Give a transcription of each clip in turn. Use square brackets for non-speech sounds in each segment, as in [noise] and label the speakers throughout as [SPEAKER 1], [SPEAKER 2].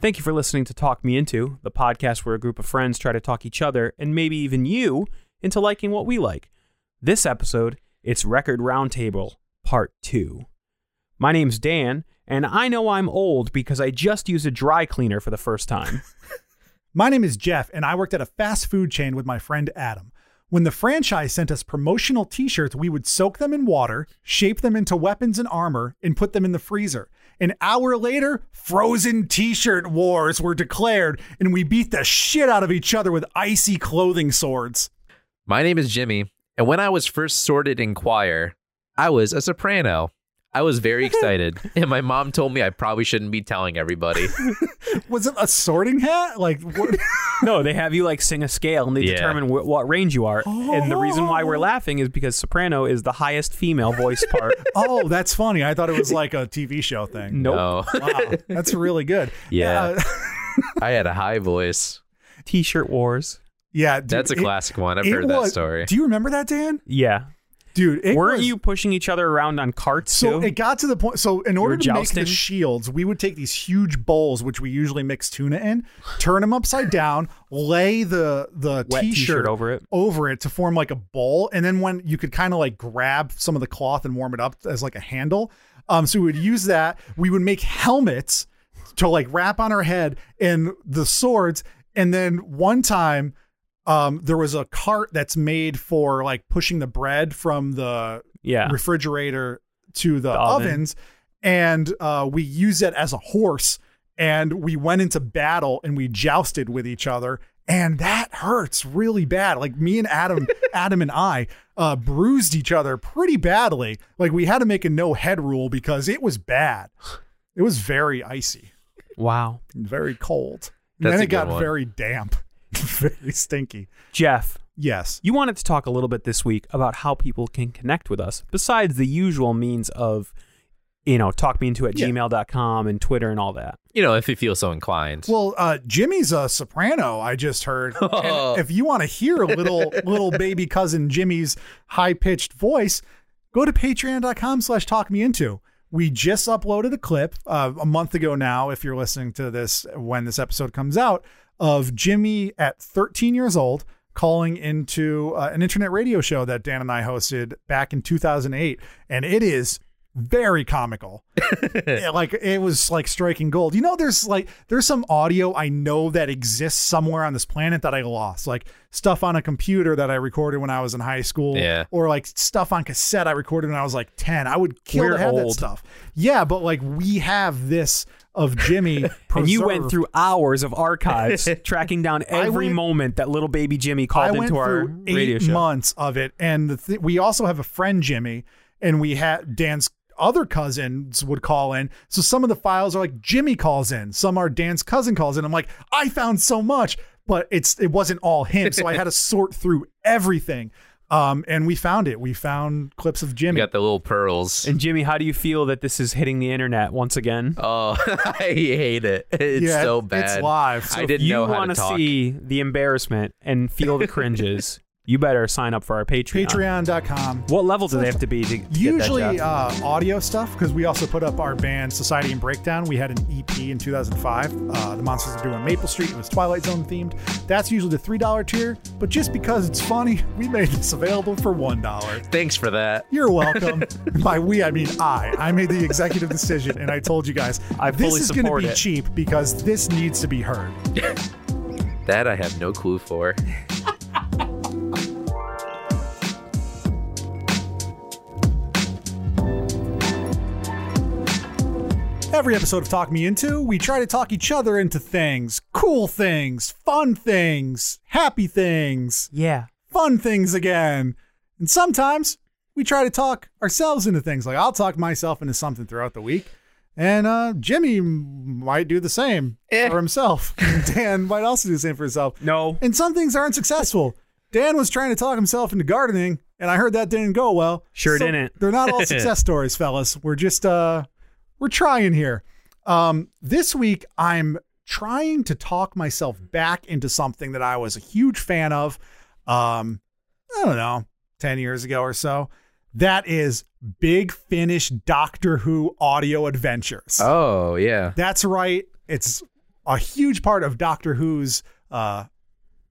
[SPEAKER 1] Thank you for listening to Talk Me Into, the podcast where a group of friends try to talk each other, and maybe even you, into liking what we like. This episode, it's Record Roundtable, Part 2. My name's Dan, and I know I'm old because I just used a dry cleaner for the first time.
[SPEAKER 2] My name is Jeff, and I worked at a fast food chain with my friend Adam. When the franchise sent us promotional t shirts, we would soak them in water, shape them into weapons and armor, and put them in the freezer. An hour later, frozen t shirt wars were declared, and we beat the shit out of each other with icy clothing swords.
[SPEAKER 3] My name is Jimmy, and when I was first sorted in choir, I was a soprano. I
[SPEAKER 2] [laughs]
[SPEAKER 3] was very excited, and my mom told me I probably shouldn't be telling
[SPEAKER 2] [laughs]
[SPEAKER 3] everybody.
[SPEAKER 2] Was it a sorting hat? Like,
[SPEAKER 3] [laughs]
[SPEAKER 2] what?
[SPEAKER 1] No, they have you like sing a scale and they
[SPEAKER 3] Yeah.
[SPEAKER 1] determine wh- what range you are. And the reason why we're laughing is because soprano is the highest female voice part.
[SPEAKER 2] oh, that's funny. I thought it was like a TV show thing.
[SPEAKER 1] Nope.
[SPEAKER 3] No,
[SPEAKER 2] Wow, that's really good.
[SPEAKER 3] Yeah.
[SPEAKER 2] Uh, [laughs]
[SPEAKER 3] I had a high voice.
[SPEAKER 1] T-shirt wars.
[SPEAKER 2] yeah. dude,
[SPEAKER 3] That's a
[SPEAKER 2] it-
[SPEAKER 3] classic one. I've
[SPEAKER 2] it
[SPEAKER 3] heard that
[SPEAKER 2] was-
[SPEAKER 3] story.
[SPEAKER 2] Do you remember that, Dan?
[SPEAKER 1] Yeah.
[SPEAKER 2] Dude, it
[SPEAKER 1] Weren't
[SPEAKER 2] was-
[SPEAKER 1] you pushing each other around on carts
[SPEAKER 2] So
[SPEAKER 1] too?
[SPEAKER 2] it got to the point. So in order
[SPEAKER 1] were
[SPEAKER 2] to
[SPEAKER 1] jousting?
[SPEAKER 2] make the shields, we would take these huge bowls, which we usually mix tuna in, turn them upside down, lay the the
[SPEAKER 1] Wet
[SPEAKER 2] t-shirt
[SPEAKER 1] t-shirt over it.
[SPEAKER 2] over it to form like a bowl, and then when you could kind of like grab some of the cloth and warm it up as like a handle. Um, so we would use that. We would make helmets to like wrap on our head and the swords, and then one time um, there was a cart that's made for like pushing the bread from the
[SPEAKER 1] Yeah.
[SPEAKER 2] refrigerator to the,
[SPEAKER 1] oven.
[SPEAKER 2] ovens, and uh, we used it as a horse. And we went into battle and we jousted with each other, and that hurts really bad. Like me and
[SPEAKER 3] [laughs]
[SPEAKER 2] Adam, Adam and I uh, bruised each other pretty badly. Like we had to make a no head rule because it was bad. It was very icy,
[SPEAKER 1] Wow.
[SPEAKER 2] and very cold. And
[SPEAKER 3] That's
[SPEAKER 2] then
[SPEAKER 3] a
[SPEAKER 2] it got
[SPEAKER 3] good one.
[SPEAKER 2] very damp, [laughs] very stinky.
[SPEAKER 1] Jeff,
[SPEAKER 2] Yes.
[SPEAKER 1] you wanted to talk a little bit this week about how people can connect with us besides the usual means of, you know, talk me into at
[SPEAKER 2] Yeah.
[SPEAKER 1] gmail.com and Twitter and all that.
[SPEAKER 3] You know, if you feel so inclined.
[SPEAKER 2] Well, uh, Jimmy's a soprano. I just heard. And
[SPEAKER 3] Oh.
[SPEAKER 2] if you want to hear little little baby cousin Jimmy's high pitched voice, go to Patreon.com/slash Talk Me Into. We just uploaded a clip uh, a month ago now. If you're listening to this when this episode comes out, of Jimmy at 13 years old calling into uh, an internet radio show that Dan and I hosted back in 2008, and it is very comical yeah, like it was like striking gold. You know, there's like there's some audio I know that exists somewhere on this planet that I lost, like stuff on a computer that I recorded when I was in high school,
[SPEAKER 3] Yeah.
[SPEAKER 2] or like stuff on cassette I recorded when I was like ten. I would kill
[SPEAKER 1] We're
[SPEAKER 2] to have that
[SPEAKER 1] old.
[SPEAKER 2] stuff. Yeah, but like we have this of Jimmy,
[SPEAKER 1] [laughs] And you
[SPEAKER 2] preserved.
[SPEAKER 1] went through hours of
[SPEAKER 2] [laughs]
[SPEAKER 1] archives tracking down
[SPEAKER 2] I
[SPEAKER 1] every
[SPEAKER 2] went-
[SPEAKER 1] moment that little baby Jimmy called
[SPEAKER 2] I went
[SPEAKER 1] into our
[SPEAKER 2] through eight
[SPEAKER 1] radio show.
[SPEAKER 2] months of it, and the th- we also have a friend Jimmy, and we had Dan's other cousins would call in. So some of the files are like Jimmy calls in, some are Dan's cousin calls in. I'm like, I found so much, but it's it wasn't all him, so I had to sort through everything. Um, and we found it. We found clips of
[SPEAKER 3] you
[SPEAKER 2] Jimmy.
[SPEAKER 3] got the little pearls.
[SPEAKER 1] And Jimmy, how do you feel that this is hitting the internet once again?
[SPEAKER 3] Oh, [laughs] I hate it. It's
[SPEAKER 2] Yeah,
[SPEAKER 3] so
[SPEAKER 2] it's
[SPEAKER 3] bad.
[SPEAKER 2] live, so
[SPEAKER 3] I
[SPEAKER 2] if
[SPEAKER 3] didn't
[SPEAKER 1] you
[SPEAKER 3] know how to
[SPEAKER 1] wanna
[SPEAKER 3] talk.
[SPEAKER 1] see the embarrassment and feel the
[SPEAKER 2] [laughs]
[SPEAKER 1] cringes? you better sign up for our Patreon.
[SPEAKER 2] Patreon.com.
[SPEAKER 1] What level do they have to be to, to get that
[SPEAKER 2] Usually
[SPEAKER 1] job?
[SPEAKER 2] uh, audio stuff because we also put up our band Society and Breakdown. We had an EP in 2005. Uh, the Monsters are doing Maple Street. It was Twilight Zone themed. That's usually the three dollar tier, but just because it's funny, we made this available for one dollar.
[SPEAKER 3] Thanks for that.
[SPEAKER 2] You're
[SPEAKER 1] [laughs]
[SPEAKER 2] welcome. By we, I mean I. I made the executive decision, and I told you guys
[SPEAKER 1] I
[SPEAKER 2] this
[SPEAKER 1] fully
[SPEAKER 2] is going to
[SPEAKER 1] support
[SPEAKER 2] be
[SPEAKER 1] it.
[SPEAKER 2] cheap because this needs to be heard.
[SPEAKER 3] That I have no clue for.
[SPEAKER 2] Every episode of Talk Me Into, we try to talk each other into things, cool things, fun things, happy things.
[SPEAKER 1] yeah.
[SPEAKER 2] fun things again. And sometimes we try to talk ourselves into things. Like I'll talk myself into something throughout the week. And uh, Jimmy might do the same
[SPEAKER 3] Eh.
[SPEAKER 1] [laughs]
[SPEAKER 2] for himself. Dan might also do the same for himself.
[SPEAKER 1] No.
[SPEAKER 2] And some things aren't successful. Dan was trying to talk himself into gardening, and I heard that didn't go well.
[SPEAKER 1] Sure didn't.
[SPEAKER 2] They're not
[SPEAKER 1] [laughs]
[SPEAKER 2] all success stories, fellas. We're just uh we're trying here. Um this week I'm trying to talk myself back into something that I was a huge fan of. Um I don't know, 10 years ago or so. That is Big Finish Doctor Who audio adventures.
[SPEAKER 3] Oh yeah.
[SPEAKER 2] That's right. It's a huge part of Doctor Who's uh,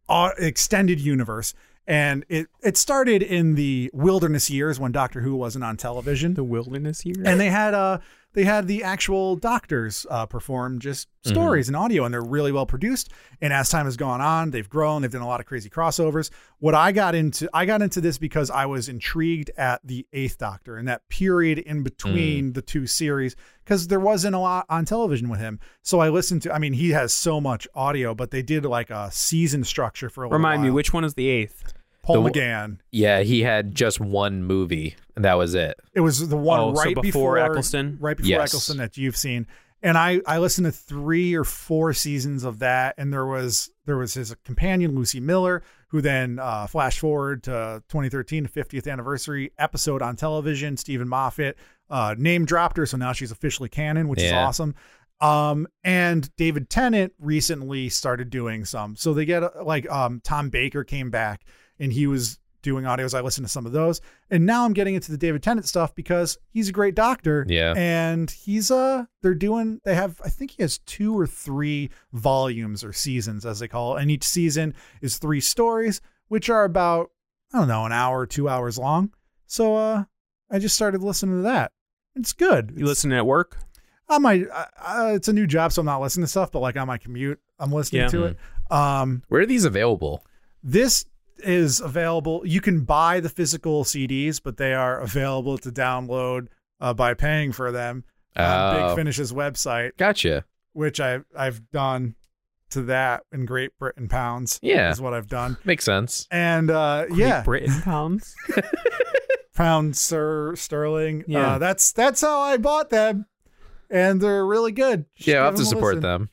[SPEAKER 2] au- extended universe, and it it started in the wilderness years when Doctor Who wasn't on television,
[SPEAKER 1] The wilderness here.
[SPEAKER 2] and they had uh they had the actual doctors uh, perform just
[SPEAKER 1] Mm-hmm.
[SPEAKER 2] stories and audio, and they're really well produced. And as time has gone on, they've grown. They've done a lot of crazy crossovers. What I got into, I got into this because I was intrigued at the Eighth Doctor and that period in between
[SPEAKER 1] Mm.
[SPEAKER 2] the two series, because there wasn't a lot on television with him. So I listened to. I mean, he has so much audio, but they did like a season structure for a little
[SPEAKER 1] Remind me,
[SPEAKER 2] while.
[SPEAKER 1] which one is the eighth?
[SPEAKER 2] Paul
[SPEAKER 3] the-
[SPEAKER 2] McGann.
[SPEAKER 3] Yeah, he had just one movie and that was it.
[SPEAKER 2] It was the one
[SPEAKER 1] Oh, so
[SPEAKER 2] right
[SPEAKER 1] before Eccleston?
[SPEAKER 2] right before
[SPEAKER 3] Yes.
[SPEAKER 2] Eccleston that you've seen. And I I listened to three or four seasons of that, and there was there was his companion Lucy Miller, who then uh, flashed forward to 2013, 50th anniversary episode on television. Stephen Moffat uh, name dropped her, so now she's officially canon, which is
[SPEAKER 3] Yeah.
[SPEAKER 2] awesome. Um, and David Tennant recently started doing some. So they get uh, like um, Tom Baker came back and he was doing audios. I listened to some of those, and now I'm getting into the David Tennant stuff because he's a great doctor.
[SPEAKER 3] Yeah.
[SPEAKER 2] and he's uh they're doing they have I think he has two or three volumes or seasons as they call it, and each season is three stories, which are about I don't know an hour, two hours long. So uh, I just started listening to that. It's good.
[SPEAKER 1] You
[SPEAKER 2] It's-
[SPEAKER 1] listening at work?
[SPEAKER 2] I might. Uh, uh, it's a new job, so I'm not listening to stuff. But like on my commute, I'm listening
[SPEAKER 1] Yeah.
[SPEAKER 2] to it.
[SPEAKER 3] Mm-hmm.
[SPEAKER 2] Um,
[SPEAKER 3] Where are these available?
[SPEAKER 2] this is available. You can buy the physical CDs, but they are available to download uh, by paying for them on
[SPEAKER 3] Oh.
[SPEAKER 2] Big Finish's website,
[SPEAKER 3] Gotcha.
[SPEAKER 2] which I I've done to that in Great Britain pounds.
[SPEAKER 3] Yeah.
[SPEAKER 2] is what I've done.
[SPEAKER 3] Makes sense.
[SPEAKER 2] And uh, yeah, [laughs]
[SPEAKER 1] Britain pounds.
[SPEAKER 2] pound sir sterling.
[SPEAKER 1] Yeah.
[SPEAKER 2] uh, that's that's how I bought them, and they're really good. Just
[SPEAKER 3] Yeah, I'll have
[SPEAKER 2] give
[SPEAKER 3] to
[SPEAKER 2] a
[SPEAKER 3] support
[SPEAKER 2] listen.
[SPEAKER 3] them.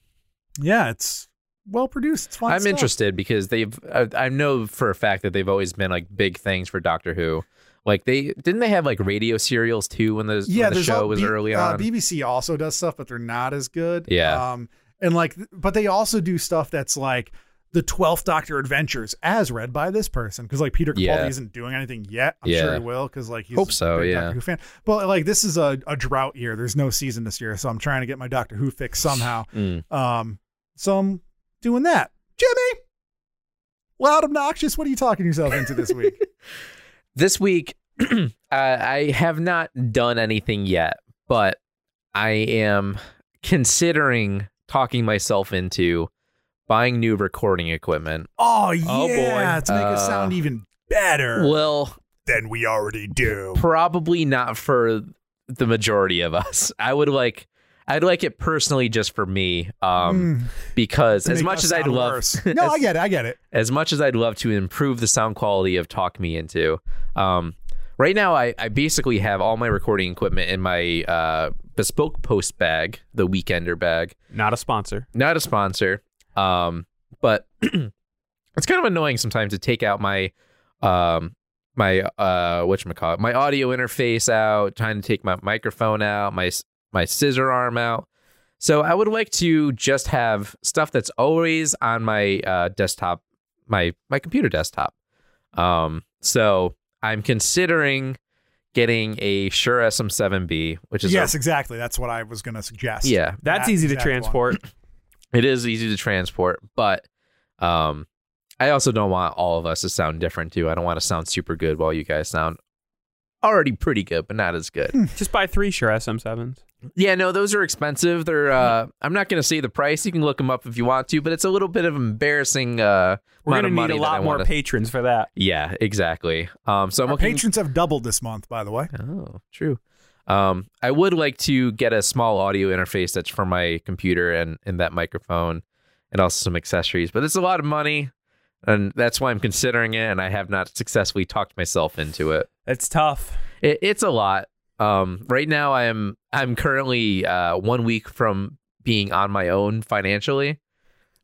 [SPEAKER 2] Yeah, it's well produced. It's fun.
[SPEAKER 3] I'm
[SPEAKER 2] stuff.
[SPEAKER 3] interested because they've I, I know for a fact that they've always been like big things for Doctor Who. Like they didn't they have like radio serials too when the,
[SPEAKER 2] Yeah,
[SPEAKER 3] when the
[SPEAKER 2] there's
[SPEAKER 3] show
[SPEAKER 2] all-
[SPEAKER 3] was
[SPEAKER 2] B-
[SPEAKER 3] early
[SPEAKER 2] uh,
[SPEAKER 3] on.
[SPEAKER 2] BBC also does stuff, but they're not as good.
[SPEAKER 3] Yeah.
[SPEAKER 2] Um, and like, but they also do stuff that's like the Twelfth Doctor Adventures, as read by this person, because like Peter Capaldi
[SPEAKER 3] Yeah.
[SPEAKER 2] isn't doing anything yet. I'm
[SPEAKER 3] Yeah.
[SPEAKER 2] sure he will, because like he's
[SPEAKER 3] Hope
[SPEAKER 2] a
[SPEAKER 3] so,
[SPEAKER 2] big
[SPEAKER 3] yeah.
[SPEAKER 2] Doctor Who fan. But like, this is a, a drought year. There's no season this year, so I'm trying to get my Doctor Who fix
[SPEAKER 3] [laughs]
[SPEAKER 2] somehow.
[SPEAKER 3] Mm.
[SPEAKER 2] Um, so I'm doing that. Jimmy, loud, obnoxious. What are you talking yourself into this week?
[SPEAKER 3] This week, [clears throat] uh, I have not done anything yet, but I am considering talking myself into buying new recording equipment.
[SPEAKER 2] Oh yeah,
[SPEAKER 1] Oh, boy.
[SPEAKER 2] to make us
[SPEAKER 3] Uh,
[SPEAKER 2] sound even better
[SPEAKER 3] Well,
[SPEAKER 2] than we already do.
[SPEAKER 3] probably not for the majority of us. I would like I'd like it personally just for me. Um
[SPEAKER 2] Mm,
[SPEAKER 3] because
[SPEAKER 2] to
[SPEAKER 3] as
[SPEAKER 2] make
[SPEAKER 3] much
[SPEAKER 2] us
[SPEAKER 3] as I'd
[SPEAKER 2] sound
[SPEAKER 3] love [laughs]
[SPEAKER 2] worse. [laughs] no,
[SPEAKER 3] as,
[SPEAKER 2] I get it. I get it.
[SPEAKER 3] as much as I'd love to improve the sound quality of Talk Me Into, um right now I, I basically have all my recording equipment in my uh bespoke post bag, the weekender bag.
[SPEAKER 1] Not a sponsor.
[SPEAKER 3] Not a sponsor. Um but [clears throat] it's kind of annoying sometimes to take out my um my uh whatchamacallit, my audio interface out, trying to take my microphone out, my s- my scissor arm out. So I would like to just have stuff that's always on my uh, desktop, my my computer desktop. Um, so I'm considering getting a Shure SM7B, which is a-
[SPEAKER 2] Yes, exactly. That's what I was going to suggest.
[SPEAKER 3] yeah,
[SPEAKER 1] That's
[SPEAKER 2] That
[SPEAKER 1] easy to
[SPEAKER 2] exact one.
[SPEAKER 1] transport.
[SPEAKER 3] it is easy to transport, but um, I also don't want all of us to sound different too. I don't want to sound super good while you guys sound already pretty good, but not as good.
[SPEAKER 1] Just buy three Sure SM7s.
[SPEAKER 3] [laughs] yeah, no, those are expensive. They're uh, I'm not going to say the price. You can look them up if you want to, but it's a little bit of embarrassing uh,
[SPEAKER 1] We're
[SPEAKER 3] amount
[SPEAKER 1] going
[SPEAKER 3] of
[SPEAKER 1] to need
[SPEAKER 3] money
[SPEAKER 1] a
[SPEAKER 3] that I
[SPEAKER 1] lot more
[SPEAKER 3] wanna-
[SPEAKER 1] patrons for that.
[SPEAKER 3] yeah, exactly. Um, so I'm
[SPEAKER 2] Our
[SPEAKER 3] looking.
[SPEAKER 2] patrons have doubled this month, by the way.
[SPEAKER 3] Oh, true. Um, I would like to get a small audio interface that's for my computer and and that microphone, and also some accessories. But it's a lot of money. and that's why I'm considering it, and I have not successfully talked myself into it.
[SPEAKER 1] It's tough.
[SPEAKER 3] it it's a lot. Um, right now, I am I'm currently uh, one week from being on my own financially.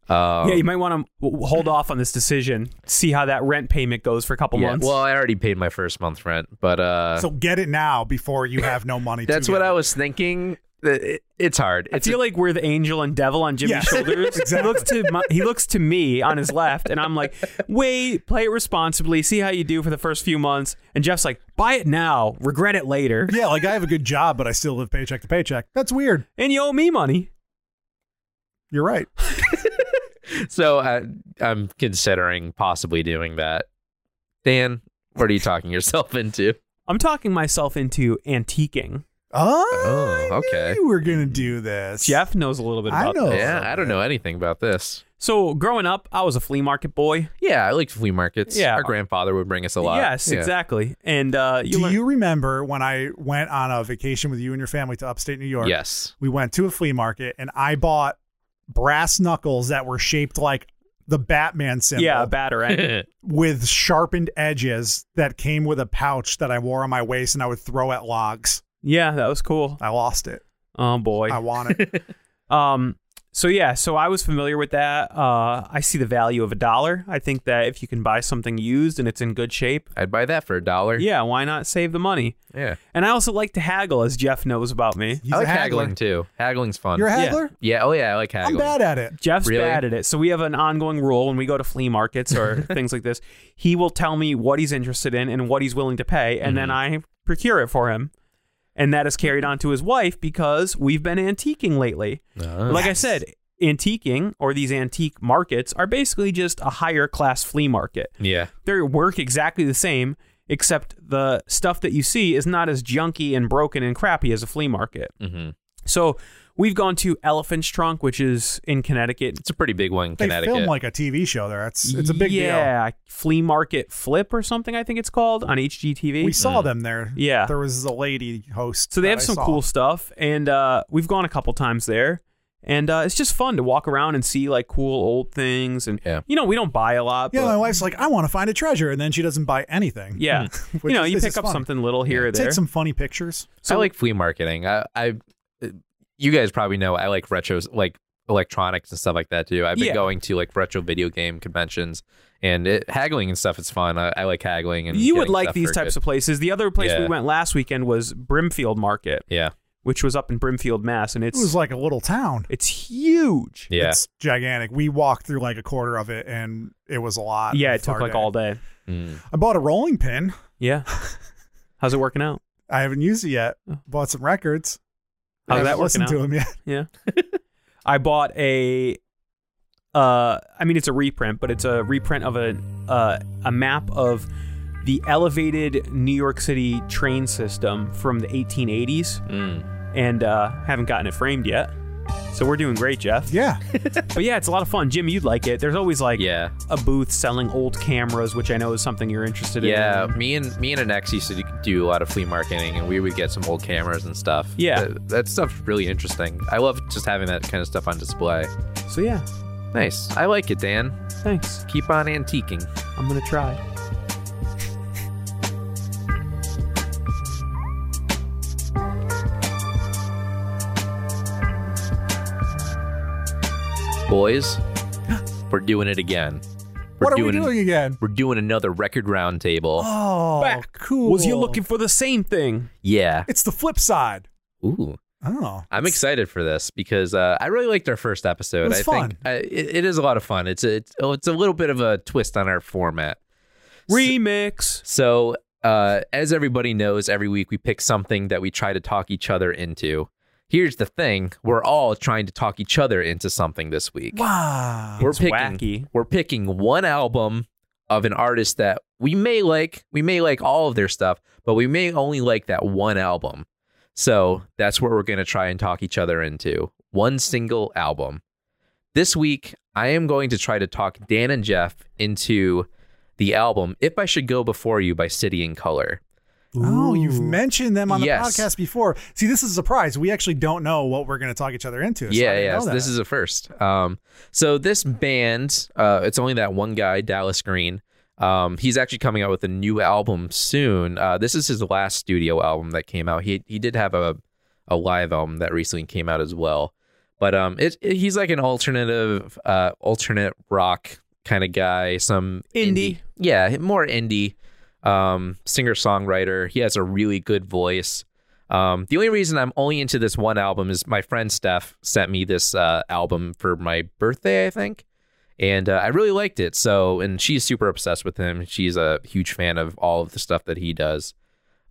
[SPEAKER 3] Um,
[SPEAKER 1] yeah, you might want to hold off on this decision. See how that rent payment goes for a couple
[SPEAKER 3] yeah,
[SPEAKER 1] months.
[SPEAKER 3] Well, I already paid my first month rent, but uh,
[SPEAKER 2] So get it now before you have no
[SPEAKER 3] [laughs]
[SPEAKER 2] money.
[SPEAKER 3] that's
[SPEAKER 2] to
[SPEAKER 3] what
[SPEAKER 2] get.
[SPEAKER 3] I was thinking. It- it- it's hard.
[SPEAKER 1] I
[SPEAKER 3] It's
[SPEAKER 1] feel like we're the angel and devil on Jimmy's
[SPEAKER 2] Yes, [laughs]
[SPEAKER 1] shoulders. He looks to my, he looks to me on his left, and I'm like, "Wait, play it responsibly. See how you do for the first few months." And Jeff's like, "Buy it now, regret it later,
[SPEAKER 2] Yeah, like I have a good job, but I still live paycheck to paycheck. That's weird.
[SPEAKER 1] and you owe me money."
[SPEAKER 2] You're right.
[SPEAKER 3] so I, I'm considering possibly doing that. Dan, what are you talking yourself into?
[SPEAKER 1] I'm talking myself into antiquing.
[SPEAKER 2] Oh,
[SPEAKER 3] Oh, okay.
[SPEAKER 2] You were gonna do this,
[SPEAKER 1] Jeff knows a little bit
[SPEAKER 2] I
[SPEAKER 1] about
[SPEAKER 2] know.
[SPEAKER 1] this.
[SPEAKER 3] [laughs] Yeah, I don't know anything about this.
[SPEAKER 1] So growing up, I was a flea market boy.
[SPEAKER 3] Yeah, I like flea markets.
[SPEAKER 1] Yeah.
[SPEAKER 3] our grandfather would bring us a lot.
[SPEAKER 1] Yes,
[SPEAKER 3] Yeah.
[SPEAKER 1] exactly. And uh, you
[SPEAKER 2] Do
[SPEAKER 1] learn-
[SPEAKER 2] you remember when I went on a vacation with you and your family to upstate New York?
[SPEAKER 3] Yes.
[SPEAKER 2] We went to a flea market and I bought brass knuckles that were shaped like the Batman symbol
[SPEAKER 1] yeah, a batarang.
[SPEAKER 3] [laughs]
[SPEAKER 2] with sharpened edges that came with a pouch that I wore on my waist and I would throw at logs.
[SPEAKER 1] yeah, that was cool.
[SPEAKER 2] I lost it.
[SPEAKER 1] Oh boy. [laughs]
[SPEAKER 2] I want it.
[SPEAKER 1] Um, so yeah, so I was familiar with that. Uh, I see the value of a dollar. I think that if you can buy something used and it's in good shape,
[SPEAKER 3] I'd buy that for a dollar.
[SPEAKER 1] yeah, why not save the money?
[SPEAKER 3] Yeah.
[SPEAKER 1] And I also like to haggle, as Jeff knows about me.
[SPEAKER 2] He's
[SPEAKER 3] I like
[SPEAKER 2] a haggler.
[SPEAKER 3] haggling too. Haggling's fun.
[SPEAKER 2] You're a haggler?
[SPEAKER 3] yeah. Oh yeah, I like
[SPEAKER 2] I'm
[SPEAKER 3] haggling.
[SPEAKER 2] bad at it.
[SPEAKER 1] Jeff's
[SPEAKER 3] Really?
[SPEAKER 1] bad at it. So we have an ongoing rule when we go to flea markets or things like this. He will tell me what he's interested in and what he's willing to pay, and then I procure it for him. And that is carried on to his wife because we've been antiquing lately.
[SPEAKER 3] Ah.
[SPEAKER 1] like I said, antiquing or these antique markets are basically just a higher class flea market.
[SPEAKER 3] yeah.
[SPEAKER 1] They work exactly the same, except the stuff that you see is not as junky and broken and crappy as a flea market.
[SPEAKER 3] hmm
[SPEAKER 1] So we've gone to Elephant's Trunk, which is in Connecticut.
[SPEAKER 3] It's a pretty big one in
[SPEAKER 2] They
[SPEAKER 3] Connecticut.
[SPEAKER 2] film like a TV show there. It's it's a big deal.
[SPEAKER 1] yeah, flea market flip or something. I think it's called on HGTV.
[SPEAKER 2] We saw them there.
[SPEAKER 1] Mm. Yeah.
[SPEAKER 2] There was a lady host.
[SPEAKER 1] So they
[SPEAKER 2] that
[SPEAKER 1] have
[SPEAKER 2] I
[SPEAKER 1] some
[SPEAKER 2] saw.
[SPEAKER 1] cool stuff, and uh, we've gone a couple times there, and uh, it's just fun to walk around and see like cool old things, and
[SPEAKER 3] Yeah.
[SPEAKER 1] you know we don't buy a lot,
[SPEAKER 2] Yeah,
[SPEAKER 1] but
[SPEAKER 2] my wife's like, I want to find a treasure, and then she doesn't buy anything.
[SPEAKER 1] yeah, you
[SPEAKER 2] [laughs] Which
[SPEAKER 1] know
[SPEAKER 2] is-
[SPEAKER 1] you
[SPEAKER 2] this
[SPEAKER 1] pick
[SPEAKER 2] is
[SPEAKER 1] up
[SPEAKER 2] fun.
[SPEAKER 1] something little here or there.
[SPEAKER 2] Take some funny pictures.
[SPEAKER 3] I like flea marketing. I, I, uh, you guys probably know I like retros, like electronics and stuff like that too. I've been
[SPEAKER 1] Yeah.
[SPEAKER 3] going to like retro video game conventions and it, haggling and stuff is fun. I, I like haggling and
[SPEAKER 1] you would
[SPEAKER 3] getting
[SPEAKER 1] like
[SPEAKER 3] stuff
[SPEAKER 1] these
[SPEAKER 3] for
[SPEAKER 1] types
[SPEAKER 3] good-
[SPEAKER 1] of places. The other place we
[SPEAKER 3] Yeah.
[SPEAKER 1] went last weekend was Brimfield Market,
[SPEAKER 3] Yeah,
[SPEAKER 1] which was up in Brimfield, Mass, and
[SPEAKER 2] It
[SPEAKER 1] it's
[SPEAKER 2] was like a little town.
[SPEAKER 1] it's huge.
[SPEAKER 3] yeah.
[SPEAKER 2] It's gigantic. We walked through like a quarter of it, and it was a lot.
[SPEAKER 1] Yeah, it
[SPEAKER 2] of our
[SPEAKER 1] took like
[SPEAKER 2] day.
[SPEAKER 1] all day.
[SPEAKER 3] Mm.
[SPEAKER 2] I bought a rolling pin. [laughs]
[SPEAKER 1] Yeah, how's it working out?
[SPEAKER 2] I haven't used it yet. Bought some records.
[SPEAKER 1] Oh. How's
[SPEAKER 2] I haven't
[SPEAKER 1] that working
[SPEAKER 2] listened
[SPEAKER 1] out?
[SPEAKER 2] to them yet.
[SPEAKER 1] Yeah. I bought a uh I mean it's a reprint, but it's a reprint of a uh, a map of the elevated New York City train system from the 1880s
[SPEAKER 3] Mm.
[SPEAKER 1] and uh haven't gotten it framed yet. So we're doing great, Jeff.
[SPEAKER 3] [laughs]
[SPEAKER 2] Yeah,
[SPEAKER 1] But yeah, it's a lot of fun. Jim, you'd like it. There's always like
[SPEAKER 3] Yeah,
[SPEAKER 1] a booth selling old cameras, which I know is something you're interested
[SPEAKER 3] yeah.
[SPEAKER 1] in.
[SPEAKER 3] Me and me and an ex used to do a lot of flea marketing, and we would get some old cameras and stuff.
[SPEAKER 1] Yeah.
[SPEAKER 3] that, that stuff's really interesting. I love just having that kind of stuff on display.
[SPEAKER 1] Yeah. So yeah,
[SPEAKER 3] Nice. I like it, Dan.
[SPEAKER 1] thanks.
[SPEAKER 3] Keep on antiquing.
[SPEAKER 1] I'm going to try. [gasps]
[SPEAKER 3] Boys, we're doing it again. We're
[SPEAKER 2] what are we
[SPEAKER 3] doing
[SPEAKER 2] doing again?
[SPEAKER 3] We're doing another record roundtable.
[SPEAKER 2] Oh, cool.
[SPEAKER 1] Was you looking for the same thing?
[SPEAKER 3] Yeah.
[SPEAKER 2] It's the flip side.
[SPEAKER 3] Ooh.
[SPEAKER 2] Oh,
[SPEAKER 3] I'm excited for this because uh, I really liked our first episode.
[SPEAKER 2] It was
[SPEAKER 3] I
[SPEAKER 2] fun.
[SPEAKER 3] think I, it, it is a lot of fun. It's a, it's, oh, it's a little bit of a twist on our format.
[SPEAKER 1] Remix.
[SPEAKER 3] So, uh, as everybody knows, every week we pick something that we try to talk each other into. Here's the thing: we're all trying to talk each other into something this week.
[SPEAKER 2] wow.
[SPEAKER 3] we're
[SPEAKER 1] Uh, It's
[SPEAKER 3] picking
[SPEAKER 1] wacky.
[SPEAKER 3] we're picking one album of an artist that we may like we may like all of their stuff but we may only like that one album so that's what we're going to try and talk each other into one single album this week i am going to try to talk dan and jeff into the album if i should go before you by city and color
[SPEAKER 2] Oh, you've mentioned them on the
[SPEAKER 3] Yes.
[SPEAKER 2] podcast before. See, this is a surprise. We actually don't know what we're going to talk each other into. so I
[SPEAKER 3] yeah,
[SPEAKER 2] didn't
[SPEAKER 3] yeah.
[SPEAKER 2] know that.
[SPEAKER 3] This is a first. Um, so this band, uh, it's only that one guy, Dallas Green. Um, he's actually coming out with a new album soon. Uh, this is his last studio album that came out. He he did have a a live album that recently came out as well. But um, it, it- he's like an alternative, uh, alternate rock kind of guy. Some
[SPEAKER 1] Indie.
[SPEAKER 3] yeah, more indie. Um, singer songwriter. He has a really good voice. Um, the only reason I'm only into this one album is my friend Steph sent me this uh, album for my birthday, I think, and uh, I really liked it. So, and she's super obsessed with him. She's a huge fan of all of the stuff that he does.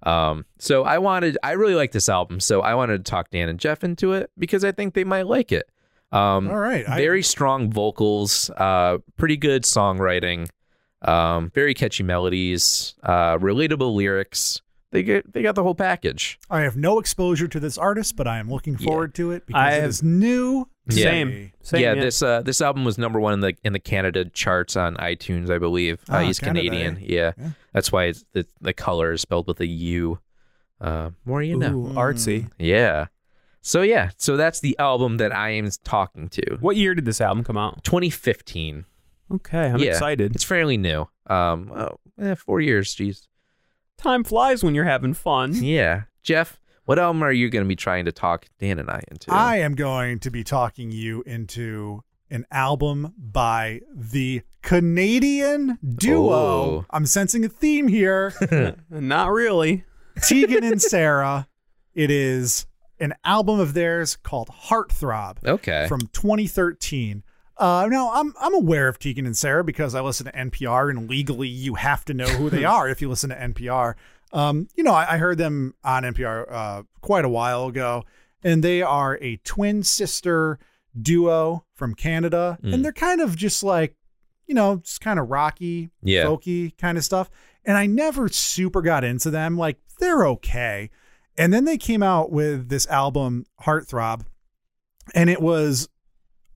[SPEAKER 3] Um, so I wanted, I really like this album, so I wanted to talk Dan and Jeff into it because I think they might like it. Um,
[SPEAKER 2] all right. I-
[SPEAKER 3] very strong vocals, uh, pretty good songwriting, um, very catchy melodies, uh, relatable lyrics. They get they got the whole package.
[SPEAKER 2] I, have no exposure to this artist, but I am looking
[SPEAKER 3] Yeah.
[SPEAKER 2] forward to it because
[SPEAKER 1] I
[SPEAKER 2] it
[SPEAKER 1] have-
[SPEAKER 2] is new. to
[SPEAKER 3] Yeah.
[SPEAKER 1] Same.
[SPEAKER 2] me.
[SPEAKER 1] Same.
[SPEAKER 3] yeah, this uh, this album was number one in the in the Canada charts on iTunes, I believe.
[SPEAKER 2] Ah,
[SPEAKER 3] uh, he's
[SPEAKER 2] Canada,
[SPEAKER 3] Canadian.
[SPEAKER 2] eh?
[SPEAKER 3] Yeah.
[SPEAKER 2] Yeah.
[SPEAKER 3] that's why it's, the the color is spelled with a U. Uh, more you
[SPEAKER 1] Ooh,
[SPEAKER 3] know.
[SPEAKER 1] artsy.
[SPEAKER 3] Yeah. So yeah, so that's the album that I am talking to.
[SPEAKER 1] What year did this album come out?
[SPEAKER 3] 2015.
[SPEAKER 1] Okay, I'm
[SPEAKER 3] Yeah.
[SPEAKER 1] excited.
[SPEAKER 3] It's fairly new. Um, oh, eh, four years. Jeez.
[SPEAKER 1] Time flies when you're having fun.
[SPEAKER 3] Yeah. Jeff, what album are you going to be trying to talk Dan and I into?
[SPEAKER 2] I am going to be talking you into an album by the Canadian duo.
[SPEAKER 3] Ooh.
[SPEAKER 2] I'm sensing a theme here.
[SPEAKER 1] Not really.
[SPEAKER 2] Tegan and Sarah. It is an album of theirs called Heartthrob.
[SPEAKER 3] okay.
[SPEAKER 2] from 2013. Uh, now I'm I'm aware of Tegan and Sarah because I listen to NPR, and legally you have to know who they
[SPEAKER 3] [laughs]
[SPEAKER 2] are if you listen to NPR. Um, you know, I, I heard them on NPR uh, quite a while ago, and they are a twin sister duo from Canada,
[SPEAKER 3] Mm.
[SPEAKER 2] and they're kind of just like, you know, just kind of rocky,
[SPEAKER 3] Yeah.
[SPEAKER 2] folky kind of stuff. And I never super got into them. Like they're okay, and then they came out with this album Heartthrob, and it was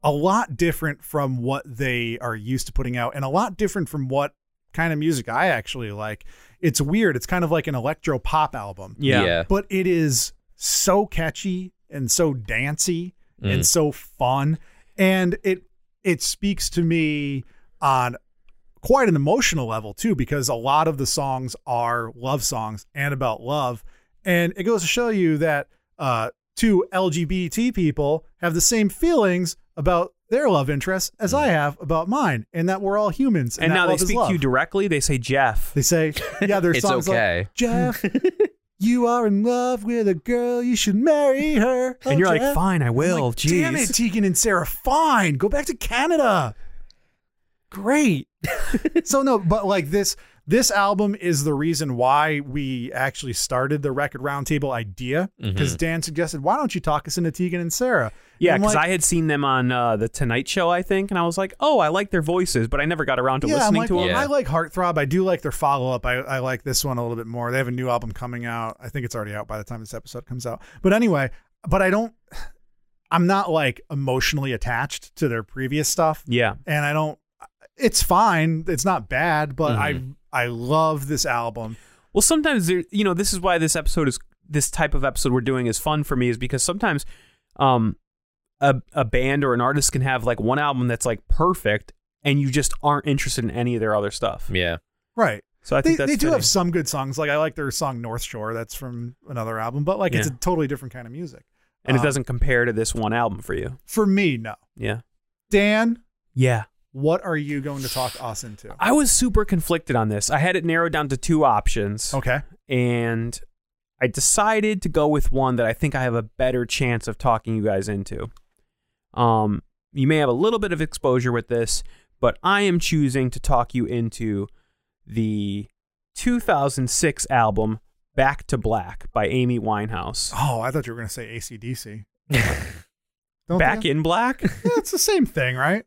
[SPEAKER 2] a lot different from what they are used to putting out and a lot different from what kind of music I actually like. It's weird. It's kind of like an electro pop album,
[SPEAKER 1] Yeah.
[SPEAKER 2] but it is so catchy and so dancey
[SPEAKER 3] Mm.
[SPEAKER 2] and so fun and it it speaks to me on quite an emotional level too because a lot of the songs are love songs and about love and it goes to show you that uh two lgbt people have the same feelings about their love interests as i have about mine and that we're all humans
[SPEAKER 1] Mm. And
[SPEAKER 2] and, that
[SPEAKER 1] now they
[SPEAKER 2] love is
[SPEAKER 1] speak
[SPEAKER 2] love.
[SPEAKER 1] to you directly. They say, Jeff.
[SPEAKER 2] they say
[SPEAKER 1] [laughs]
[SPEAKER 2] yeah there's
[SPEAKER 3] It's
[SPEAKER 2] songs like,
[SPEAKER 3] okay.
[SPEAKER 2] jeff you are in love with a girl you should marry her Oh,
[SPEAKER 1] and you're like,
[SPEAKER 2] Jeff."
[SPEAKER 1] fine, I will.
[SPEAKER 2] Like,
[SPEAKER 1] Jeez.
[SPEAKER 2] Damn it, Tegan and Sarah. Fine. Go back to Canada.
[SPEAKER 1] [laughs]
[SPEAKER 2] Great. so no, but like this this album is the reason why we actually started the record roundtable idea. Because Dan suggested, why don't you talk us into Tegan and Sarah?
[SPEAKER 1] Mm-hmm. Yeah,
[SPEAKER 2] And I'm
[SPEAKER 1] because
[SPEAKER 2] like,
[SPEAKER 1] I had seen them on uh, the Tonight Show, I think, and I was like, "Oh, I like their voices," but I never got around to
[SPEAKER 2] yeah, I'm
[SPEAKER 1] listening
[SPEAKER 2] like,
[SPEAKER 1] to
[SPEAKER 2] well,
[SPEAKER 1] them.
[SPEAKER 3] Yeah.
[SPEAKER 2] I like Heartthrob. I do like their follow up. I, I like this one a little bit more. They have a new album coming out. I think it's already out by the time this episode comes out. But anyway, but I don't [sighs] I'm not like emotionally attached to their previous stuff.
[SPEAKER 1] Yeah,
[SPEAKER 2] and I don't. It's fine. It's not bad, but
[SPEAKER 1] Mm-hmm.
[SPEAKER 2] I I love this album.
[SPEAKER 1] Well, sometimes there, you know, this is why this episode is this type of episode we're doing is fun for me is because sometimes, um, a a band or an artist can have like one album that's like perfect, and you just aren't interested in any of their other stuff.
[SPEAKER 3] Yeah.
[SPEAKER 2] Right.
[SPEAKER 1] So I
[SPEAKER 2] They,
[SPEAKER 1] think
[SPEAKER 2] they
[SPEAKER 1] that's
[SPEAKER 2] do have
[SPEAKER 1] fitting.
[SPEAKER 2] some good songs. Like I like their song North Shore. That's from another album, but like it's a
[SPEAKER 1] Yeah.
[SPEAKER 2] totally different kind of music.
[SPEAKER 1] and it
[SPEAKER 2] um,
[SPEAKER 1] doesn't compare to this one album for you.
[SPEAKER 2] For me, no.
[SPEAKER 1] Yeah,
[SPEAKER 2] Dan,
[SPEAKER 1] yeah.
[SPEAKER 2] what are you going to talk us into?
[SPEAKER 1] I was super conflicted on this. I had it narrowed down to two options.
[SPEAKER 2] Okay.
[SPEAKER 1] and I decided to go with one that I think I have a better chance of talking you guys into. Um, you may have a little bit of exposure with this, but I am choosing to talk you into the 2006 album Back to Black by Amy Winehouse.
[SPEAKER 2] Oh, I thought you were going to say
[SPEAKER 1] [laughs]
[SPEAKER 2] ACDC. Don't
[SPEAKER 1] Back
[SPEAKER 2] they?
[SPEAKER 1] in Black?
[SPEAKER 2] [laughs] Yeah, it's the same
[SPEAKER 1] [laughs]
[SPEAKER 2] thing, right?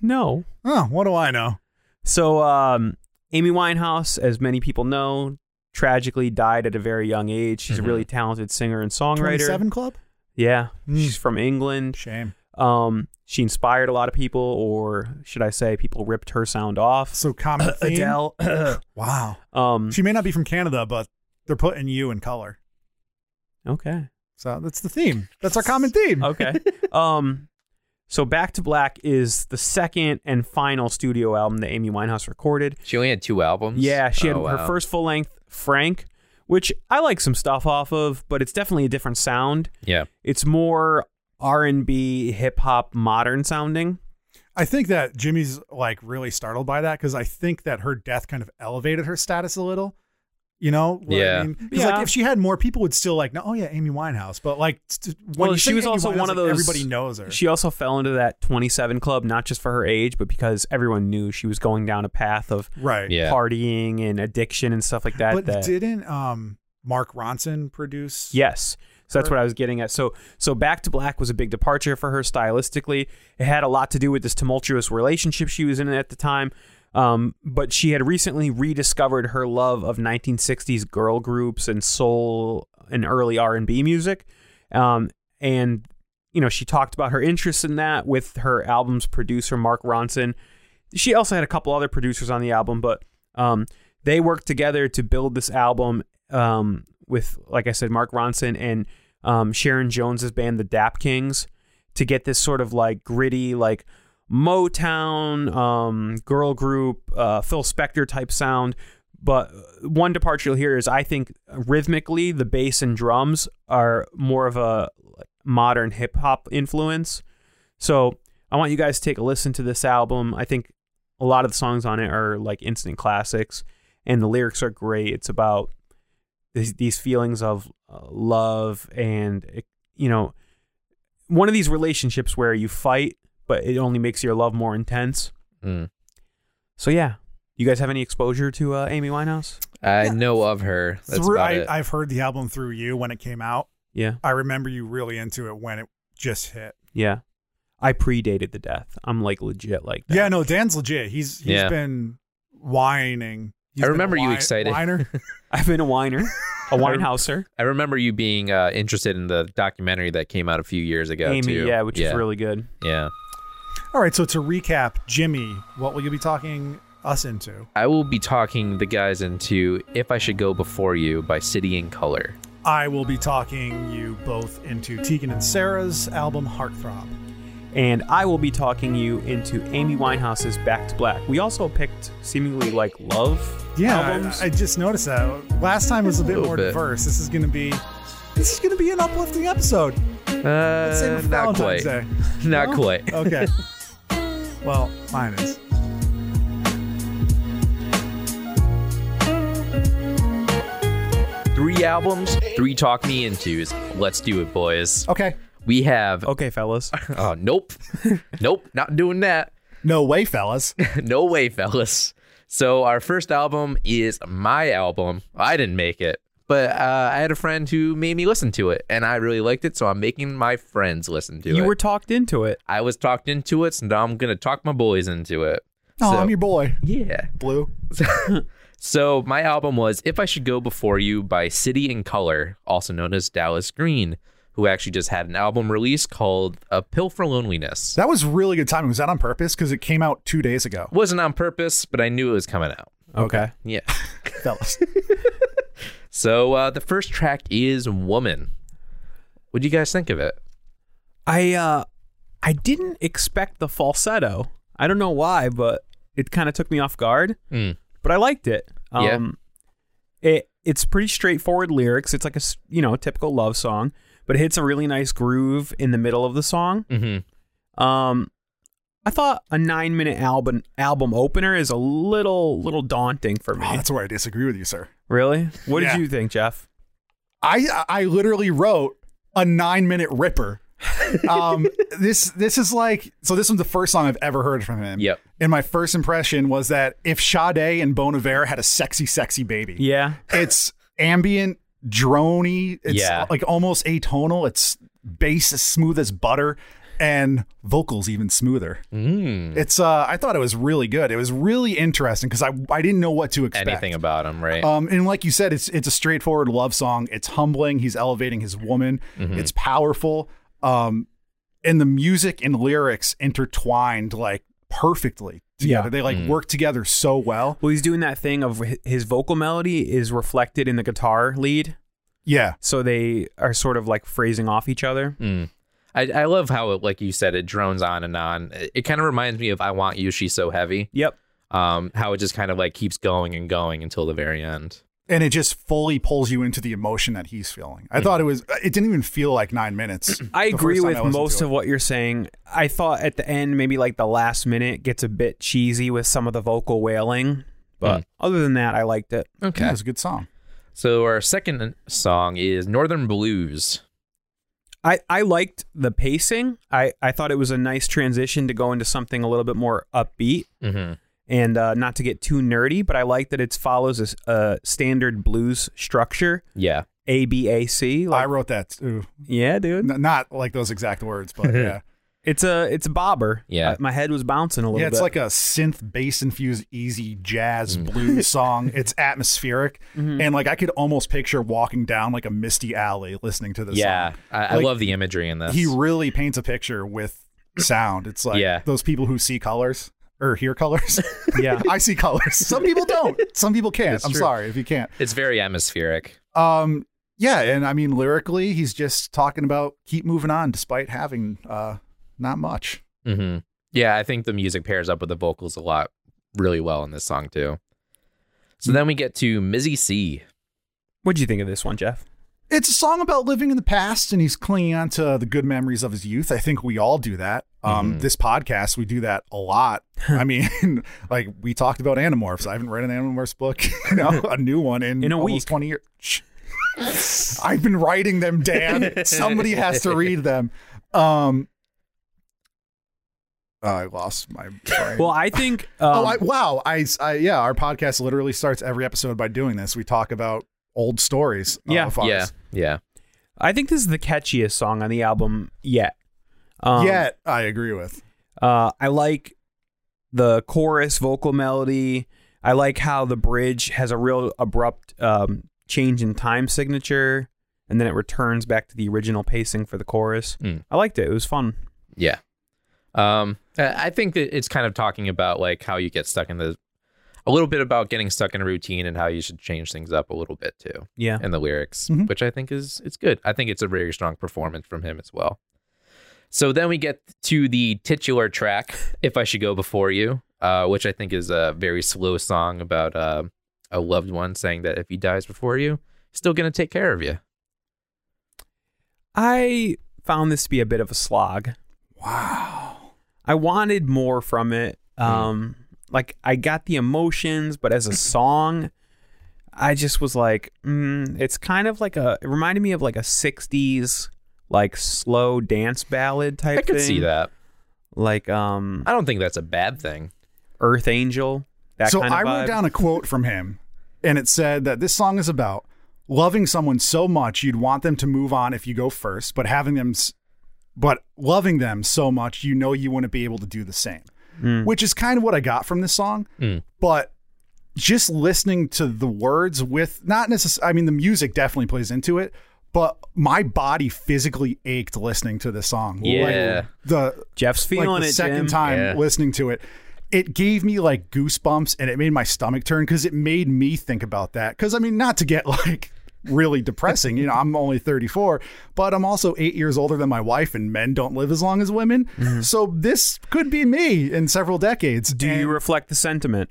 [SPEAKER 1] no.
[SPEAKER 2] Oh, what do I know?
[SPEAKER 1] So, um, Amy Winehouse, as many people know, tragically died at a very young age. She's
[SPEAKER 3] Mhm.
[SPEAKER 1] a really talented singer and songwriter.
[SPEAKER 2] Seven Club.
[SPEAKER 1] Yeah.
[SPEAKER 2] Mm.
[SPEAKER 1] She's from England.
[SPEAKER 2] Shame.
[SPEAKER 1] Um, she inspired a lot of people, or should I say, people ripped her sound off. [coughs]
[SPEAKER 2] [coughs] So common theme.
[SPEAKER 1] Uh, Adele.
[SPEAKER 2] Wow.
[SPEAKER 1] um,
[SPEAKER 2] She may not be from Canada, but they're putting you in color.
[SPEAKER 1] Okay.
[SPEAKER 2] So that's the theme. That's our common theme.
[SPEAKER 1] [laughs] Okay. um, so Back to Black is the second and final studio album that Amy Winehouse recorded.
[SPEAKER 3] She only had two albums.
[SPEAKER 1] Yeah, she had
[SPEAKER 3] Oh,
[SPEAKER 1] her
[SPEAKER 3] wow.
[SPEAKER 1] first full length, Frank, which I like some stuff off of, but it's definitely a different sound.
[SPEAKER 3] Yeah.
[SPEAKER 1] It's more R and B, hip hop, modern sounding.
[SPEAKER 2] I think that Jimmy's like really startled by that because I think that her death kind of elevated her status a little. You know, what
[SPEAKER 3] Yeah.
[SPEAKER 2] I mean? 'Cause, like
[SPEAKER 1] Yeah.
[SPEAKER 2] if she had more, people would still like, no, oh yeah, Amy Winehouse. But like, st- when
[SPEAKER 1] Well,
[SPEAKER 2] you
[SPEAKER 1] she
[SPEAKER 2] say
[SPEAKER 1] was
[SPEAKER 2] Amy
[SPEAKER 1] also
[SPEAKER 2] Winehouse,
[SPEAKER 1] one of
[SPEAKER 2] like,
[SPEAKER 1] those-
[SPEAKER 2] everybody knows her.
[SPEAKER 1] She also fell into that 27 club, not just for her age, but because everyone knew she was going down a path of
[SPEAKER 2] right.
[SPEAKER 3] Yeah.
[SPEAKER 1] partying and addiction and stuff like that.
[SPEAKER 2] But
[SPEAKER 1] that
[SPEAKER 2] didn't um Mark Ronson produce?
[SPEAKER 1] Yes. So that's
[SPEAKER 2] Her-
[SPEAKER 1] what I was getting at. So so Back to Black was a big departure for her stylistically. It had a lot to do with this tumultuous relationship she was in at the time. Um, but she had recently rediscovered her love of 1960s girl groups and soul and early R&B music. Um, and you know, she talked about her interest in that with her album's producer Mark Ronson. She also had a couple other producers on the album, but um, they worked together to build this album um, with, like I said, Mark Ronson and um, Sharon Jones's band, the Dap Kings, to get this sort of like gritty, like Motown um, girl group, uh, Phil Spector type sound. But one departure you'll hear is I think rhythmically the bass and drums are more of a modern hip hop influence. So I want you guys to take a listen to this album. I think a lot of the songs on it are like instant classics, and the lyrics are great. It's about these, these feelings of uh, love and eh, you know one of these relationships where you fight, but it only makes your love more intense.
[SPEAKER 3] Mm.
[SPEAKER 1] So yeah, you guys have any exposure to uh, Amy Winehouse?
[SPEAKER 3] I know of her. That's
[SPEAKER 2] Through,
[SPEAKER 3] about
[SPEAKER 2] I,
[SPEAKER 3] it.
[SPEAKER 2] I've heard the album through you when it came out.
[SPEAKER 1] Yeah,
[SPEAKER 2] I remember you really into it when it just hit.
[SPEAKER 1] yeah. I predated the death. I'm like legit like that.
[SPEAKER 2] Yeah, no, Dan's legit. He's he's
[SPEAKER 3] Yeah.
[SPEAKER 2] been whining. He's
[SPEAKER 3] I
[SPEAKER 2] been a
[SPEAKER 3] remember you
[SPEAKER 2] whi-
[SPEAKER 3] excited. [laughs]
[SPEAKER 2] Whiner.
[SPEAKER 1] [laughs] I've been a whiner, [laughs] a winehouser.
[SPEAKER 3] I remember you being uh, interested in the documentary that came out a few years ago.
[SPEAKER 1] Amy,
[SPEAKER 3] too.
[SPEAKER 1] yeah, which is really good.
[SPEAKER 3] yeah.
[SPEAKER 2] All right, so to recap, Jimmy, what will you be talking us into?
[SPEAKER 3] I will be talking the guys into "If I Should Go Before You" by City in Color.
[SPEAKER 2] I will be talking you both into Tegan and Sarah's album Heartthrob.
[SPEAKER 1] and I will be talking you into Amy Winehouse's Back to Black. We also picked seemingly like love
[SPEAKER 2] Yeah,
[SPEAKER 1] albums.
[SPEAKER 2] I, I just noticed that. Last time was a bit
[SPEAKER 3] Little
[SPEAKER 2] more
[SPEAKER 3] bit.
[SPEAKER 2] diverse. This is going to be this is going to be an uplifting episode. Let's save
[SPEAKER 3] Uh,
[SPEAKER 2] it for
[SPEAKER 3] not
[SPEAKER 2] Valentine's
[SPEAKER 3] quite.
[SPEAKER 2] Day.
[SPEAKER 3] [laughs] Not
[SPEAKER 2] No?
[SPEAKER 3] quite. [laughs]
[SPEAKER 2] Okay. well, mine is.
[SPEAKER 3] Three albums, three talk me into's. Let's do it, boys.
[SPEAKER 2] Okay.
[SPEAKER 3] We have.
[SPEAKER 1] okay, fellas.
[SPEAKER 3] Oh, nope. nope. Not doing that.
[SPEAKER 2] No way,
[SPEAKER 3] [laughs]
[SPEAKER 2] fellas.
[SPEAKER 3] no way, fellas. So our first album is my album. I didn't make it, but uh, I had a friend who made me listen to it, and I really liked it. So I'm making my friends listen to it.
[SPEAKER 1] you were talked into it.
[SPEAKER 3] I was talked into it, so now I'm gonna talk my boys into it.
[SPEAKER 2] Oh,
[SPEAKER 3] So-
[SPEAKER 2] I'm your boy,
[SPEAKER 3] Yeah.
[SPEAKER 2] Blue.
[SPEAKER 3] So my album was "If I Should Go Before You" by City in Color, also known as Dallas Green, who actually just had an album release called "A Pill for Loneliness."
[SPEAKER 2] That was really good timing. Was that on purpose? Because it came out two days ago,
[SPEAKER 3] wasn't on purpose, but I knew it was coming out.
[SPEAKER 1] Okay.
[SPEAKER 3] Yeah.
[SPEAKER 2] [laughs] fellas.
[SPEAKER 3] [laughs] So uh, the first track is "Woman." What do you guys think of it?
[SPEAKER 1] I uh I didn't expect the falsetto. I don't know why, but it kind of took me off guard.
[SPEAKER 2] Hmm.
[SPEAKER 3] Mm.
[SPEAKER 1] But I liked it. Um,
[SPEAKER 3] Yeah.
[SPEAKER 1] it it's pretty straightforward lyrics. It's like a, s- you know, typical love song, but it hits a really nice groove in the middle of the song.
[SPEAKER 3] Mm-hmm.
[SPEAKER 1] Um, I thought a nine minute album album opener is a little little daunting for me.
[SPEAKER 2] Oh, that's where I disagree with you, sir.
[SPEAKER 1] really? What
[SPEAKER 2] Yeah.
[SPEAKER 1] did you think, Jeff?
[SPEAKER 2] I I literally wrote a nine minute
[SPEAKER 3] [laughs]
[SPEAKER 2] ripper. um, this this is like so. This was the first song I've ever heard from him.
[SPEAKER 3] Yep.
[SPEAKER 2] And my first impression was that if Sade and Bon Iver had a sexy, sexy baby,
[SPEAKER 1] Yeah,
[SPEAKER 2] it's ambient, drony. It's
[SPEAKER 3] Yeah.
[SPEAKER 2] like almost atonal. It's bass as smooth as butter, and vocals even smoother.
[SPEAKER 3] Mm.
[SPEAKER 2] It's uh, I thought it was really good. It was really interesting because I I didn't know what to expect.
[SPEAKER 3] Anything about him, right?
[SPEAKER 2] Um, and like you said, it's it's a straightforward love song. It's humbling. He's elevating his woman.
[SPEAKER 3] Mm-hmm.
[SPEAKER 2] It's powerful. Um, and the music and lyrics intertwined like perfectly. together.
[SPEAKER 1] Yeah.
[SPEAKER 2] They
[SPEAKER 3] Mm.
[SPEAKER 2] like work together so well.
[SPEAKER 1] Well, he's doing that thing of hi- his vocal melody is reflected in the guitar lead,
[SPEAKER 2] Yeah.
[SPEAKER 1] so they are sort of like phrasing off each other.
[SPEAKER 2] Mm.
[SPEAKER 3] I, I love how it, like you said, it drones on and on. It, it kind of reminds me of "I Want You." She's so heavy.
[SPEAKER 1] Yep.
[SPEAKER 3] Um, how it just kind of like keeps going and going until the very end.
[SPEAKER 2] And it just fully pulls you into the emotion that he's feeling. I thought it was, it didn't even feel like nine minutes.
[SPEAKER 1] [clears throat] I
[SPEAKER 2] the
[SPEAKER 1] agree
[SPEAKER 2] first time
[SPEAKER 1] with
[SPEAKER 2] I listened
[SPEAKER 1] most
[SPEAKER 2] to
[SPEAKER 1] of what you're saying. I thought at the end, maybe like the last minute gets a bit cheesy with some of the vocal wailing, but
[SPEAKER 2] Mm.
[SPEAKER 1] other than that, I liked it.
[SPEAKER 2] it. Yeah, it was a good song.
[SPEAKER 3] So our second song is "Northern Blues."
[SPEAKER 1] I, I liked the pacing. I, I thought it was a nice transition to go into something a little bit more upbeat
[SPEAKER 3] Mm-hmm.
[SPEAKER 1] and uh, not to get too nerdy, but I like that it follows a, s- a standard blues structure,
[SPEAKER 3] Yeah.
[SPEAKER 1] A B A C.
[SPEAKER 2] I
[SPEAKER 1] Like,
[SPEAKER 2] wrote that too.
[SPEAKER 1] yeah, dude.
[SPEAKER 2] N- not like those exact words,
[SPEAKER 1] [laughs]
[SPEAKER 2] but yeah.
[SPEAKER 1] It's a it's a bobber.
[SPEAKER 3] Yeah.
[SPEAKER 1] Uh, my head was bouncing a little
[SPEAKER 2] yeah, it's
[SPEAKER 1] bit.
[SPEAKER 2] like a synth bass infused easy jazz
[SPEAKER 1] Mm. [laughs]
[SPEAKER 2] blues song. It's atmospheric.
[SPEAKER 1] Mm-hmm.
[SPEAKER 2] And like I could almost picture walking down like a misty alley listening to this
[SPEAKER 3] yeah.
[SPEAKER 2] song.
[SPEAKER 3] I, I
[SPEAKER 2] Like,
[SPEAKER 3] love the imagery in this.
[SPEAKER 2] He really paints a picture with sound. It's like
[SPEAKER 3] Yeah.
[SPEAKER 2] those people who see colors or hear
[SPEAKER 3] [laughs]
[SPEAKER 2] colors.
[SPEAKER 1] yeah.
[SPEAKER 2] I see colors. Some people don't. Some people can't.
[SPEAKER 3] It's
[SPEAKER 2] I'm
[SPEAKER 3] true.
[SPEAKER 2] sorry if you can't.
[SPEAKER 3] it's very atmospheric.
[SPEAKER 2] Um yeah, and I mean lyrically, he's just talking about keep moving on despite having uh not much.
[SPEAKER 3] hmm Yeah, I think the music pairs up with the vocals a lot really well in this song too. So then we get to Mizzy C.
[SPEAKER 1] What'd you think of this one, Jeff?
[SPEAKER 2] it's a song about living in the past and he's clinging on to the good memories of his youth. I think we all do that. Um,
[SPEAKER 1] Mm-hmm.
[SPEAKER 2] This podcast, we do that a lot. I mean, [laughs] like we talked about Animorphs. I haven't read an Animorphs book, [laughs]
[SPEAKER 1] [laughs]
[SPEAKER 2] you know, a new one in,
[SPEAKER 1] In a
[SPEAKER 2] almost
[SPEAKER 1] week.
[SPEAKER 2] 20 years. Shh. I've been writing
[SPEAKER 1] [laughs]
[SPEAKER 2] them, Dan. Somebody has to read them. Um, uh, I lost my brain.
[SPEAKER 1] Well, I think um,
[SPEAKER 2] [laughs] oh, I, wow. I, I, yeah, our podcast literally starts every episode by doing this. We talk about old stories. uh,
[SPEAKER 1] Yeah.
[SPEAKER 2] of ours.
[SPEAKER 3] Yeah. Yeah.
[SPEAKER 1] I think this is the catchiest song on the album yet. Um,
[SPEAKER 2] Yet, I agree with.
[SPEAKER 1] Uh, I like the chorus vocal melody. I like how the bridge has a real abrupt um, change in time signature, and then it returns back to the original pacing for the chorus.
[SPEAKER 3] Mm.
[SPEAKER 1] I liked it. It was fun.
[SPEAKER 3] Yeah. Um, I I think that it's kind of talking about like how you get stuck in the, a little bit about getting stuck in a routine and how you should change things up a little bit too.
[SPEAKER 1] Yeah. Mm-hmm.
[SPEAKER 3] And the lyrics,
[SPEAKER 2] Mhm.
[SPEAKER 3] which I think is it's good. I think it's a very strong performance from him as well. So then we get to the titular track, "If I Should Go Before You," uh, which I think is a very slow song about uh, a loved one saying that if he dies before you, he's still gonna take care of you.
[SPEAKER 1] I found this to be a bit of a slog.
[SPEAKER 2] Wow.
[SPEAKER 1] I wanted more from it.
[SPEAKER 3] Hmm.
[SPEAKER 1] Um, Like I got the emotions, but
[SPEAKER 3] [laughs]
[SPEAKER 1] as a song, I just was like, mm, it's kind of like a. It reminded me of like a '60s like slow dance ballad type.
[SPEAKER 3] I could see
[SPEAKER 1] thing.
[SPEAKER 3] that.
[SPEAKER 1] Like um,
[SPEAKER 3] I don't think that's a bad thing.
[SPEAKER 1] Earth Angel. That
[SPEAKER 2] so
[SPEAKER 1] kind of
[SPEAKER 2] I
[SPEAKER 1] vibe.
[SPEAKER 2] wrote down a quote from him, and it said that this song is about loving someone so much you'd want them to move on if you go first, but having them, s- but loving them so much you know you wouldn't be able to do the same,
[SPEAKER 1] Hmm.
[SPEAKER 2] which is kind of what I got from this song. But just listening to the words with not necessarily, I mean, the music definitely plays into it. But my body physically ached listening to this song. Like,
[SPEAKER 3] Yeah.
[SPEAKER 2] the
[SPEAKER 1] Jeff's feeling
[SPEAKER 2] like the
[SPEAKER 1] it.
[SPEAKER 2] second
[SPEAKER 1] Jim.
[SPEAKER 2] time
[SPEAKER 3] Yeah.
[SPEAKER 2] listening to it it gave me like goosebumps and it made my stomach turn because it made me think about that because i mean not to get [laughs] like really depressing you know i'm only 34 but i'm also eight years older than my wife and men don't live as long as women so this could be me in several decades
[SPEAKER 1] Mm-hmm. Do you
[SPEAKER 2] And-
[SPEAKER 1] reflect the sentiment?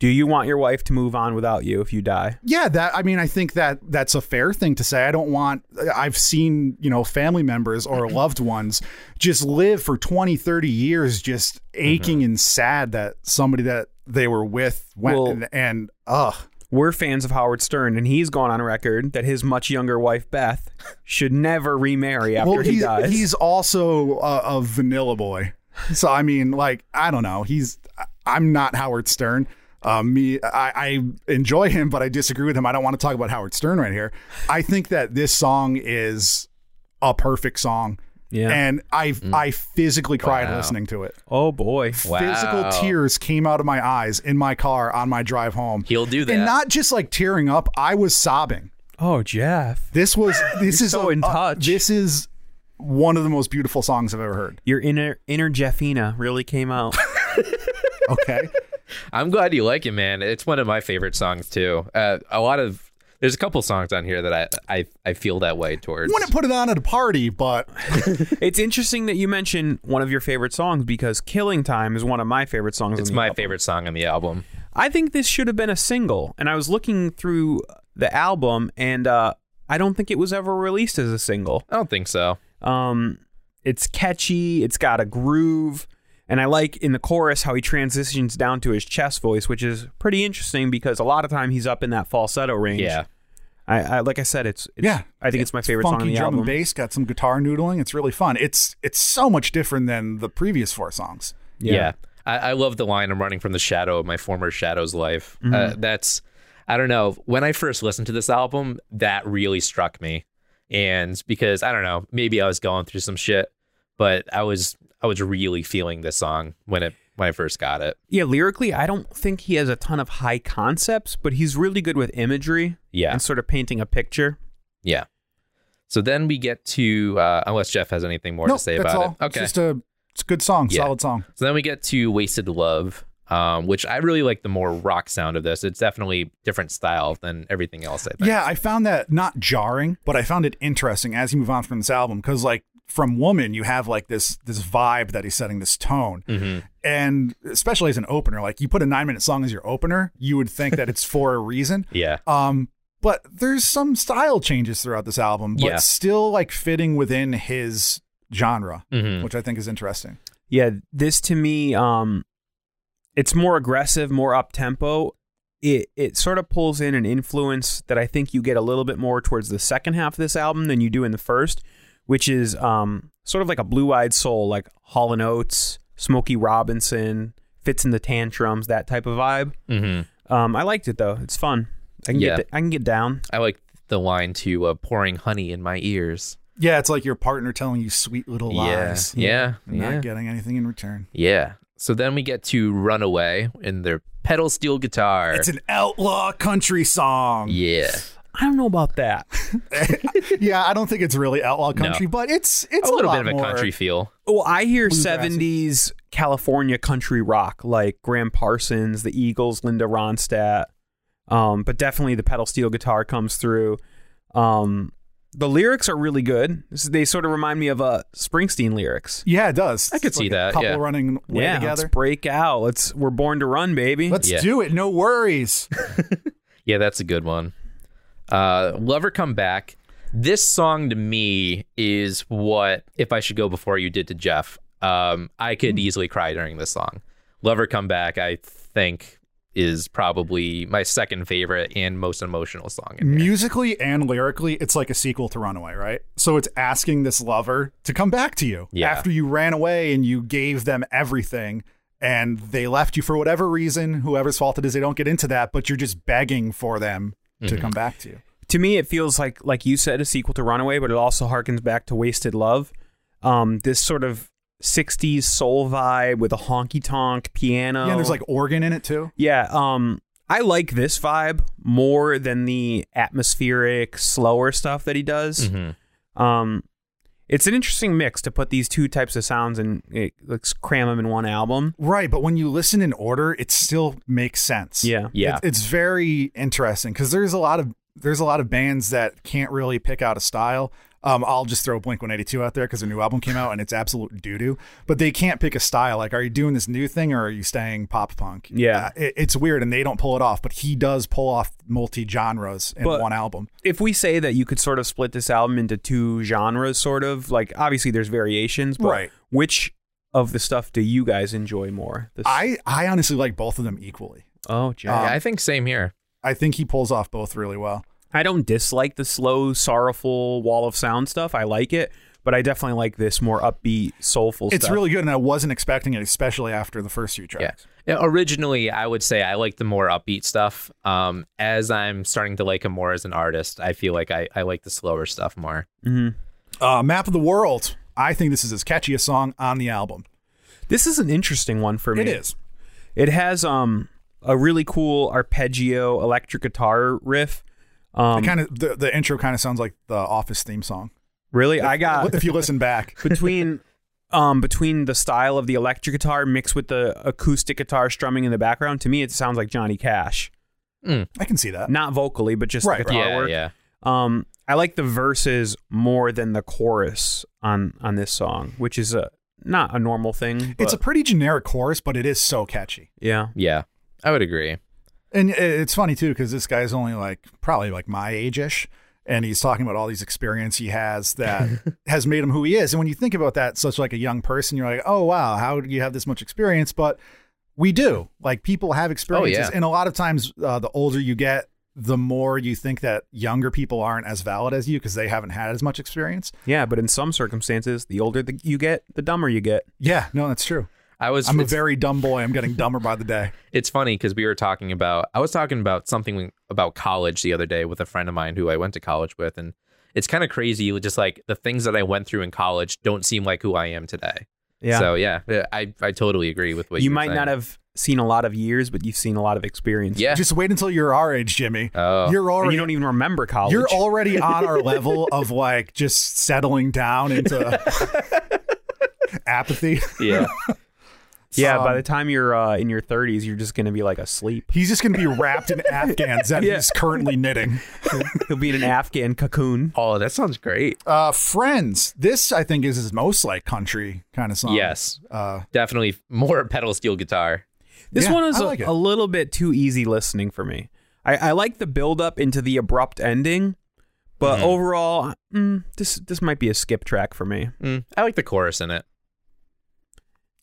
[SPEAKER 1] Do you want your wife to move on without you if you die?
[SPEAKER 2] yeah that i mean i think that that's a fair thing to say i don't want i've seen you know family members or loved ones just live for 20 30 years just aching and sad that somebody that they were with went
[SPEAKER 1] Well-
[SPEAKER 2] and, and ugh
[SPEAKER 1] We're fans of Howard Stern, and he's gone on record that his much younger wife Beth should never remarry after
[SPEAKER 2] well
[SPEAKER 1] he
[SPEAKER 2] he's,
[SPEAKER 1] dies.
[SPEAKER 2] he's also a, a vanilla boy so i mean like i don't know he's I- i'm not howard stern um, me, I, I enjoy him, but I disagree with him. I don't want to talk about Howard Stern right here. I think that this song is a perfect song.
[SPEAKER 1] yeah.
[SPEAKER 2] and I I physically cried
[SPEAKER 3] Mm. Wow.
[SPEAKER 2] listening to it.
[SPEAKER 1] Oh boy.
[SPEAKER 3] Wow.
[SPEAKER 2] Physical tears came out of my eyes in my car on my drive home.
[SPEAKER 3] He'll do that.
[SPEAKER 2] And not just like tearing up, I was sobbing.
[SPEAKER 1] Oh Jeff. [laughs]
[SPEAKER 2] This was this is
[SPEAKER 1] so
[SPEAKER 2] a-
[SPEAKER 1] in
[SPEAKER 2] a-
[SPEAKER 1] touch.
[SPEAKER 2] this is one of the most beautiful songs I've ever heard.
[SPEAKER 1] Your inner inner Jeffina really came out. [laughs]
[SPEAKER 2] Okay.
[SPEAKER 3] I'm glad you like it, man. It's one of my favorite songs too. Uh, a lot of there's a couple songs on here that I I, I feel that way towards.
[SPEAKER 2] Wouldn't put it on at a party, but
[SPEAKER 1] It's interesting that you mention one of your favorite songs because "Killing Time" is one of my favorite songs.
[SPEAKER 3] It's
[SPEAKER 1] on the
[SPEAKER 3] my
[SPEAKER 1] album.
[SPEAKER 3] favorite song on the album.
[SPEAKER 1] I think this should have been a single, and I was looking through the album, and uh, I don't think it was ever released as a single.
[SPEAKER 3] I don't think so.
[SPEAKER 1] Um, it's catchy. It's got a groove. And I like in the chorus how he transitions down to his chest voice, which is pretty interesting because a lot of time he's up in that falsetto range.
[SPEAKER 3] Yeah.
[SPEAKER 1] I, I like I said, it's, it's
[SPEAKER 2] Yeah.
[SPEAKER 1] I think it's my favorite song on
[SPEAKER 2] funky
[SPEAKER 1] the
[SPEAKER 2] drum
[SPEAKER 1] album.
[SPEAKER 2] and bass, got some guitar noodling. It's really fun. It's it's so much different than the previous four songs.
[SPEAKER 3] Yeah. I, I love the line I'm running from the shadow of my former shadow's life. Uh, that's, I don't know. When I first listened to this album, that really struck me. And because I don't know, maybe I was going through some shit, but I was, I was really feeling this song when it, when I first got it.
[SPEAKER 1] Yeah, lyrically, I don't think he has a ton of high concepts, but he's really good with imagery.
[SPEAKER 3] Yeah.
[SPEAKER 1] And sort of painting a picture.
[SPEAKER 3] Yeah. So then we get to, uh, unless Jeff has anything more
[SPEAKER 2] No,
[SPEAKER 3] to say
[SPEAKER 2] that's
[SPEAKER 3] about
[SPEAKER 2] all.
[SPEAKER 3] it.
[SPEAKER 2] It's
[SPEAKER 3] Okay.
[SPEAKER 2] just a it's a good song,
[SPEAKER 3] Yeah.
[SPEAKER 2] solid song.
[SPEAKER 3] So then we get to Wasted Love, um, which I really like the more rock sound of this. It's definitely different style than everything else. I think.
[SPEAKER 2] Yeah, I found that not jarring, but I found it interesting as you move on from this album because like from Woman, you have like this this vibe that he's setting this tone,
[SPEAKER 3] Mm-hmm.
[SPEAKER 2] and especially as an opener, like you put a nine minute song as your opener, you would think that it's for a
[SPEAKER 3] [laughs]
[SPEAKER 2] reason.
[SPEAKER 3] Yeah.
[SPEAKER 2] Um, but there's some style changes throughout this album, but
[SPEAKER 3] Yeah.
[SPEAKER 2] still like fitting within his genre,
[SPEAKER 3] Mhm.
[SPEAKER 2] which I think is interesting.
[SPEAKER 1] Yeah, this to me, um, it's more aggressive, more up tempo. It it sort of pulls in an influence that I think you get a little bit more towards the second half of this album than you do in the first, which is um, sort of like a blue eyed soul, like Hall and Oates, Smokey Robinson, fits in the tantrums, that type of vibe.
[SPEAKER 3] Mhm.
[SPEAKER 1] Um, I liked it though; it's fun. I can
[SPEAKER 3] Yeah.
[SPEAKER 1] get I can get down.
[SPEAKER 3] I like the line to uh, pouring honey in my ears.
[SPEAKER 2] Yeah, it's like your partner telling you sweet little lies,
[SPEAKER 3] Yeah.
[SPEAKER 2] and
[SPEAKER 3] Yeah. Yeah.
[SPEAKER 2] not getting anything in return.
[SPEAKER 3] yeah. So then we get to Runaway and their pedal steel guitar.
[SPEAKER 2] It's an outlaw country song.
[SPEAKER 3] yeah.
[SPEAKER 1] I don't know about that. [laughs]
[SPEAKER 2] yeah, I don't think it's really outlaw
[SPEAKER 3] No.
[SPEAKER 2] country, but it's it's
[SPEAKER 3] a
[SPEAKER 2] a,
[SPEAKER 3] little
[SPEAKER 2] lot
[SPEAKER 3] bit of a
[SPEAKER 2] more-
[SPEAKER 3] country feel.
[SPEAKER 1] Well, I hear
[SPEAKER 2] Bluegrassy.
[SPEAKER 1] seventies California country rock like Graham Parsons, the Eagles, Linda Ronstadt. Um, but definitely the pedal steel guitar comes through. Um, the lyrics are really good. This- They sort of remind me of uh, Springsteen lyrics.
[SPEAKER 2] Yeah, it does.
[SPEAKER 3] I could
[SPEAKER 2] It's
[SPEAKER 3] see
[SPEAKER 2] like a
[SPEAKER 3] that,
[SPEAKER 2] couple
[SPEAKER 3] yeah.
[SPEAKER 2] running way
[SPEAKER 1] yeah,
[SPEAKER 2] together.
[SPEAKER 1] let's break out. Let's we're born to run, baby.
[SPEAKER 2] Let's
[SPEAKER 3] Yeah.
[SPEAKER 2] do it. No
[SPEAKER 3] [laughs]
[SPEAKER 2] worries.
[SPEAKER 3] Yeah, that's a good one. Uh, Lover Come Back. This song to me is what If I Should Go Before You did to Jeff. Um, I
[SPEAKER 2] Hmm.
[SPEAKER 3] could easily cry during this song. Lover Come Back, I think, is probably my second favorite and most emotional song. In here.
[SPEAKER 2] Musically and lyrically, it's like a sequel to Runaway, right? So it's asking this lover to come back to you
[SPEAKER 3] Yeah.
[SPEAKER 2] after you ran away and you gave them everything and they left you for whatever reason. Whoever's fault it is, they don't get into that, but you're just begging for them
[SPEAKER 3] Mm-hmm.
[SPEAKER 2] to come back to you.
[SPEAKER 1] to me it feels like like you said a sequel to runaway but it also harkens back to wasted love um this sort of 60s soul vibe with a honky tonk piano
[SPEAKER 2] Yeah, and there's like organ in it too.
[SPEAKER 1] yeah um i like this vibe more than the atmospheric slower stuff that he does
[SPEAKER 3] Mhm.
[SPEAKER 2] Mm-hmm.
[SPEAKER 1] um it's an interesting mix to put these two types of sounds and it, let's cram them in one album
[SPEAKER 2] Right, but when you listen in order, it still makes sense.
[SPEAKER 1] yeah
[SPEAKER 3] Yeah.
[SPEAKER 2] It- it's very interesting because there's a lot of there's a lot of bands that can't really pick out a style. Um, I'll just throw Blink 182 out there because their new album came out and it's absolute doo doo. But they can't pick a style. Like, are you doing this new thing or are you staying pop punk?
[SPEAKER 1] Yeah.
[SPEAKER 2] Uh, it- it's weird and they don't pull it off. But he does pull off multi genres in
[SPEAKER 1] But-
[SPEAKER 2] one album.
[SPEAKER 1] if we say that you could sort of split this album into two genres, sort of like obviously there's variations, but
[SPEAKER 2] Right.
[SPEAKER 1] which of the stuff do you guys enjoy more? This,
[SPEAKER 2] I I honestly like both of them equally.
[SPEAKER 1] oh, Jack.
[SPEAKER 3] Yeah,
[SPEAKER 2] um,
[SPEAKER 3] I think same here.
[SPEAKER 2] I think he pulls off both really well.
[SPEAKER 1] I don't dislike the slow, sorrowful wall of sound stuff. I like it, but I definitely like this more upbeat, soulful.
[SPEAKER 2] It's
[SPEAKER 1] stuff.
[SPEAKER 2] really good, and I wasn't expecting it, especially after the first few
[SPEAKER 3] Yeah.
[SPEAKER 2] tracks.
[SPEAKER 3] Yeah, Originally, I would say I like the more upbeat stuff. Um, as I'm starting to like him more as an artist, I feel like I, I like the slower stuff more.
[SPEAKER 2] Uh, Map of the World. I think this is his catchiest song on the album.
[SPEAKER 1] this is an interesting one for me.
[SPEAKER 2] It is.
[SPEAKER 1] It has um a really cool arpeggio electric guitar riff. Um,
[SPEAKER 2] Kind of the, the intro kind of sounds like the Office theme song.
[SPEAKER 1] really, I got
[SPEAKER 2] [laughs] If you listen back,
[SPEAKER 1] between um, between the style of the electric guitar mixed with the acoustic guitar strumming in the background, to me it sounds like Johnny Cash.
[SPEAKER 2] I can see that.
[SPEAKER 1] Not vocally, but just
[SPEAKER 2] Right,
[SPEAKER 1] the
[SPEAKER 2] right.
[SPEAKER 1] guitar
[SPEAKER 3] yeah,
[SPEAKER 1] work.
[SPEAKER 3] yeah.
[SPEAKER 1] Um, I like the verses more than the chorus on on this song, which is a not a normal thing.
[SPEAKER 2] It's a
[SPEAKER 1] but-
[SPEAKER 2] pretty generic chorus, but it is so catchy.
[SPEAKER 1] yeah.
[SPEAKER 3] Yeah. I would agree.
[SPEAKER 2] And i- it's funny too because this guy's only like probably like my age ish, and he's talking about all these experience he
[SPEAKER 1] [laughs]
[SPEAKER 2] has that has made him who he is. And when you think about that, such like a young person, you're like, oh wow, how do you have this much experience? But we do. Like people
[SPEAKER 1] Oh,
[SPEAKER 2] have experiences,
[SPEAKER 3] yeah.
[SPEAKER 2] and a lot of times, uh, the older you get, the more you think that younger people aren't as valid as you because they haven't had as much experience.
[SPEAKER 1] Yeah, but in some circumstances, the older the, you get, the dumber you get.
[SPEAKER 2] Yeah, no, that's true.
[SPEAKER 3] I was
[SPEAKER 2] I'm a
[SPEAKER 3] it's-
[SPEAKER 2] very dumb boy. I'm getting dumber by the day.
[SPEAKER 3] it's funny because we were talking about I was talking about something about college the other day with a friend of mine who I went to college with, and it's kind of crazy. Just like the things that I went through in college don't seem like who I am today.
[SPEAKER 1] Yeah.
[SPEAKER 3] So yeah, I I totally agree with what
[SPEAKER 1] you
[SPEAKER 3] you were
[SPEAKER 1] might not
[SPEAKER 3] saying.
[SPEAKER 1] have seen a lot of years, but you've seen a lot of experience.
[SPEAKER 3] Yeah.
[SPEAKER 2] Just wait until you're our age, Jimmy.
[SPEAKER 3] Oh.
[SPEAKER 2] You're
[SPEAKER 1] And
[SPEAKER 2] already
[SPEAKER 1] you don't even remember college.
[SPEAKER 2] You're already on our level of like just settling down into apathy.
[SPEAKER 3] yeah.
[SPEAKER 1] yeah, by
[SPEAKER 2] Um,
[SPEAKER 1] the time you're uh, in your 30s, you're just going to be like
[SPEAKER 2] [laughs]
[SPEAKER 1] asleep.
[SPEAKER 2] He's just going to be wrapped in afghans that
[SPEAKER 1] Yeah.
[SPEAKER 2] he's currently knitting.
[SPEAKER 1] He'll be in an Afghan cocoon.
[SPEAKER 3] Oh, that sounds great.
[SPEAKER 2] Uh, Friends. This I think is his most like country kind of song.
[SPEAKER 3] yes,
[SPEAKER 2] Uh,
[SPEAKER 3] definitely more [laughs] pedal steel guitar.
[SPEAKER 1] This
[SPEAKER 2] Yeah,
[SPEAKER 1] one is
[SPEAKER 2] I
[SPEAKER 1] a,
[SPEAKER 2] like it.
[SPEAKER 1] a little bit too easy listening for me. I, I like the build up into the abrupt ending, but overall, mm, this this might be a skip track for me.
[SPEAKER 3] Mm, I like the chorus in it.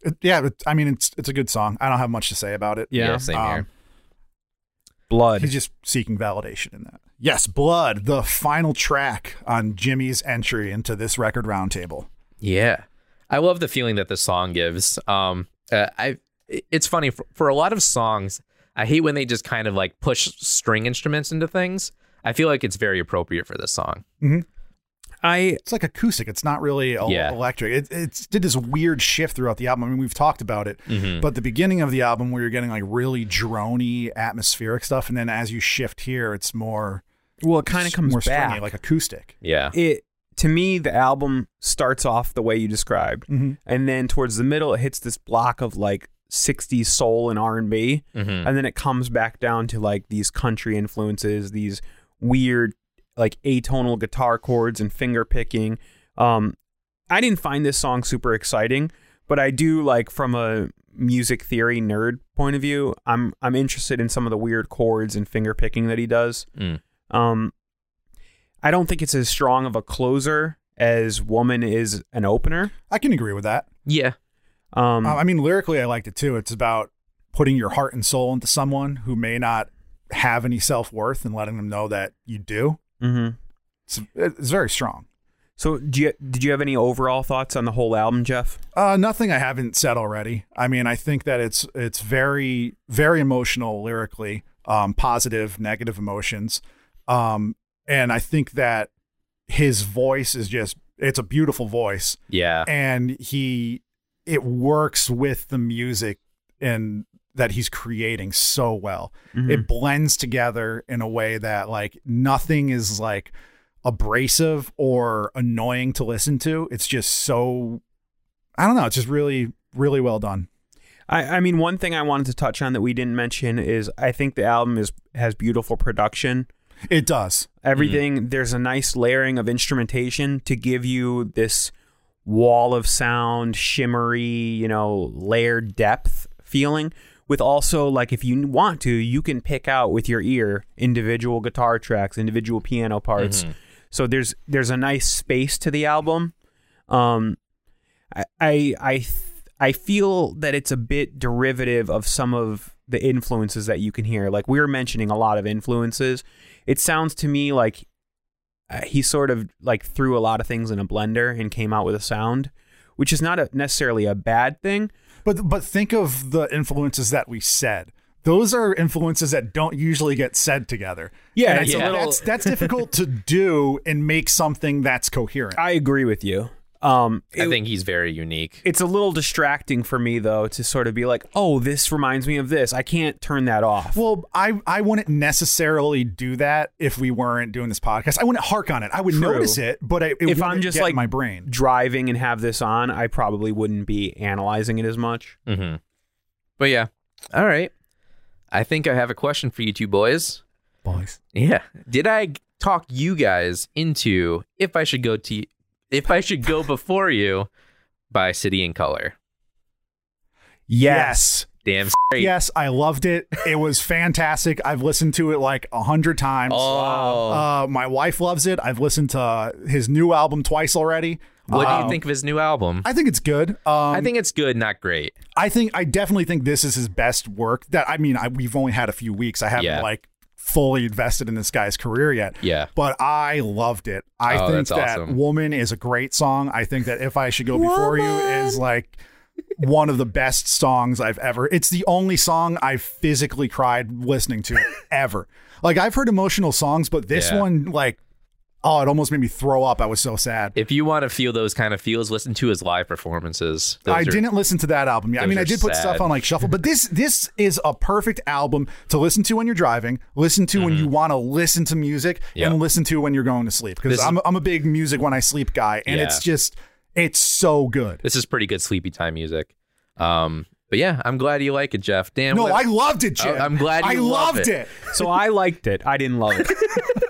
[SPEAKER 2] it- yeah, but, I mean it's it's a good song. I don't have much to say about it.
[SPEAKER 1] Yeah.
[SPEAKER 3] same
[SPEAKER 2] Um,
[SPEAKER 3] here.
[SPEAKER 1] Blood.
[SPEAKER 2] He's just seeking validation in that. Yes, Blood, the final track on Jimmy's entry into this record roundtable.
[SPEAKER 3] Yeah. I love the feeling that the song gives. Um, uh, I it's funny for, for a lot of songs. I hate when they just kind of like push string instruments into things. I feel like it's very appropriate for this song.
[SPEAKER 1] I
[SPEAKER 2] it's like acoustic. It's not really el-
[SPEAKER 3] Yeah.
[SPEAKER 2] electric. It it's, did this weird shift throughout the album. I mean, we've talked about it, but the beginning of the album where you're getting like really drony atmospheric stuff, and then as you shift here, it's more
[SPEAKER 1] well, it kind of
[SPEAKER 2] it's
[SPEAKER 1] comes
[SPEAKER 2] more
[SPEAKER 1] back.
[SPEAKER 2] stringy, like acoustic.
[SPEAKER 3] Yeah.
[SPEAKER 1] it to me the album starts off the way you described and then towards the middle it hits this block of like 60s soul and r&b
[SPEAKER 3] Mm-hmm.
[SPEAKER 1] and then it comes back down to like these country influences these weird like atonal guitar chords and finger picking um i didn't find this song super exciting but i do like from a music theory nerd point of view i'm i'm interested in some of the weird chords and finger picking that he does
[SPEAKER 3] Mm.
[SPEAKER 1] um, I don't think it's as strong of a closer as Woman is an opener.
[SPEAKER 2] I can agree with that.
[SPEAKER 3] Yeah.
[SPEAKER 1] Um,
[SPEAKER 2] Uh, I mean, lyrically, I liked it too. It's about putting your heart and soul into someone who may not have any self worth and letting them know that you do.
[SPEAKER 1] mhm.
[SPEAKER 2] It's, it's very strong.
[SPEAKER 1] So, do you, did you have any overall thoughts on the whole album, Jeff?
[SPEAKER 2] Uh, nothing I haven't said already. I mean, I think that it's it's very very emotional lyrically, um, positive, negative emotions, um, and I think that his voice is just it's a beautiful voice,
[SPEAKER 3] Yeah.
[SPEAKER 2] and he it works with the music and that he's creating so well.
[SPEAKER 1] Mm-hmm.
[SPEAKER 2] It blends together in a way that like nothing is like abrasive or annoying to listen to. It's just so I don't know, it's just really really well done.
[SPEAKER 1] I, I mean, one thing I wanted to touch on that we didn't mention is I think the album is has beautiful production.
[SPEAKER 2] It does.
[SPEAKER 1] Everything there's a nice layering of instrumentation to give you this wall of sound, shimmery, you know, layered depth feeling. With also like if you want to, you can pick out with your ear individual guitar tracks, individual piano parts. So there's there's a nice space to the album. Um, I I I, th- I feel that it's a bit derivative of some of the influences that you can hear. Like we were mentioning a lot of influences. It sounds to me like uh, he sort of like threw a lot of things in a blender and came out with a sound, which is not a, necessarily a bad thing.
[SPEAKER 2] But but think of the influences that we said. Those are influences that don't usually get said together.
[SPEAKER 1] Yeah,
[SPEAKER 2] And I
[SPEAKER 1] it's
[SPEAKER 3] a
[SPEAKER 2] think
[SPEAKER 3] little-
[SPEAKER 2] that's that's difficult to do and make something that's coherent.
[SPEAKER 1] I agree with you. Um,
[SPEAKER 3] I
[SPEAKER 1] it-
[SPEAKER 3] think he's very unique.
[SPEAKER 1] it's a little distracting for me though to sort of be like, oh, this reminds me of this. I can't turn that off.
[SPEAKER 2] Well, I I wouldn't necessarily do that if we weren't doing this podcast. I wouldn't hark on it. I would
[SPEAKER 1] True.
[SPEAKER 2] notice it, but I, it
[SPEAKER 1] if
[SPEAKER 2] wouldn't
[SPEAKER 1] I'm just
[SPEAKER 2] get in
[SPEAKER 1] like
[SPEAKER 2] my brain.
[SPEAKER 1] driving and have this on, I probably wouldn't be analyzing it as much.
[SPEAKER 3] Mm-hmm. But yeah, all right. I think I have a question for you two boys.
[SPEAKER 2] Boys.
[SPEAKER 3] Yeah, did I g- talk you guys into if I should go to if I should go before you by City and Color?
[SPEAKER 2] Yes.
[SPEAKER 1] [laughs]
[SPEAKER 3] Damn straight.
[SPEAKER 2] Yes, I loved it. It was fantastic. I've listened to it like a hundred times.
[SPEAKER 3] Oh,
[SPEAKER 2] Uh, my wife loves it. I've listened to his new album twice already.
[SPEAKER 3] what do
[SPEAKER 2] Um,
[SPEAKER 3] you think of his new album?
[SPEAKER 2] I think it's good. Um, I
[SPEAKER 3] I
[SPEAKER 2] think
[SPEAKER 3] think it's good, not great.
[SPEAKER 2] I think I definitely think this is his best work. That I mean, I, we've only had a few weeks. I haven't
[SPEAKER 3] Yeah.
[SPEAKER 2] like fully invested in this guy's career yet.
[SPEAKER 3] Yeah.
[SPEAKER 2] but I loved it. I
[SPEAKER 3] Oh,
[SPEAKER 2] think
[SPEAKER 3] that's
[SPEAKER 2] that
[SPEAKER 3] awesome.
[SPEAKER 2] "Woman" is a great song. I think that "If I Should Go Before You" is like one of the best songs I've ever. It's the only song I physically cried listening
[SPEAKER 3] [laughs]
[SPEAKER 2] to ever. Like I've heard emotional songs, but this
[SPEAKER 3] Yeah.
[SPEAKER 2] one, like, oh, it almost made me throw up. I was so sad.
[SPEAKER 3] If you want to feel those kind of feels, listen to his live performances. Those
[SPEAKER 2] I
[SPEAKER 3] are-
[SPEAKER 2] didn't listen to that album yet. I
[SPEAKER 3] those
[SPEAKER 2] mean, I
[SPEAKER 3] are
[SPEAKER 2] did put stuff
[SPEAKER 3] sad.
[SPEAKER 2] on like shuffle, but this this is a perfect album to listen to when you're driving, listen to when you
[SPEAKER 3] Mm-hmm.
[SPEAKER 2] want to listen to music,
[SPEAKER 3] Yep.
[SPEAKER 2] and listen to when you're going to sleep. Because
[SPEAKER 3] This is-
[SPEAKER 2] I'm I'm a big music when I sleep guy, and it's just it's so good.
[SPEAKER 3] This is pretty good sleepy time music. Um, but yeah, I'm glad you like it, Jeff. Damn.
[SPEAKER 2] No,
[SPEAKER 3] what-
[SPEAKER 2] I loved it, Jim.
[SPEAKER 3] I- Oh, I'm glad
[SPEAKER 2] I
[SPEAKER 3] you love
[SPEAKER 2] loved it.
[SPEAKER 3] it.
[SPEAKER 1] So I liked it. I didn't love it.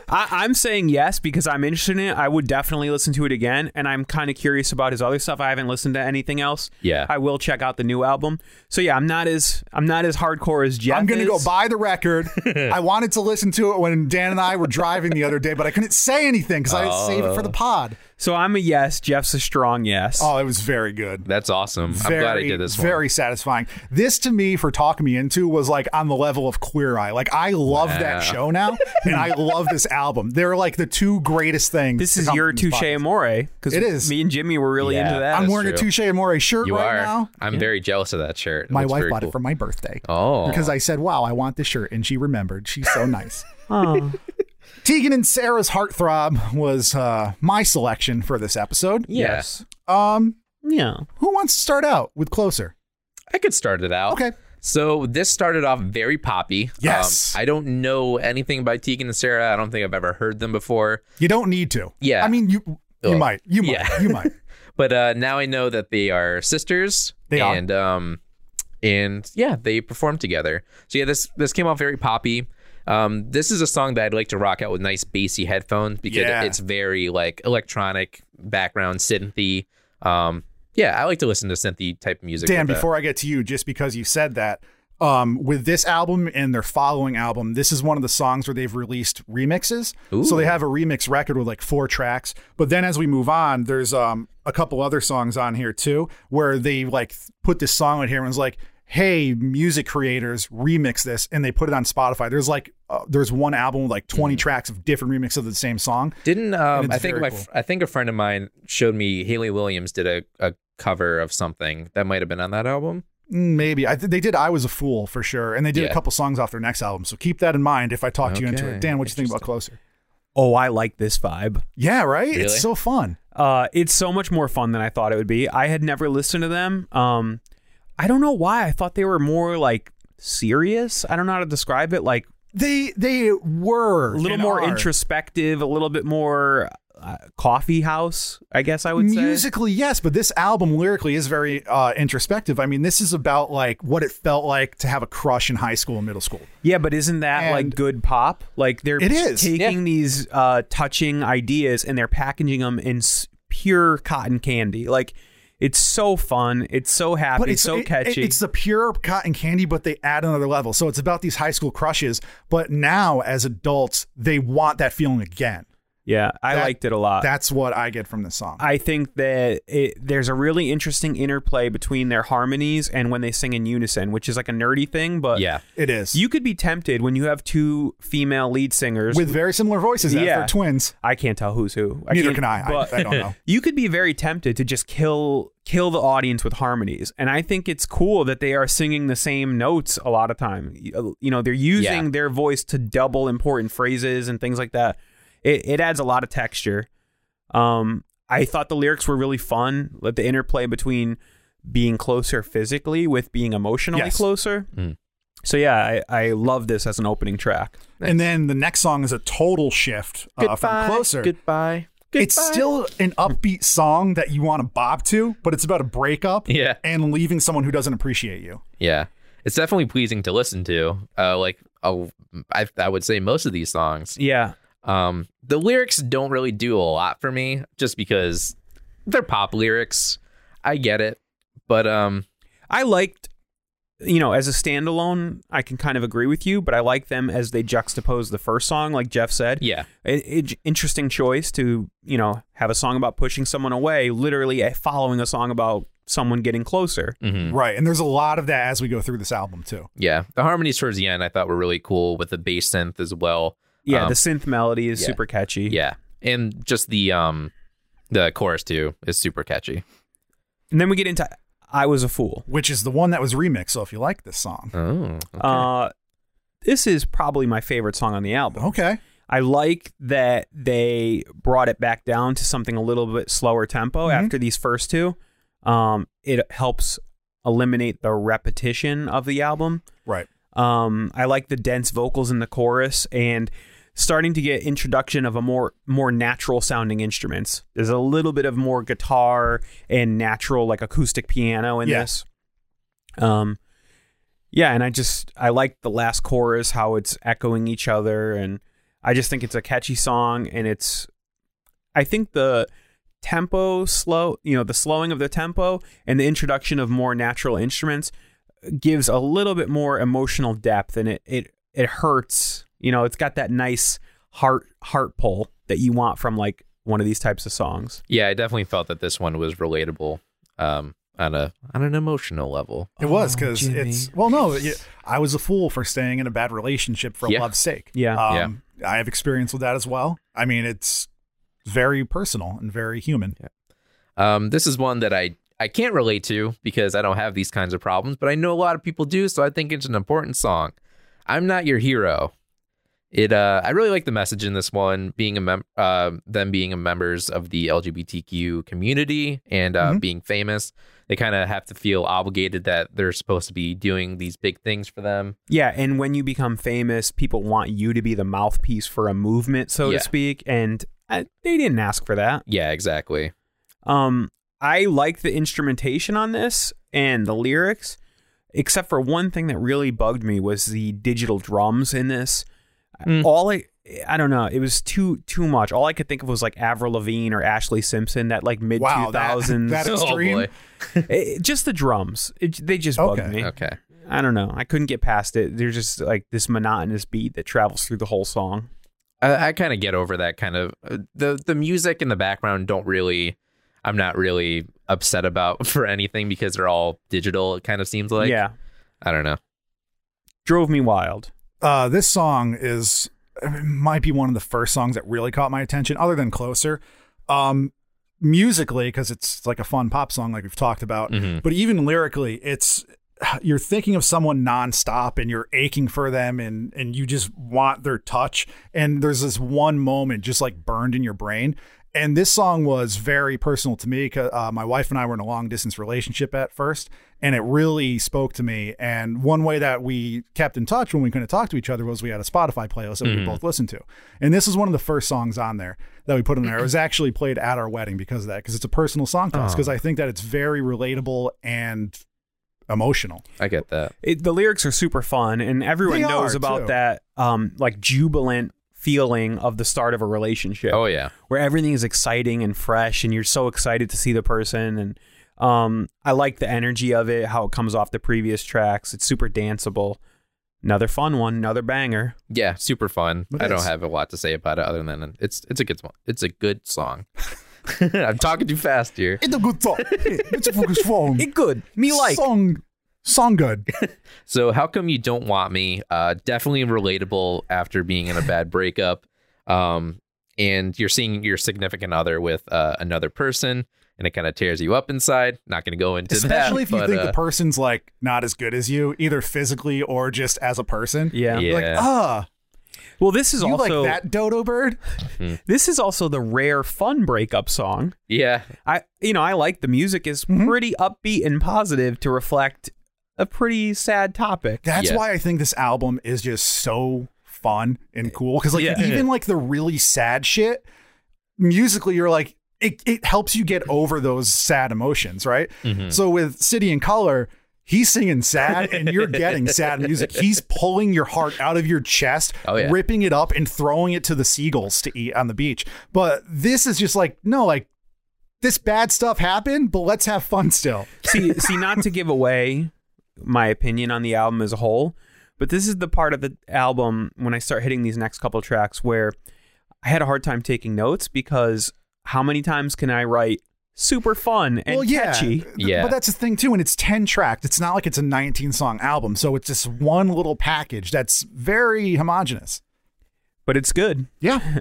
[SPEAKER 1] I, I'm saying yes because I'm interested in it. I would definitely listen to it again, and I'm kind of curious about his other stuff. I haven't listened to anything else.
[SPEAKER 3] Yeah.
[SPEAKER 1] I will check out the new album. So yeah, I'm not as I'm not as hardcore as Jeff.
[SPEAKER 2] I'm gonna go
[SPEAKER 1] is.
[SPEAKER 2] buy the
[SPEAKER 3] [laughs]
[SPEAKER 2] record. I wanted to listen to it when Dan and I were driving the other day, but I couldn't say anything because I didn't save it for the
[SPEAKER 3] Oh.
[SPEAKER 2] pod.
[SPEAKER 1] So I'm a yes. Jeff's a strong yes.
[SPEAKER 2] Oh, it was very good.
[SPEAKER 3] That's awesome.
[SPEAKER 2] very,
[SPEAKER 3] I'm glad I did this one.
[SPEAKER 2] Very satisfying. This to me for Talk Me Into was like on the level of Queer Eye. Like I love that show now, and
[SPEAKER 3] [laughs]
[SPEAKER 2] I love this album. They're like the two greatest things.
[SPEAKER 1] this
[SPEAKER 2] to
[SPEAKER 1] is
[SPEAKER 2] come
[SPEAKER 1] your
[SPEAKER 2] from this
[SPEAKER 1] touche
[SPEAKER 2] podcast.
[SPEAKER 1] amore because
[SPEAKER 2] It is.
[SPEAKER 1] Me and Jimmy were really
[SPEAKER 3] Yeah.
[SPEAKER 1] into that.
[SPEAKER 2] I'm
[SPEAKER 3] That's
[SPEAKER 2] wearing
[SPEAKER 3] true.
[SPEAKER 2] a Touche Amore shirt
[SPEAKER 3] You
[SPEAKER 2] right
[SPEAKER 3] are.
[SPEAKER 2] now.
[SPEAKER 3] I'm very jealous of that shirt. It
[SPEAKER 2] My
[SPEAKER 3] looks
[SPEAKER 2] wife
[SPEAKER 3] very
[SPEAKER 2] bought
[SPEAKER 3] cool.
[SPEAKER 2] it for my birthday.
[SPEAKER 3] Oh.
[SPEAKER 2] Because I said, wow, I want this shirt. And she remembered. She's
[SPEAKER 1] [laughs]
[SPEAKER 2] so nice. Tegan and Sarah's Heartthrob was uh, my selection for this episode.
[SPEAKER 1] yes.
[SPEAKER 2] Um,
[SPEAKER 1] Yeah.
[SPEAKER 2] who wants to start out with Closer?
[SPEAKER 3] I could start it out.
[SPEAKER 2] Okay.
[SPEAKER 3] So this started off very poppy. Um,
[SPEAKER 2] Yes.
[SPEAKER 3] I don't know anything by Tegan and Sarah. I don't think I've ever heard them before.
[SPEAKER 2] You don't need to.
[SPEAKER 3] Yeah.
[SPEAKER 2] I mean, you you
[SPEAKER 3] Ugh.
[SPEAKER 2] might. You might.
[SPEAKER 3] Yeah.
[SPEAKER 2] You might.
[SPEAKER 3] But uh, now I know that they are sisters.
[SPEAKER 2] They are.
[SPEAKER 3] and, um, and yeah, they performed together. So yeah, this this came off very poppy. Um, this is a song that I'd like to rock out with nice bassy headphones because
[SPEAKER 2] Yeah.
[SPEAKER 3] it's very like electronic background synthy. Um, yeah, I like to listen to synthy type music.
[SPEAKER 2] Dan,
[SPEAKER 3] with uh, that.
[SPEAKER 2] before I get to you, just because you said that, um, with this album and their following album, this is one of the songs where they've released remixes. So they have a remix record with like four tracks. But then as we move on, there's um, a couple other songs on here too, where they like th- put this song on here and was like, hey, music creators, remix this. And they put it on Spotify. There's like, uh, there's one album with like
[SPEAKER 3] Mm.
[SPEAKER 2] 20 tracks of different remixes of the same song.
[SPEAKER 3] Didn't
[SPEAKER 2] And
[SPEAKER 3] um,
[SPEAKER 2] it's
[SPEAKER 3] I think
[SPEAKER 2] very
[SPEAKER 3] my
[SPEAKER 2] cool.
[SPEAKER 3] I think a friend of mine showed me Haley Williams did a, a cover of something that might have been on that album.
[SPEAKER 2] Mm, Maybe I th- they did. I was a fool for sure, and they did a
[SPEAKER 3] Yeah.
[SPEAKER 2] couple songs off their next album. So keep that in mind if I talk to you into
[SPEAKER 3] Okay,
[SPEAKER 2] it. Dan, what do you think about closer?
[SPEAKER 1] Oh, I like this vibe.
[SPEAKER 2] Yeah, right.
[SPEAKER 3] Really?
[SPEAKER 2] It's so fun.
[SPEAKER 1] Uh, it's so much more fun than I thought it would be. I had never listened to them. Um, I don't know why. I thought they were more like serious. I don't know how to describe it. Like
[SPEAKER 2] They they were
[SPEAKER 1] a little
[SPEAKER 2] and
[SPEAKER 1] more
[SPEAKER 2] are.
[SPEAKER 1] introspective, a little bit more uh, coffee house. I guess I would say.
[SPEAKER 2] Musically, yes, but this album lyrically is very uh, introspective. I mean, this is about like what it felt like to have a crush in high school and middle school.
[SPEAKER 1] Yeah, but isn't that like
[SPEAKER 2] And-
[SPEAKER 1] good pop? Like they're
[SPEAKER 2] It is,
[SPEAKER 1] taking these uh, touching ideas and they're packaging them in s- pure cotton candy. Like it's so fun. It's so happy.
[SPEAKER 2] But
[SPEAKER 1] so
[SPEAKER 2] it- it-
[SPEAKER 1] catchy.
[SPEAKER 2] it's the pure cotton candy, but they add another level. So it's about these high school crushes, but now as adults, they want that feeling again.
[SPEAKER 1] yeah, I
[SPEAKER 2] that-
[SPEAKER 1] liked it a lot.
[SPEAKER 2] That's what I get from this song.
[SPEAKER 1] Uh, I think that it, there's a really interesting interplay between their harmonies and when they sing in unison, which is like a nerdy thing. But
[SPEAKER 3] Yeah,
[SPEAKER 2] it is.
[SPEAKER 1] you could be tempted when you have two female lead singers.
[SPEAKER 2] with very similar voices. Yeah,
[SPEAKER 1] Yeah.
[SPEAKER 2] they're twins.
[SPEAKER 1] I can't tell who's who. I
[SPEAKER 2] Neither
[SPEAKER 1] can't-
[SPEAKER 2] can I.
[SPEAKER 1] but-
[SPEAKER 2] I. I don't
[SPEAKER 3] [laughs]
[SPEAKER 2] know.
[SPEAKER 1] you could be very tempted to just kill kill the audience with harmonies and i think it's cool that they are singing the same notes a lot of time uh, you you know they're using
[SPEAKER 3] Yeah.
[SPEAKER 1] their voice to double important phrases and things like that it, it adds a lot of texture um I thought the lyrics were really fun. Like the interplay between being closer physically with being emotionally
[SPEAKER 2] Yes.
[SPEAKER 1] closer.
[SPEAKER 3] Mm.
[SPEAKER 1] So yeah, I, I love this as an opening track.
[SPEAKER 2] And then the next song is a total shift uh, from Closer.
[SPEAKER 3] Goodbye.
[SPEAKER 2] It's still an upbeat song that you want to bob to, but it's about a breakup
[SPEAKER 3] Yeah.
[SPEAKER 2] and leaving someone who doesn't appreciate you.
[SPEAKER 3] Yeah, it's definitely pleasing to listen to. Uh, like oh, I I would say most of these songs.
[SPEAKER 1] Yeah.
[SPEAKER 3] Um, the lyrics don't really do a lot for me, just because they're pop lyrics. I get it, but um,
[SPEAKER 1] I liked you know, as a standalone, I can kind of agree with you, but I like them as they juxtapose the first song, like Jeff said.
[SPEAKER 3] yeah,
[SPEAKER 1] I- I- interesting choice to you know have a song about pushing someone away literally uh, following a song about someone getting closer
[SPEAKER 3] hmm
[SPEAKER 2] Right. And there's a lot of that as we go through this album, too.
[SPEAKER 3] yeah. The harmonies towards the end I thought were really cool with the bass synth as well.
[SPEAKER 1] yeah
[SPEAKER 3] Um,
[SPEAKER 1] the synth melody is
[SPEAKER 3] yeah.
[SPEAKER 1] super catchy
[SPEAKER 3] Yeah, and just the um, the chorus too is super catchy.
[SPEAKER 1] and then we get into i was a fool
[SPEAKER 2] Which is the one that was remixed. So if you like this song,
[SPEAKER 3] Oh, okay.
[SPEAKER 1] uh this is probably my favorite song on the album
[SPEAKER 2] okay.
[SPEAKER 1] i like that they brought it back down to something a little bit slower tempo
[SPEAKER 2] Mhm.
[SPEAKER 1] after these first two um it helps eliminate the repetition of the album
[SPEAKER 2] Right.
[SPEAKER 1] Um, I like the dense vocals in the chorus and starting to get introduction of a more more natural sounding instruments. There's a little bit of more guitar and natural like acoustic piano in
[SPEAKER 2] Yeah.
[SPEAKER 1] this. Um yeah, and I just I like the last chorus how it's echoing each other and I just think it's a catchy song and it's I think the tempo slow, you know, the slowing of the tempo and the introduction of more natural instruments gives a little bit more emotional depth and it it it hurts. You know, it's got that nice heart heart pull that you want from like one of these types of songs.
[SPEAKER 3] yeah, I definitely felt that this one was relatable. Um, on a on an emotional level.
[SPEAKER 2] It was because it's well, no, y- I was a fool for staying in a bad relationship for
[SPEAKER 3] Yeah.
[SPEAKER 2] love's sake.
[SPEAKER 1] Yeah.
[SPEAKER 2] um, I have experience with that as well. I mean, it's very personal and very human.
[SPEAKER 3] Um, this is one that I I can't relate to because I don't have these kinds of problems, but I know a lot of people do, so I think it's an important song. I'm not your hero. It uh, I really like the message in this one, being a mem- uh, them being a members of the LGBTQ community and uh,
[SPEAKER 2] Mhm.
[SPEAKER 3] being famous. They kind of have to feel obligated that they're supposed to be doing these big things for them.
[SPEAKER 1] Yeah, and when you become famous, people want you to be the mouthpiece for a movement, so
[SPEAKER 3] Yeah.
[SPEAKER 1] to speak, and uh they didn't ask for that.
[SPEAKER 3] Yeah, exactly.
[SPEAKER 1] Um, I like the instrumentation on this and the lyrics, except for one thing that really bugged me was the digital drums in this.
[SPEAKER 3] Mm.
[SPEAKER 1] All I I don't know, it was too too much. All I could think of was like Avril Lavigne or Ashley Simpson, that like mid
[SPEAKER 2] Wow,
[SPEAKER 1] two
[SPEAKER 2] that-
[SPEAKER 1] thousands.
[SPEAKER 2] [laughs]
[SPEAKER 1] Eh,
[SPEAKER 2] that- Extreme.
[SPEAKER 3] Oh boy.
[SPEAKER 1] Just the drums, it, they just bugged
[SPEAKER 2] Okay.
[SPEAKER 1] me.
[SPEAKER 3] Okay.
[SPEAKER 1] I don't know, I couldn't get past it. They're just like this monotonous beat that travels through the whole song.
[SPEAKER 3] I, I kind of get over that kind of uh, the the music in the background don't really I'm not really upset about [laughs] for anything because they're all digital it kind of seems like
[SPEAKER 1] yeah,
[SPEAKER 3] I don't know
[SPEAKER 1] drove me wild.
[SPEAKER 2] Uh, this song is it might be one of the first songs that really caught my attention, other than "Closer," um, musically because it's like a fun pop song, like we've talked about.
[SPEAKER 3] Mhm.
[SPEAKER 2] But even lyrically, it's you're thinking of someone nonstop and you're aching for them and and you just want their touch. And there's this one moment just like burned in your brain. And this song was very personal to me. 'cause, Uh, my wife and I were in a long distance relationship at first, and it really spoke to me. And one way that we kept in touch when we couldn't talk to each other was we had a Spotify playlist that we both listened to. And this is one of the first songs on there that we put in there. It was actually played at our wedding because of that, because it's a personal song to us, because I think that it's very relatable and emotional.
[SPEAKER 3] I get that
[SPEAKER 1] it, the lyrics are super fun, and everyone
[SPEAKER 2] They
[SPEAKER 1] knows
[SPEAKER 2] are,
[SPEAKER 1] about
[SPEAKER 2] too.
[SPEAKER 1] that um, like jubilant feeling of the start of a relationship,
[SPEAKER 3] oh yeah
[SPEAKER 1] where everything is exciting and fresh, and you're so excited to see the person. And um, I like the energy of it, how it comes off the previous tracks. It's super danceable. Another fun one, another banger.
[SPEAKER 3] yeah super fun
[SPEAKER 2] It
[SPEAKER 3] I don't
[SPEAKER 2] is.
[SPEAKER 3] have a lot to say about it other than it's it's a good song it's a good song [laughs] I'm talking too fast here
[SPEAKER 2] It's a good [laughs] song. It's a good song.
[SPEAKER 1] good. Me
[SPEAKER 2] song. Song good.
[SPEAKER 3] So how come you don't want me? Uh, definitely relatable after being in a bad breakup, um, and you're seeing your significant other with uh, another person, and it kind of tears you up inside. Not going to go into
[SPEAKER 2] Especially
[SPEAKER 3] that,
[SPEAKER 2] if you
[SPEAKER 3] but,
[SPEAKER 2] think
[SPEAKER 3] uh,
[SPEAKER 2] the person's like not as good as you, either physically or just as a person.
[SPEAKER 1] Yeah.
[SPEAKER 3] Yeah.
[SPEAKER 2] Like, ah,
[SPEAKER 1] Well, this is
[SPEAKER 2] you
[SPEAKER 1] also
[SPEAKER 2] like that dodo bird?
[SPEAKER 1] this is also the rare fun breakup song.
[SPEAKER 3] Yeah.
[SPEAKER 1] I you know I like the music is pretty upbeat and positive to reflect a pretty sad
[SPEAKER 2] [laughs]
[SPEAKER 1] topic.
[SPEAKER 2] That's
[SPEAKER 3] Yeah.
[SPEAKER 2] why I think this album is just so fun and cool. Because like
[SPEAKER 1] Yeah.
[SPEAKER 2] even like the really sad shit, musically you're like it, it helps you get over those sad emotions, right?
[SPEAKER 3] Mm-hmm.
[SPEAKER 2] So with City and Color, he's singing sad and you're getting sad
[SPEAKER 3] [laughs]
[SPEAKER 2] music. He's pulling your heart out of your chest,
[SPEAKER 3] Oh, yeah.
[SPEAKER 2] ripping it up and throwing it to the seagulls to eat on the beach. But this is just like, no, like this bad stuff happened, but let's have fun still.
[SPEAKER 1] see, see, not to give away my opinion on the album as a whole, but this is the part of the album when I start hitting these next couple tracks where I had a hard time taking notes because how many times can I write super fun and catchy?
[SPEAKER 2] Th-
[SPEAKER 3] Yeah.
[SPEAKER 2] But that's the thing too, and it's ten tracked. It's not like it's a nineteen song album, so it's just one little package that's very homogenous.
[SPEAKER 1] But it's good.
[SPEAKER 3] [laughs]
[SPEAKER 2] Yeah,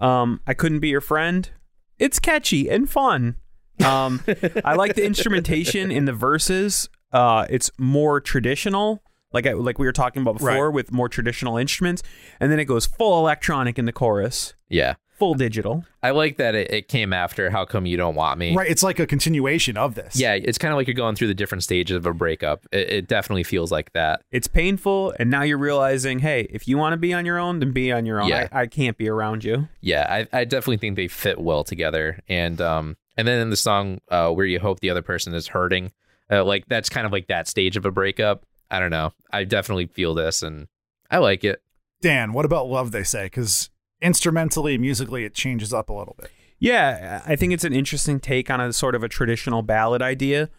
[SPEAKER 1] Um, I couldn't be your friend. It's catchy and fun. Um, I like the instrumentation in the verses. Uh, it's more traditional, like I, like we were talking about before,
[SPEAKER 2] Right.
[SPEAKER 1] with more traditional instruments, and then it goes full electronic in the chorus,
[SPEAKER 3] Yeah.
[SPEAKER 1] full digital.
[SPEAKER 3] I like that it, it came after How Come You Don't Want Me.
[SPEAKER 2] right. It's like a continuation of this.
[SPEAKER 3] Yeah, it's kind of like you're going through the different stages of a breakup. It, it definitely feels like that.
[SPEAKER 1] It's painful, and now you're realizing, hey, if you want to be on your own, then be on your own.
[SPEAKER 3] Yeah.
[SPEAKER 1] I, I can't be around you.
[SPEAKER 3] Yeah, I, I definitely think they fit well together. And um, and then in the song uh, where you hope the other person is hurting, uh, like that's kind of like that stage of a breakup. I don't know. I definitely feel this, and I like it.
[SPEAKER 2] Dan, what about love? They say because instrumentally, musically, it changes up a little bit.
[SPEAKER 1] Yeah, I think it's an interesting take on a sort of a traditional ballad idea.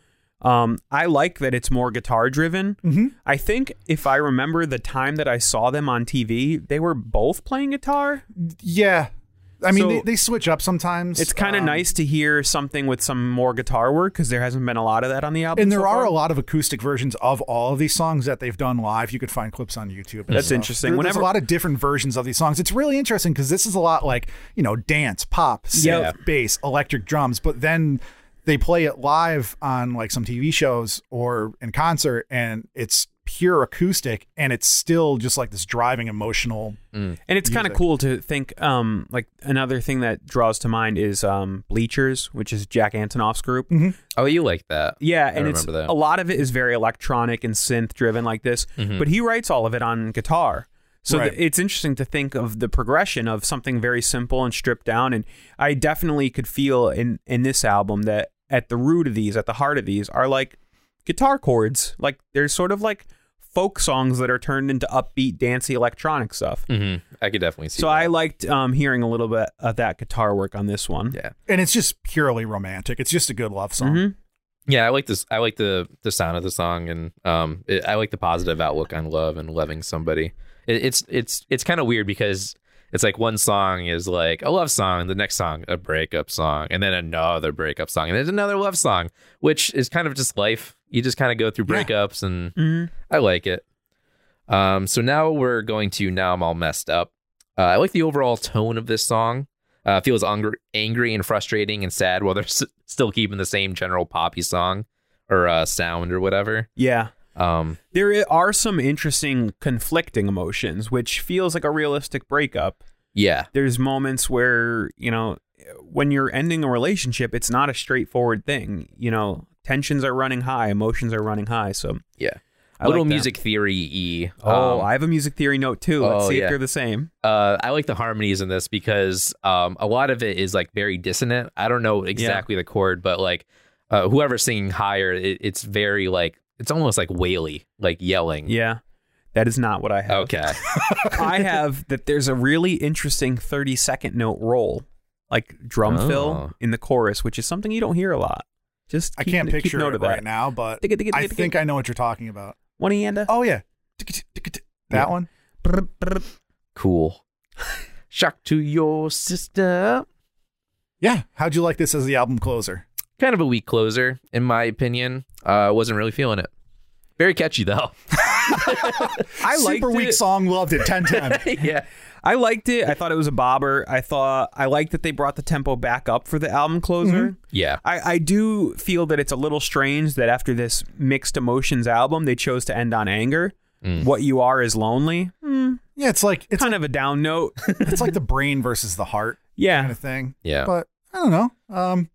[SPEAKER 1] Um, I like that it's more guitar driven.
[SPEAKER 2] Mm-hmm.
[SPEAKER 1] I think if I remember the time that I saw them on TV, they were both playing guitar.
[SPEAKER 2] Yeah, I mean
[SPEAKER 1] So-
[SPEAKER 2] they, they switch up sometimes.
[SPEAKER 1] It's kind of
[SPEAKER 2] um,
[SPEAKER 1] nice to hear something with some more guitar work because there hasn't been a lot of that on the album.
[SPEAKER 2] And there
[SPEAKER 1] so
[SPEAKER 2] are
[SPEAKER 1] far.
[SPEAKER 2] a lot of acoustic versions of all of these songs that they've done live. You could find clips on YouTube. and
[SPEAKER 1] That's
[SPEAKER 2] stuff.
[SPEAKER 1] interesting.
[SPEAKER 2] There-
[SPEAKER 1] Whenever-
[SPEAKER 2] there's a lot of different versions of these songs. It's really interesting because this is a lot like you know dance, pop, synth,
[SPEAKER 1] Yep.
[SPEAKER 2] bass, electric drums, but then they play it live on like some TV shows or in concert, and it's pure acoustic, and it's still just like this driving emotional.
[SPEAKER 1] And it's kind of cool to think. Um, like another thing that draws to mind is um, Bleachers, which is Jack Antonoff's group.
[SPEAKER 3] Oh, you like that?
[SPEAKER 1] Yeah,
[SPEAKER 3] I
[SPEAKER 1] and it's
[SPEAKER 3] remember that.
[SPEAKER 1] a lot of it is very electronic and synth driven like this,
[SPEAKER 3] Mm-hmm.
[SPEAKER 1] but he writes all of it on guitar. So
[SPEAKER 2] Right.
[SPEAKER 1] th- it's interesting to think of the progression of something very simple and stripped down and I definitely could feel in in this album that at the root of these, at the heart of these are like guitar chords. Like they're sort of like folk songs that are turned into upbeat dancey electronic stuff.
[SPEAKER 3] hmm I could definitely see.
[SPEAKER 1] So
[SPEAKER 3] that.
[SPEAKER 1] I liked um, hearing a little bit of that guitar work on this one.
[SPEAKER 3] Yeah.
[SPEAKER 2] And it's just purely romantic. It's just a good love song.
[SPEAKER 1] Mhm.
[SPEAKER 3] Yeah, I like this. I like the the sound of the song, and um, it, I like the positive outlook on love and loving somebody. It, it's it's it's kind of weird because it's like one song is like a love song, the next song a breakup song, and then another breakup song, and there's another love song, which is kind of just life. You just kind of go through
[SPEAKER 2] Yeah.
[SPEAKER 3] breakups, and I like it. Um, so now we're going to now I'm all messed up. Uh, I like the overall tone of this song. Uh, it feels angry, angry and frustrating and sad while they're s- still keeping the same general poppy song or uh, sound or whatever.
[SPEAKER 1] Yeah.
[SPEAKER 3] Um,
[SPEAKER 1] There i- are some interesting conflicting emotions, which feels like a realistic breakup.
[SPEAKER 3] yeah,
[SPEAKER 1] There's moments where, you know, when you're ending a relationship, it's not a straightforward thing. You know, tensions are running high, emotions are running high. So,
[SPEAKER 3] yeah.
[SPEAKER 1] I
[SPEAKER 3] Little
[SPEAKER 1] like that.
[SPEAKER 3] music theory e.
[SPEAKER 1] Oh,
[SPEAKER 3] Um,
[SPEAKER 1] I have a music theory note too. Let's
[SPEAKER 3] oh,
[SPEAKER 1] see
[SPEAKER 3] yeah.
[SPEAKER 1] if they're the same.
[SPEAKER 3] uh, I like the harmonies in this because um, a lot of it is like very dissonant. I don't know exactly the chord, but like uh, whoever's singing higher, it, it's very like it's almost like waily, like yelling.
[SPEAKER 1] Yeah. That is not what I have.
[SPEAKER 3] Okay.
[SPEAKER 1] I
[SPEAKER 3] [laughs]
[SPEAKER 1] have that there's a really interesting 30 second note roll, like drum
[SPEAKER 3] Oh.
[SPEAKER 1] fill in the chorus, which is something you don't hear a lot. Just
[SPEAKER 2] I
[SPEAKER 1] keep-
[SPEAKER 2] can't
[SPEAKER 1] keep
[SPEAKER 2] picture
[SPEAKER 1] note
[SPEAKER 2] it
[SPEAKER 1] of
[SPEAKER 2] right
[SPEAKER 1] that.
[SPEAKER 2] now, but
[SPEAKER 1] Digga, digga,
[SPEAKER 2] I
[SPEAKER 1] digga, digga.
[SPEAKER 2] think I know what you're talking about.
[SPEAKER 1] One and a.
[SPEAKER 2] Oh yeah,
[SPEAKER 3] Yeah.
[SPEAKER 2] that one.
[SPEAKER 1] Brr, brr. [laughs]
[SPEAKER 3] cool. Shock to your sister.
[SPEAKER 2] Yeah. How'd you like this as the album closer?
[SPEAKER 3] Kind of a weak closer, in my opinion. Uh, wasn't really feeling it. Very catchy though. [laughs]
[SPEAKER 1] I liked
[SPEAKER 2] Super weak
[SPEAKER 1] it.
[SPEAKER 2] song, loved it
[SPEAKER 1] [laughs]
[SPEAKER 2] ten times.
[SPEAKER 3] yeah.
[SPEAKER 1] I liked it. I thought it was a bobber. I thought I liked that they brought the tempo back up for the album closer.
[SPEAKER 2] Mm-hmm. [laughs]
[SPEAKER 3] Yeah.
[SPEAKER 1] I, I do feel that it's a little strange that after this mixed emotions album, they chose to end on anger.
[SPEAKER 3] Mm.
[SPEAKER 1] what you are is lonely.
[SPEAKER 2] Yeah, it's like it's
[SPEAKER 1] kind of a down
[SPEAKER 2] [laughs]
[SPEAKER 1] note.
[SPEAKER 2] it's
[SPEAKER 1] [laughs]
[SPEAKER 2] like the brain versus the heart kind
[SPEAKER 1] yeah.
[SPEAKER 2] of thing.
[SPEAKER 3] Yeah.
[SPEAKER 2] But I don't know. Um,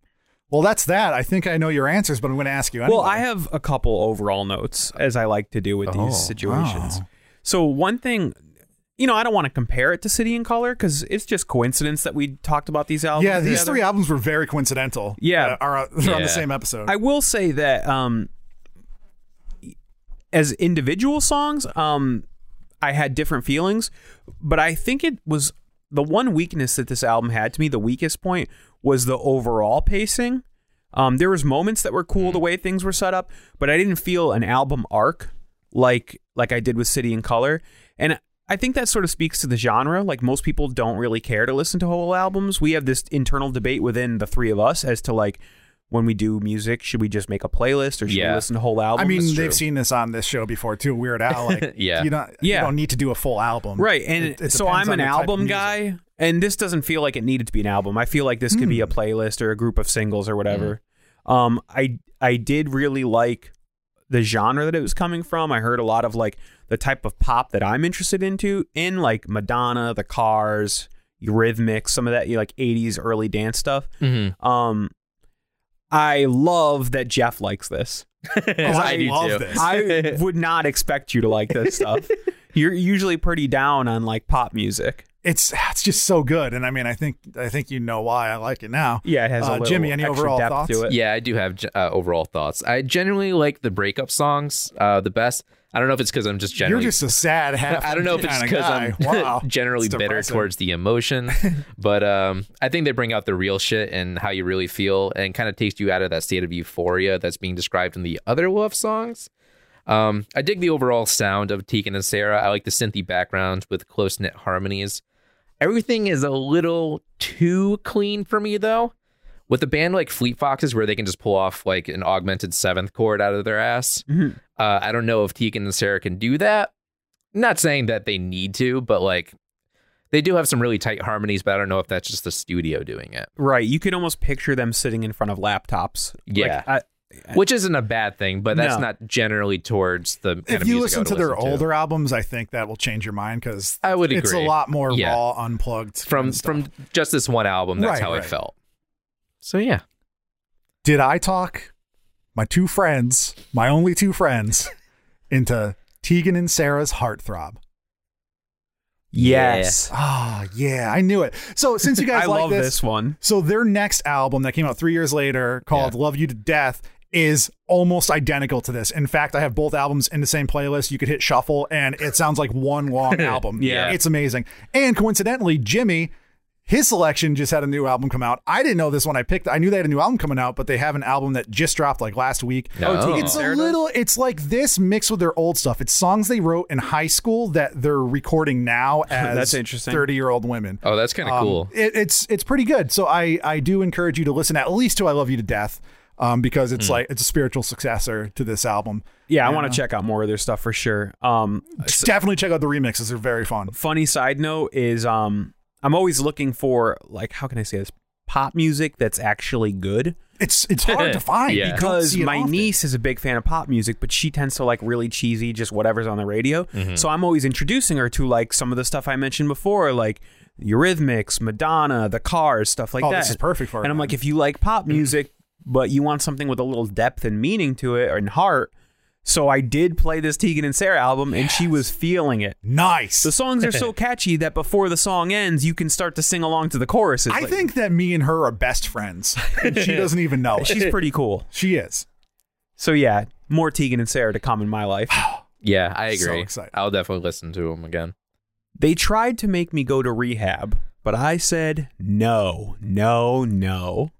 [SPEAKER 2] well, that's that. I think I know your answers, but I'm going to ask you. Anyway.
[SPEAKER 1] Well, I have a couple overall notes as I like to do with
[SPEAKER 3] Oh.
[SPEAKER 1] these situations.
[SPEAKER 2] Wow.
[SPEAKER 1] So one thing, you know, I don't want to compare it to City and Color because it's just coincidence that we talked about these albums.
[SPEAKER 2] yeah, these
[SPEAKER 1] together.
[SPEAKER 2] three albums were very coincidental.
[SPEAKER 1] Yeah.
[SPEAKER 2] uh, are [laughs] uh, they're on
[SPEAKER 3] Yeah.
[SPEAKER 2] the same episode.
[SPEAKER 1] I will say that um, as individual songs, um, I had different feelings, but I think it was the one weakness that this album had to me. The weakest point was the overall pacing. Um, there was moments that were cool
[SPEAKER 2] Mm.
[SPEAKER 1] the way things were set up, but I didn't feel an album arc like like I did with City and Color, and I think that sort of speaks to the genre. Like most people don't really care to listen to whole albums. We have this internal debate within the three of us as to like when we do music, should we just make a playlist or should we
[SPEAKER 3] Yeah.
[SPEAKER 1] listen to whole albums?
[SPEAKER 2] I mean,
[SPEAKER 3] true.
[SPEAKER 2] they've seen this on this show before too. Weird Al, like
[SPEAKER 3] [laughs] Yeah.
[SPEAKER 2] you don't
[SPEAKER 1] Yeah.
[SPEAKER 2] you don't need to do a full album,
[SPEAKER 1] Right, and
[SPEAKER 2] It- it
[SPEAKER 1] so I'm
[SPEAKER 2] depends on
[SPEAKER 1] an
[SPEAKER 2] the type of
[SPEAKER 1] album
[SPEAKER 2] music.
[SPEAKER 1] guy, and this doesn't feel like it needed to be an album. I feel like this could be
[SPEAKER 2] Hmm.
[SPEAKER 1] a playlist or a group of singles or whatever. Um, I I did really like the genre that it was coming from. I heard a lot of like the type of pop that I'm interested into, in like Madonna, The Cars, Eurythmics, some of that you know, like '80s early dance stuff.
[SPEAKER 3] Mhm.
[SPEAKER 2] Mm-hmm.
[SPEAKER 1] Um, I love that Jeff likes this.
[SPEAKER 2] Oh,
[SPEAKER 3] I
[SPEAKER 2] I,
[SPEAKER 3] do
[SPEAKER 2] love
[SPEAKER 3] too.
[SPEAKER 2] this.
[SPEAKER 1] [laughs] I would not expect you to like this [laughs] stuff. You're usually pretty down on like pop music.
[SPEAKER 2] It's it's just so good, and I mean, I think I think you know why I like it now.
[SPEAKER 1] Yeah, it has
[SPEAKER 2] Uh,
[SPEAKER 1] a little
[SPEAKER 2] Jimmy, any
[SPEAKER 1] extra
[SPEAKER 2] overall
[SPEAKER 1] depth
[SPEAKER 2] thoughts?
[SPEAKER 1] to it.
[SPEAKER 3] Yeah, I do have uh, overall thoughts. I generally like the breakup songs uh, the best. I don't know if it's because I'm just generally.
[SPEAKER 2] You're just a sad half. [laughs]
[SPEAKER 3] [laughs] I don't know if it's
[SPEAKER 2] kinda
[SPEAKER 3] because
[SPEAKER 2] guy.
[SPEAKER 3] I'm [laughs]
[SPEAKER 2] wow.
[SPEAKER 3] generally
[SPEAKER 2] It's
[SPEAKER 3] bitter
[SPEAKER 2] depressing.
[SPEAKER 3] towards
[SPEAKER 2] [laughs]
[SPEAKER 3] the emotion, but um, I think they bring out the real shit and how you really feel, and kind of takes you out of that state of euphoria that's being described in the other Wolf songs. Um, I dig the overall sound of Tegan and Sarah. I like the synthy backgrounds with close knit harmonies. Everything is a little too clean for me though. With a band like Fleet Foxes, where they can just pull off like an augmented seventh chord out of their ass,
[SPEAKER 2] Mm-hmm.
[SPEAKER 1] Mhm.
[SPEAKER 3] uh, I don't know if Tegan and Sarah can do that. Not saying that they need to, but like they do have some really tight harmonies, but I don't know if that's just the studio doing it,
[SPEAKER 1] Right. You can almost picture them sitting in front of laptops.
[SPEAKER 3] Yeah.
[SPEAKER 1] Like, I,
[SPEAKER 2] Eh.
[SPEAKER 3] which isn't a bad thing, but that's
[SPEAKER 1] No.
[SPEAKER 3] not generally towards the. Kind
[SPEAKER 2] If
[SPEAKER 3] of
[SPEAKER 2] you
[SPEAKER 3] music
[SPEAKER 2] listen
[SPEAKER 3] I would
[SPEAKER 2] to their
[SPEAKER 3] listen
[SPEAKER 2] older albums, I think that will change your mind because
[SPEAKER 3] I would
[SPEAKER 2] it's a
[SPEAKER 3] agree.
[SPEAKER 2] lot more
[SPEAKER 3] Yeah.
[SPEAKER 2] raw, unplugged.
[SPEAKER 3] from
[SPEAKER 2] kind of stuff.
[SPEAKER 3] from just this one album, that's
[SPEAKER 2] Right,
[SPEAKER 3] how
[SPEAKER 2] right.
[SPEAKER 3] I felt. So yeah,
[SPEAKER 2] did I talk my two friends, my only two friends, [laughs] into Tegan and Sarah's heartthrob?
[SPEAKER 1] yes.
[SPEAKER 2] Ah, yeah, I knew it. So since
[SPEAKER 3] [laughs]
[SPEAKER 2] you guys
[SPEAKER 1] I
[SPEAKER 2] like
[SPEAKER 1] love this, one.
[SPEAKER 2] so their next album that came out three years later, called "Love You to Death." Is almost identical to this. In fact, I have both albums in the same playlist. You could hit shuffle, and it sounds like
[SPEAKER 1] [laughs]
[SPEAKER 2] one long album.
[SPEAKER 1] Yeah.
[SPEAKER 2] it's amazing. And coincidentally, Jimmy, his selection just had a new album come out. I didn't know this one. I picked. I knew they had a new album coming out, but they have an album that just dropped like last week.
[SPEAKER 3] No.
[SPEAKER 1] Tegan
[SPEAKER 2] It's a
[SPEAKER 1] Sarah does?
[SPEAKER 2] little. It's like this mixed with their old stuff. It's songs they wrote in high school that they're recording now
[SPEAKER 1] [laughs]
[SPEAKER 2] as
[SPEAKER 1] That's interesting.
[SPEAKER 2] thirty-year-old women.
[SPEAKER 3] oh, that's kind of
[SPEAKER 2] Um,
[SPEAKER 3] cool.
[SPEAKER 2] it- it's it's pretty good. So I I do encourage you to listen at least to "I Love You to Death," um, because
[SPEAKER 3] Hmm.
[SPEAKER 2] it's like it's a spiritual successor to this album.
[SPEAKER 1] Yeah, I want to check out more of their stuff for sure. Um,
[SPEAKER 3] Uh,
[SPEAKER 2] Definitely check out the remixes; they're very fun.
[SPEAKER 1] funny side note is um, I'm always looking for like how can I say this pop music that's actually good.
[SPEAKER 2] It's it's hard
[SPEAKER 3] [laughs]
[SPEAKER 2] to find
[SPEAKER 3] Yeah.
[SPEAKER 2] You don't
[SPEAKER 1] because
[SPEAKER 2] see it
[SPEAKER 1] my
[SPEAKER 2] often.
[SPEAKER 1] niece is a big fan of pop music, but she tends to like really cheesy, just whatever's on the radio.
[SPEAKER 2] Mm-hmm.
[SPEAKER 1] So I'm always introducing her to like some of the stuff I mentioned before, like Eurythmics, Madonna, The Cars, stuff like
[SPEAKER 2] Oh,
[SPEAKER 1] that.
[SPEAKER 2] this is perfect for her,
[SPEAKER 1] And I'm
[SPEAKER 2] man.
[SPEAKER 1] like, if you like pop music, but you want something with a little depth and meaning to it and heart. So I did play this Tegan and Sarah album, and she was feeling it.
[SPEAKER 2] Nice.
[SPEAKER 1] The songs are
[SPEAKER 2] [laughs]
[SPEAKER 1] so catchy that before the song ends, you can start to sing along to the choruses.
[SPEAKER 2] I
[SPEAKER 1] Like,
[SPEAKER 2] think that me and her are best
[SPEAKER 1] [laughs]
[SPEAKER 2] friends. And she doesn't even know. She,
[SPEAKER 1] she's pretty cool.
[SPEAKER 2] she is.
[SPEAKER 1] So yeah, more Tegan and Sarah to come in my life.
[SPEAKER 3] Yeah, I agree.
[SPEAKER 2] so excited.
[SPEAKER 3] I'll definitely listen to them again.
[SPEAKER 1] They tried to make me go to rehab, but I said no, no, no.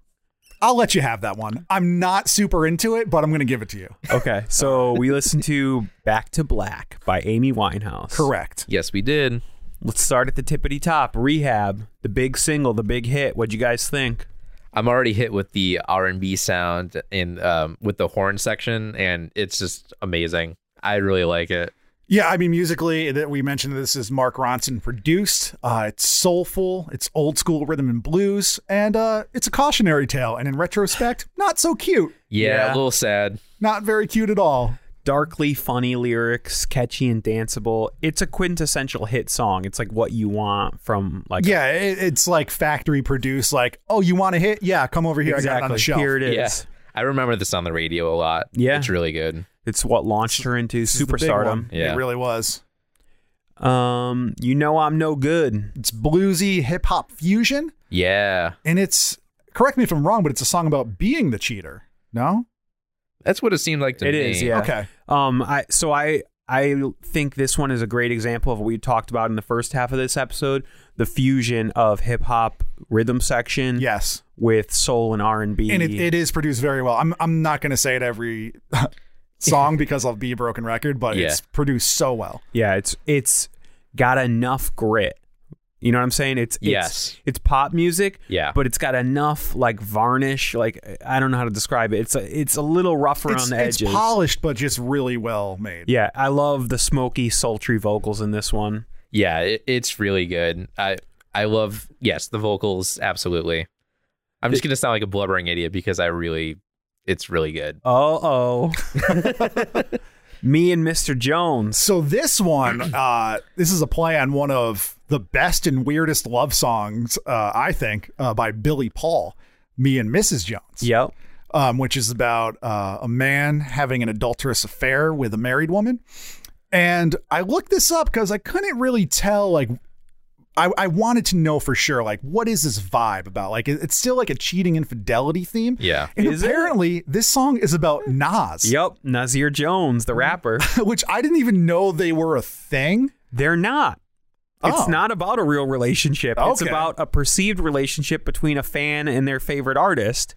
[SPEAKER 2] I'll let you have that one. I'm not super into it, but I'm going to give it to you.
[SPEAKER 1] Okay, [laughs] so we listened to Back to Black by Amy Winehouse.
[SPEAKER 2] Correct.
[SPEAKER 3] Yes, we did.
[SPEAKER 1] Let's start at the tippity top. Rehab, the big single, the big hit. What'd you guys think?
[SPEAKER 3] I'm already hit with the R and B sound in um, with the horn section, and it's just amazing. I really like it.
[SPEAKER 2] Yeah, I mean, musically, that we mentioned this is Mark Ronson produced. Uh, it's soulful, it's old school rhythm and blues, and uh, it's a [laughs] cautionary tale. And in retrospect, not so cute.
[SPEAKER 1] Yeah.
[SPEAKER 3] Yeah, a little sad.
[SPEAKER 2] Not very cute at all.
[SPEAKER 1] darkly funny lyrics, catchy and danceable. It's a quintessential hit song. It's like what you want from like
[SPEAKER 2] yeah, it, it's like factory produced. Like, oh, you want to hit? Yeah, come over here. I got it on
[SPEAKER 1] exactly.
[SPEAKER 2] the shelf.
[SPEAKER 1] Here it is.
[SPEAKER 3] Yeah. I remember this on the radio a lot.
[SPEAKER 1] Yeah.
[SPEAKER 3] It's really good.
[SPEAKER 1] It's what launched her into
[SPEAKER 2] This is the big one.
[SPEAKER 1] superstardom.
[SPEAKER 3] Yeah.
[SPEAKER 2] It really was.
[SPEAKER 1] Um, you know I'm no good.
[SPEAKER 2] It's bluesy hip hop fusion,
[SPEAKER 3] Yeah.
[SPEAKER 2] and it's correct me if I'm wrong, but it's a song about being the cheater. No,
[SPEAKER 3] That's what it seemed like to
[SPEAKER 1] It
[SPEAKER 3] me.
[SPEAKER 1] is, yeah.
[SPEAKER 2] okay,
[SPEAKER 1] Um, I so I I think this one is a great example of what we talked about in the first half of this episode, the fusion of hip hop rhythm section
[SPEAKER 2] yes,
[SPEAKER 1] with soul and R and B.
[SPEAKER 2] and it, it is produced very well. I'm I'm not gonna say it every [laughs]
[SPEAKER 1] [laughs]
[SPEAKER 2] song because I'll be a broken record, but
[SPEAKER 3] Yeah.
[SPEAKER 2] it's produced so well.
[SPEAKER 1] Yeah, it's it's got enough grit. You know what I'm saying? It's, it's
[SPEAKER 3] Yes.
[SPEAKER 1] It's pop music.
[SPEAKER 3] Yeah.
[SPEAKER 1] But it's got enough like varnish. Like I don't know how to describe it. It's a, it's a little rougher
[SPEAKER 2] It's,
[SPEAKER 1] on the
[SPEAKER 2] it's
[SPEAKER 1] edges.
[SPEAKER 2] polished, but just really well made.
[SPEAKER 1] yeah, I love the smoky, sultry vocals in this one.
[SPEAKER 3] Yeah, it, it's really good. I I love yes, the vocals absolutely. I'm just gonna sound like a blubbering idiot because I really, it's really good.
[SPEAKER 1] Uh oh. [laughs] Me and Mr. Jones.
[SPEAKER 2] So this
[SPEAKER 1] [clears throat]
[SPEAKER 2] one, uh, this is a play on one of the best and weirdest love songs, uh, I think, uh, by Billy Paul, "Me and Mrs. Jones."
[SPEAKER 1] Yep.
[SPEAKER 2] um, which is about uh, a man having an adulterous affair with a married woman. And I looked this up because I couldn't really tell. Like, I, I wanted to know for sure, like, what is this vibe about? Like, it- it's still like a cheating infidelity theme.
[SPEAKER 3] Yeah.
[SPEAKER 2] And
[SPEAKER 1] Is it?
[SPEAKER 2] apparently, this song is about Nas,
[SPEAKER 1] Yep. Nazir Jones, the rapper.
[SPEAKER 2] [laughs] which I didn't even know they were a thing.
[SPEAKER 1] They're not.
[SPEAKER 2] Oh.
[SPEAKER 1] It's not about a real relationship. It's
[SPEAKER 2] Okay.
[SPEAKER 1] about a perceived relationship between a fan and their favorite artist.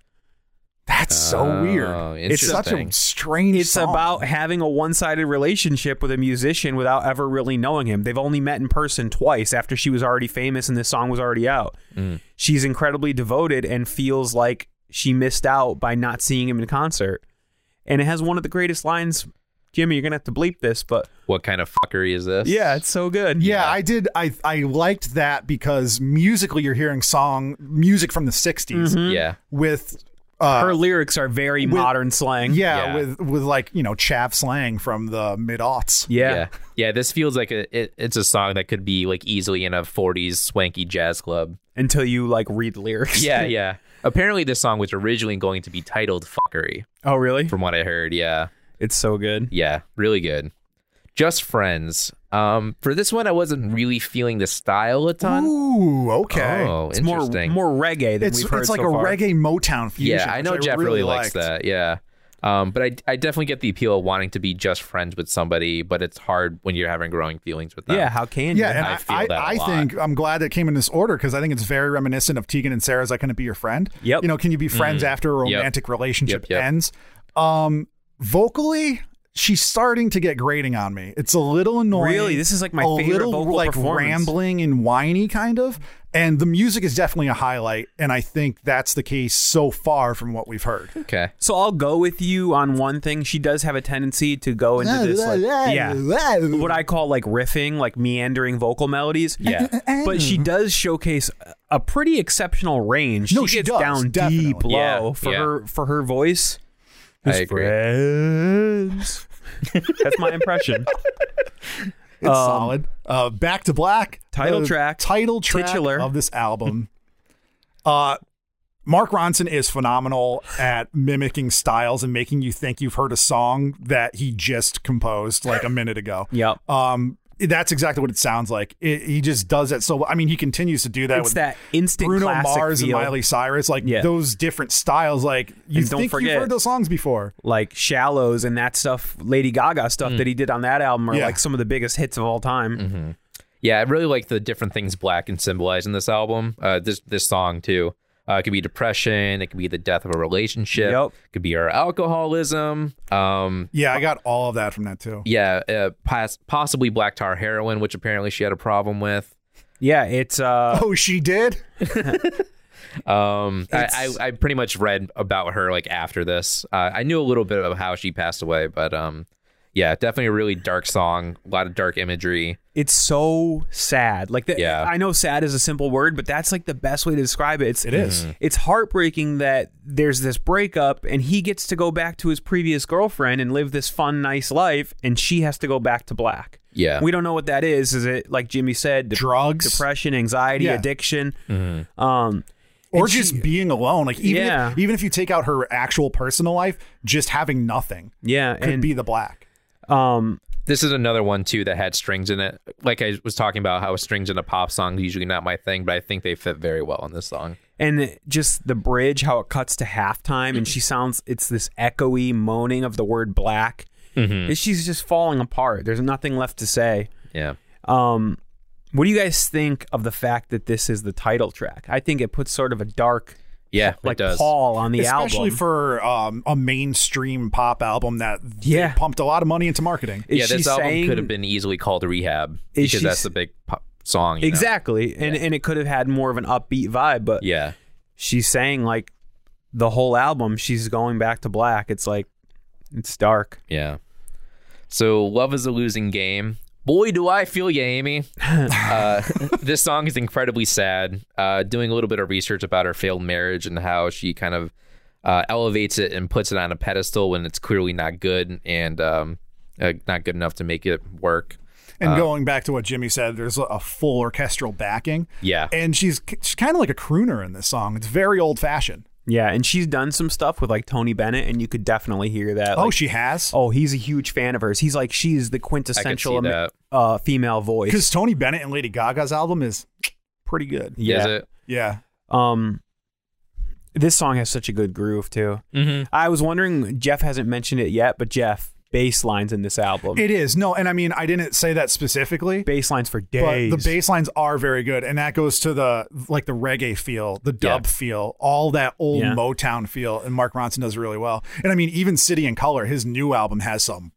[SPEAKER 2] That's so
[SPEAKER 3] Oh,
[SPEAKER 2] weird. It's such a
[SPEAKER 3] interesting.
[SPEAKER 2] strange.
[SPEAKER 1] It's
[SPEAKER 2] song.
[SPEAKER 1] about having a one-sided relationship with a musician without ever really knowing him. They've only met in person twice after she was already famous and this song was already out.
[SPEAKER 3] Mm.
[SPEAKER 1] She's incredibly devoted and feels like she missed out by not seeing him in concert. And it has one of the greatest lines. Jimmy, you're gonna have to bleep this, but
[SPEAKER 3] What kind of fuckery is this?
[SPEAKER 1] yeah, it's so good.
[SPEAKER 2] Yeah, I did. I I liked that because musically, you're hearing song music from the
[SPEAKER 1] Mm-hmm.
[SPEAKER 2] '60s
[SPEAKER 3] Yeah.
[SPEAKER 2] with uh,
[SPEAKER 1] her lyrics are very modern slang.
[SPEAKER 2] yeah,
[SPEAKER 3] Yeah.
[SPEAKER 2] with with like you know chav slang from the mid aughts.
[SPEAKER 1] yeah,
[SPEAKER 3] Yeah. Yeah, This feels like a it, it's a song that could be like easily in a 40s swanky jazz club.
[SPEAKER 1] Until you like read lyrics. [laughs]
[SPEAKER 3] Yeah. Yeah. Apparently, this song was originally going to be titled "Fuckery,"
[SPEAKER 1] Oh, really?
[SPEAKER 3] from what I heard. Yeah.
[SPEAKER 1] It's so good.
[SPEAKER 3] Yeah, really good. Just friends. Um, for this one, I wasn't really feeling the style a ton.
[SPEAKER 2] Ooh, okay.
[SPEAKER 3] Oh,
[SPEAKER 1] It's more
[SPEAKER 3] interesting.
[SPEAKER 1] more reggae than
[SPEAKER 2] it's
[SPEAKER 1] we've heard
[SPEAKER 2] it's like
[SPEAKER 1] so
[SPEAKER 2] a
[SPEAKER 1] far.
[SPEAKER 2] reggae Motown fusion.
[SPEAKER 3] yeah, I
[SPEAKER 2] which
[SPEAKER 3] know Jeff really,
[SPEAKER 2] liked.
[SPEAKER 3] likes that. Uh, Yeah. Um, but I, I definitely get the appeal of wanting to be just friends with somebody, but it's hard when you're having growing feelings with them.
[SPEAKER 1] Yeah, how can you?
[SPEAKER 2] Yeah, and
[SPEAKER 3] I
[SPEAKER 2] I,
[SPEAKER 3] feel
[SPEAKER 2] I,
[SPEAKER 3] that a
[SPEAKER 2] I
[SPEAKER 3] lot.
[SPEAKER 2] think I'm glad that came in this order because I think it's very reminiscent of Tegan and Sarah's "I Couldn't Be Your Friend."
[SPEAKER 1] Yep. Mm.
[SPEAKER 2] you know, can you be friends after a
[SPEAKER 3] Yep.
[SPEAKER 2] romantic relationship
[SPEAKER 3] Yep, yep.
[SPEAKER 2] ends? Um, vocally, she's starting to get grating on me. It's a little annoying.
[SPEAKER 1] Really? This is, like, my
[SPEAKER 2] a
[SPEAKER 1] favorite
[SPEAKER 2] little
[SPEAKER 1] vocal
[SPEAKER 2] like
[SPEAKER 1] performance.
[SPEAKER 2] rambling and whiny kind of. And the music is definitely a highlight, and I think that's the case so far from what we've heard.
[SPEAKER 3] Okay.
[SPEAKER 1] So I'll go with you on one thing. She does have a tendency to go into this, like, yeah, what I call like riffing, like meandering vocal melodies.
[SPEAKER 3] Yeah.
[SPEAKER 1] But she does showcase a pretty exceptional range.
[SPEAKER 2] No, she
[SPEAKER 1] gets
[SPEAKER 2] does,
[SPEAKER 1] down deep,
[SPEAKER 2] definitely.
[SPEAKER 3] Yeah,
[SPEAKER 1] low for
[SPEAKER 3] yeah.
[SPEAKER 1] her for her voice.
[SPEAKER 3] I agree.
[SPEAKER 1] Friends. That's my
[SPEAKER 2] [laughs]
[SPEAKER 1] impression.
[SPEAKER 2] It's solid. Uh, Back to Black
[SPEAKER 1] Um, Title
[SPEAKER 2] the
[SPEAKER 1] track.
[SPEAKER 2] title track
[SPEAKER 1] Titular.
[SPEAKER 2] of this album. uh, Mark Ronson is phenomenal at mimicking styles and making you think you've heard a song that he just composed like a minute ago.
[SPEAKER 1] [laughs] Yep.
[SPEAKER 2] Um, that's exactly what it sounds like. It, he just does that so. well. I mean, he continues to do that.
[SPEAKER 1] it's
[SPEAKER 2] with
[SPEAKER 1] that instant
[SPEAKER 2] Bruno
[SPEAKER 1] classic
[SPEAKER 2] Mars
[SPEAKER 1] feel.
[SPEAKER 2] and Miley Cyrus, like
[SPEAKER 1] Yeah.
[SPEAKER 2] those different styles. Like you
[SPEAKER 1] And don't
[SPEAKER 2] think
[SPEAKER 1] forget-
[SPEAKER 2] you've heard those songs before.
[SPEAKER 1] like Shallows and that stuff, Lady Gaga
[SPEAKER 3] Mm.
[SPEAKER 1] stuff that he did on that album are
[SPEAKER 2] Yeah.
[SPEAKER 1] like some of the biggest hits of all time.
[SPEAKER 3] Mm-hmm. Yeah, I really like the different things black can symbolize in this album. Uh, this this song too. Uh, it could be depression. It could be the death of a relationship.
[SPEAKER 1] Yep.
[SPEAKER 3] It could be our alcoholism. Um,
[SPEAKER 2] Yeah, I got all of that from that too.
[SPEAKER 3] yeah, uh, pos- possibly black tar heroin, which apparently she had a problem with.
[SPEAKER 1] Yeah, it's uh
[SPEAKER 2] Oh, she did.
[SPEAKER 3] Um, I,
[SPEAKER 1] It's-
[SPEAKER 3] I, I pretty much read about her like after this. Uh, I knew a little bit of how she passed away, but um, yeah, definitely a really dark song. A lot of dark imagery.
[SPEAKER 1] It's so sad. Like the,
[SPEAKER 3] Yeah.
[SPEAKER 1] I know sad is a simple word, but that's like the best way to describe it. It's,
[SPEAKER 2] It is.
[SPEAKER 3] Mm-hmm.
[SPEAKER 2] Mhm.
[SPEAKER 1] It's heartbreaking that there's this breakup and he gets to go back to his previous girlfriend and live this fun, nice life, and she has to go back to black.
[SPEAKER 3] Yeah.
[SPEAKER 1] We don't know what that is. Is it like Jimmy said, dep-
[SPEAKER 2] Drugs.
[SPEAKER 1] depression, anxiety,
[SPEAKER 2] Yeah.
[SPEAKER 1] addiction?
[SPEAKER 3] Mm.
[SPEAKER 1] Um,
[SPEAKER 2] or
[SPEAKER 1] and she-
[SPEAKER 2] just being alone. Like even
[SPEAKER 1] Yeah.
[SPEAKER 2] if, even if you take out her actual personal life, just having nothing
[SPEAKER 1] yeah,
[SPEAKER 2] could
[SPEAKER 1] and
[SPEAKER 2] be the black.
[SPEAKER 1] um,
[SPEAKER 3] This is another one too that had strings in it. Like I was talking about how strings in a pop song is usually not my thing, but I think they fit very well on this song.
[SPEAKER 1] and just the bridge how it cuts to halftime and she sounds it's this echoey moaning of the word black
[SPEAKER 3] Mm-hmm.
[SPEAKER 1] and she's just falling apart there's nothing left to say
[SPEAKER 3] Yeah.
[SPEAKER 1] um what do you guys think of the fact that this is the title track i think it puts sort of a dark
[SPEAKER 3] Yeah,
[SPEAKER 1] like
[SPEAKER 3] it does.
[SPEAKER 1] paul on the
[SPEAKER 2] Especially
[SPEAKER 1] album
[SPEAKER 2] for um, a mainstream pop album that they
[SPEAKER 1] Yeah.
[SPEAKER 2] pumped a lot of money into marketing.
[SPEAKER 1] Is
[SPEAKER 3] yeah, this
[SPEAKER 1] she
[SPEAKER 3] album
[SPEAKER 1] saying-
[SPEAKER 3] could have been easily called Rehab
[SPEAKER 1] Is
[SPEAKER 3] because
[SPEAKER 1] she
[SPEAKER 3] that's
[SPEAKER 1] s-
[SPEAKER 3] the big pop song. you know?
[SPEAKER 1] exactly and and it could have had more of an upbeat vibe but
[SPEAKER 3] Yeah.
[SPEAKER 1] she's saying like the whole album she's going back to black it's like it's dark
[SPEAKER 3] Yeah. So love is a losing game. Boy, do I feel
[SPEAKER 1] [laughs]
[SPEAKER 3] you, Amy. uh, this song is incredibly sad. Uh, doing a little bit of research about her failed marriage and how she kind of uh, elevates it and puts it on a pedestal when it's clearly not good and um, uh, not good enough to make it work.
[SPEAKER 1] uh,
[SPEAKER 2] And going back to what Jimmy said, there's a- a full orchestral backing.
[SPEAKER 3] Yeah.
[SPEAKER 2] And she's she's kind of like a crooner in this song. It's very old fashioned.
[SPEAKER 1] Yeah, and she's done some stuff with like Tony Bennett, and you could definitely hear that.
[SPEAKER 2] oh,
[SPEAKER 1] like,
[SPEAKER 2] she has.
[SPEAKER 1] oh, he's a huge fan of hers. He's like, she is the quintessential
[SPEAKER 3] see
[SPEAKER 1] Amer-
[SPEAKER 3] that.
[SPEAKER 1] uh, female voice.
[SPEAKER 2] Because Tony Bennett and Lady Gaga's album is pretty good.
[SPEAKER 3] Is
[SPEAKER 1] yeah,
[SPEAKER 3] it?
[SPEAKER 2] Yeah.
[SPEAKER 1] um, this song has such a good groove too.
[SPEAKER 3] Mhm.
[SPEAKER 1] I was wondering, Jeff hasn't mentioned it yet, but Jeff, bass lines in this album,
[SPEAKER 2] It is. No, and I mean, I didn't say that specifically.
[SPEAKER 1] bass lines for
[SPEAKER 2] But
[SPEAKER 1] days.
[SPEAKER 2] the bass lines are very good, and that goes to the like the reggae feel, the dub
[SPEAKER 3] Yeah.
[SPEAKER 2] feel, all that old
[SPEAKER 1] Yeah.
[SPEAKER 2] Motown feel, and Mark Ronson does really well. And I mean, even City and Color, his new album has some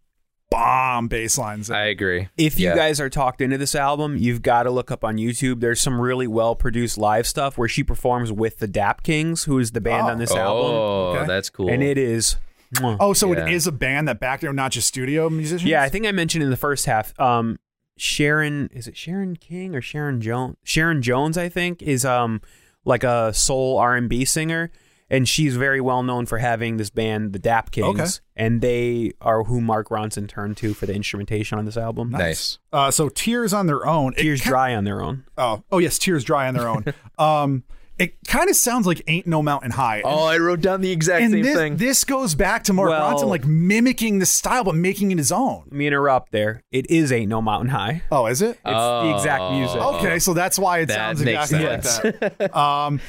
[SPEAKER 2] bomb bass lines.
[SPEAKER 3] I agree.
[SPEAKER 1] if you
[SPEAKER 3] Yeah.
[SPEAKER 1] guys are talked into this album, you've got to look up on YouTube. There's some really well produced live stuff where she performs with the Dap Kings, who is the band
[SPEAKER 2] Oh.
[SPEAKER 1] on this
[SPEAKER 3] Oh,
[SPEAKER 1] album,
[SPEAKER 2] Okay.
[SPEAKER 3] that's cool.
[SPEAKER 1] and it is.
[SPEAKER 2] oh, so
[SPEAKER 3] Yeah.
[SPEAKER 2] it is a band that back there, not just studio musicians.
[SPEAKER 1] Yeah, I think I mentioned in the first half. Um, Sharon is it Sharon King or Sharon Jones? Sharon Jones, I think, is um like a soul R and B singer, and she's very well known for having this band, the Dap Kings,
[SPEAKER 2] Okay.
[SPEAKER 1] and they are who Mark Ronson turned to for the instrumentation on this album.
[SPEAKER 3] nice.
[SPEAKER 2] Uh, so tears on their own. It
[SPEAKER 1] Tears
[SPEAKER 2] ki-
[SPEAKER 1] dry on their own.
[SPEAKER 2] Oh, oh yes, tears dry on
[SPEAKER 1] [laughs]
[SPEAKER 2] their own. um, it kind of sounds like "Ain't No Mountain High." And-
[SPEAKER 3] Oh, I wrote down the exact
[SPEAKER 2] and
[SPEAKER 3] same
[SPEAKER 2] this,
[SPEAKER 3] thing.
[SPEAKER 2] this goes back to Mark
[SPEAKER 1] Well-
[SPEAKER 2] Ronson like mimicking the style but making it his own.
[SPEAKER 1] Let me interrupt there. It is ain't no mountain high.
[SPEAKER 2] Oh, is it?
[SPEAKER 1] It's the exact music.
[SPEAKER 2] Okay, so that's why it
[SPEAKER 3] That
[SPEAKER 2] sounds
[SPEAKER 3] makes
[SPEAKER 2] exactly like that. um,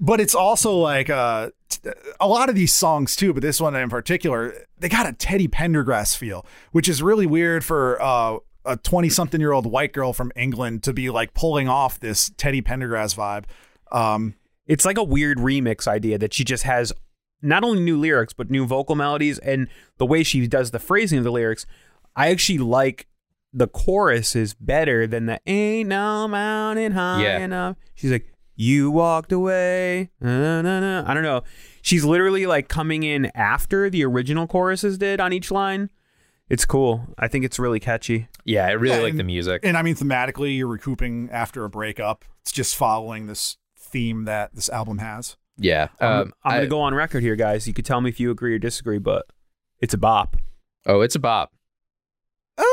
[SPEAKER 2] but it's also like uh, t- a lot of these songs too, but this one in particular, they got a Teddy Pendergrass feel, which is really weird for uh, a twenty-something-year-old white girl from England to be like pulling off this Teddy Pendergrass vibe. Um,
[SPEAKER 1] it's like a weird remix idea that she just has not only new lyrics but new vocal melodies and the way she does the phrasing of the lyrics i actually like the chorus is better than the ain't no mountain high
[SPEAKER 3] Yeah.
[SPEAKER 1] enough she's like you walked away na, na, na." i don't know she's literally like coming in after the original choruses did on each line it's cool i think it's really catchy
[SPEAKER 3] yeah, I really
[SPEAKER 2] Yeah,
[SPEAKER 3] like
[SPEAKER 2] and-
[SPEAKER 3] the music.
[SPEAKER 2] and I mean, thematically, you're recouping after a breakup. It's just following this theme that this album has.
[SPEAKER 3] yeah.
[SPEAKER 1] i'm,
[SPEAKER 3] Um,
[SPEAKER 1] I'm gonna
[SPEAKER 3] I-
[SPEAKER 1] go on record here guys you could tell me if you agree or disagree but it's a bop
[SPEAKER 3] Oh, it's a bop.
[SPEAKER 2] Uh,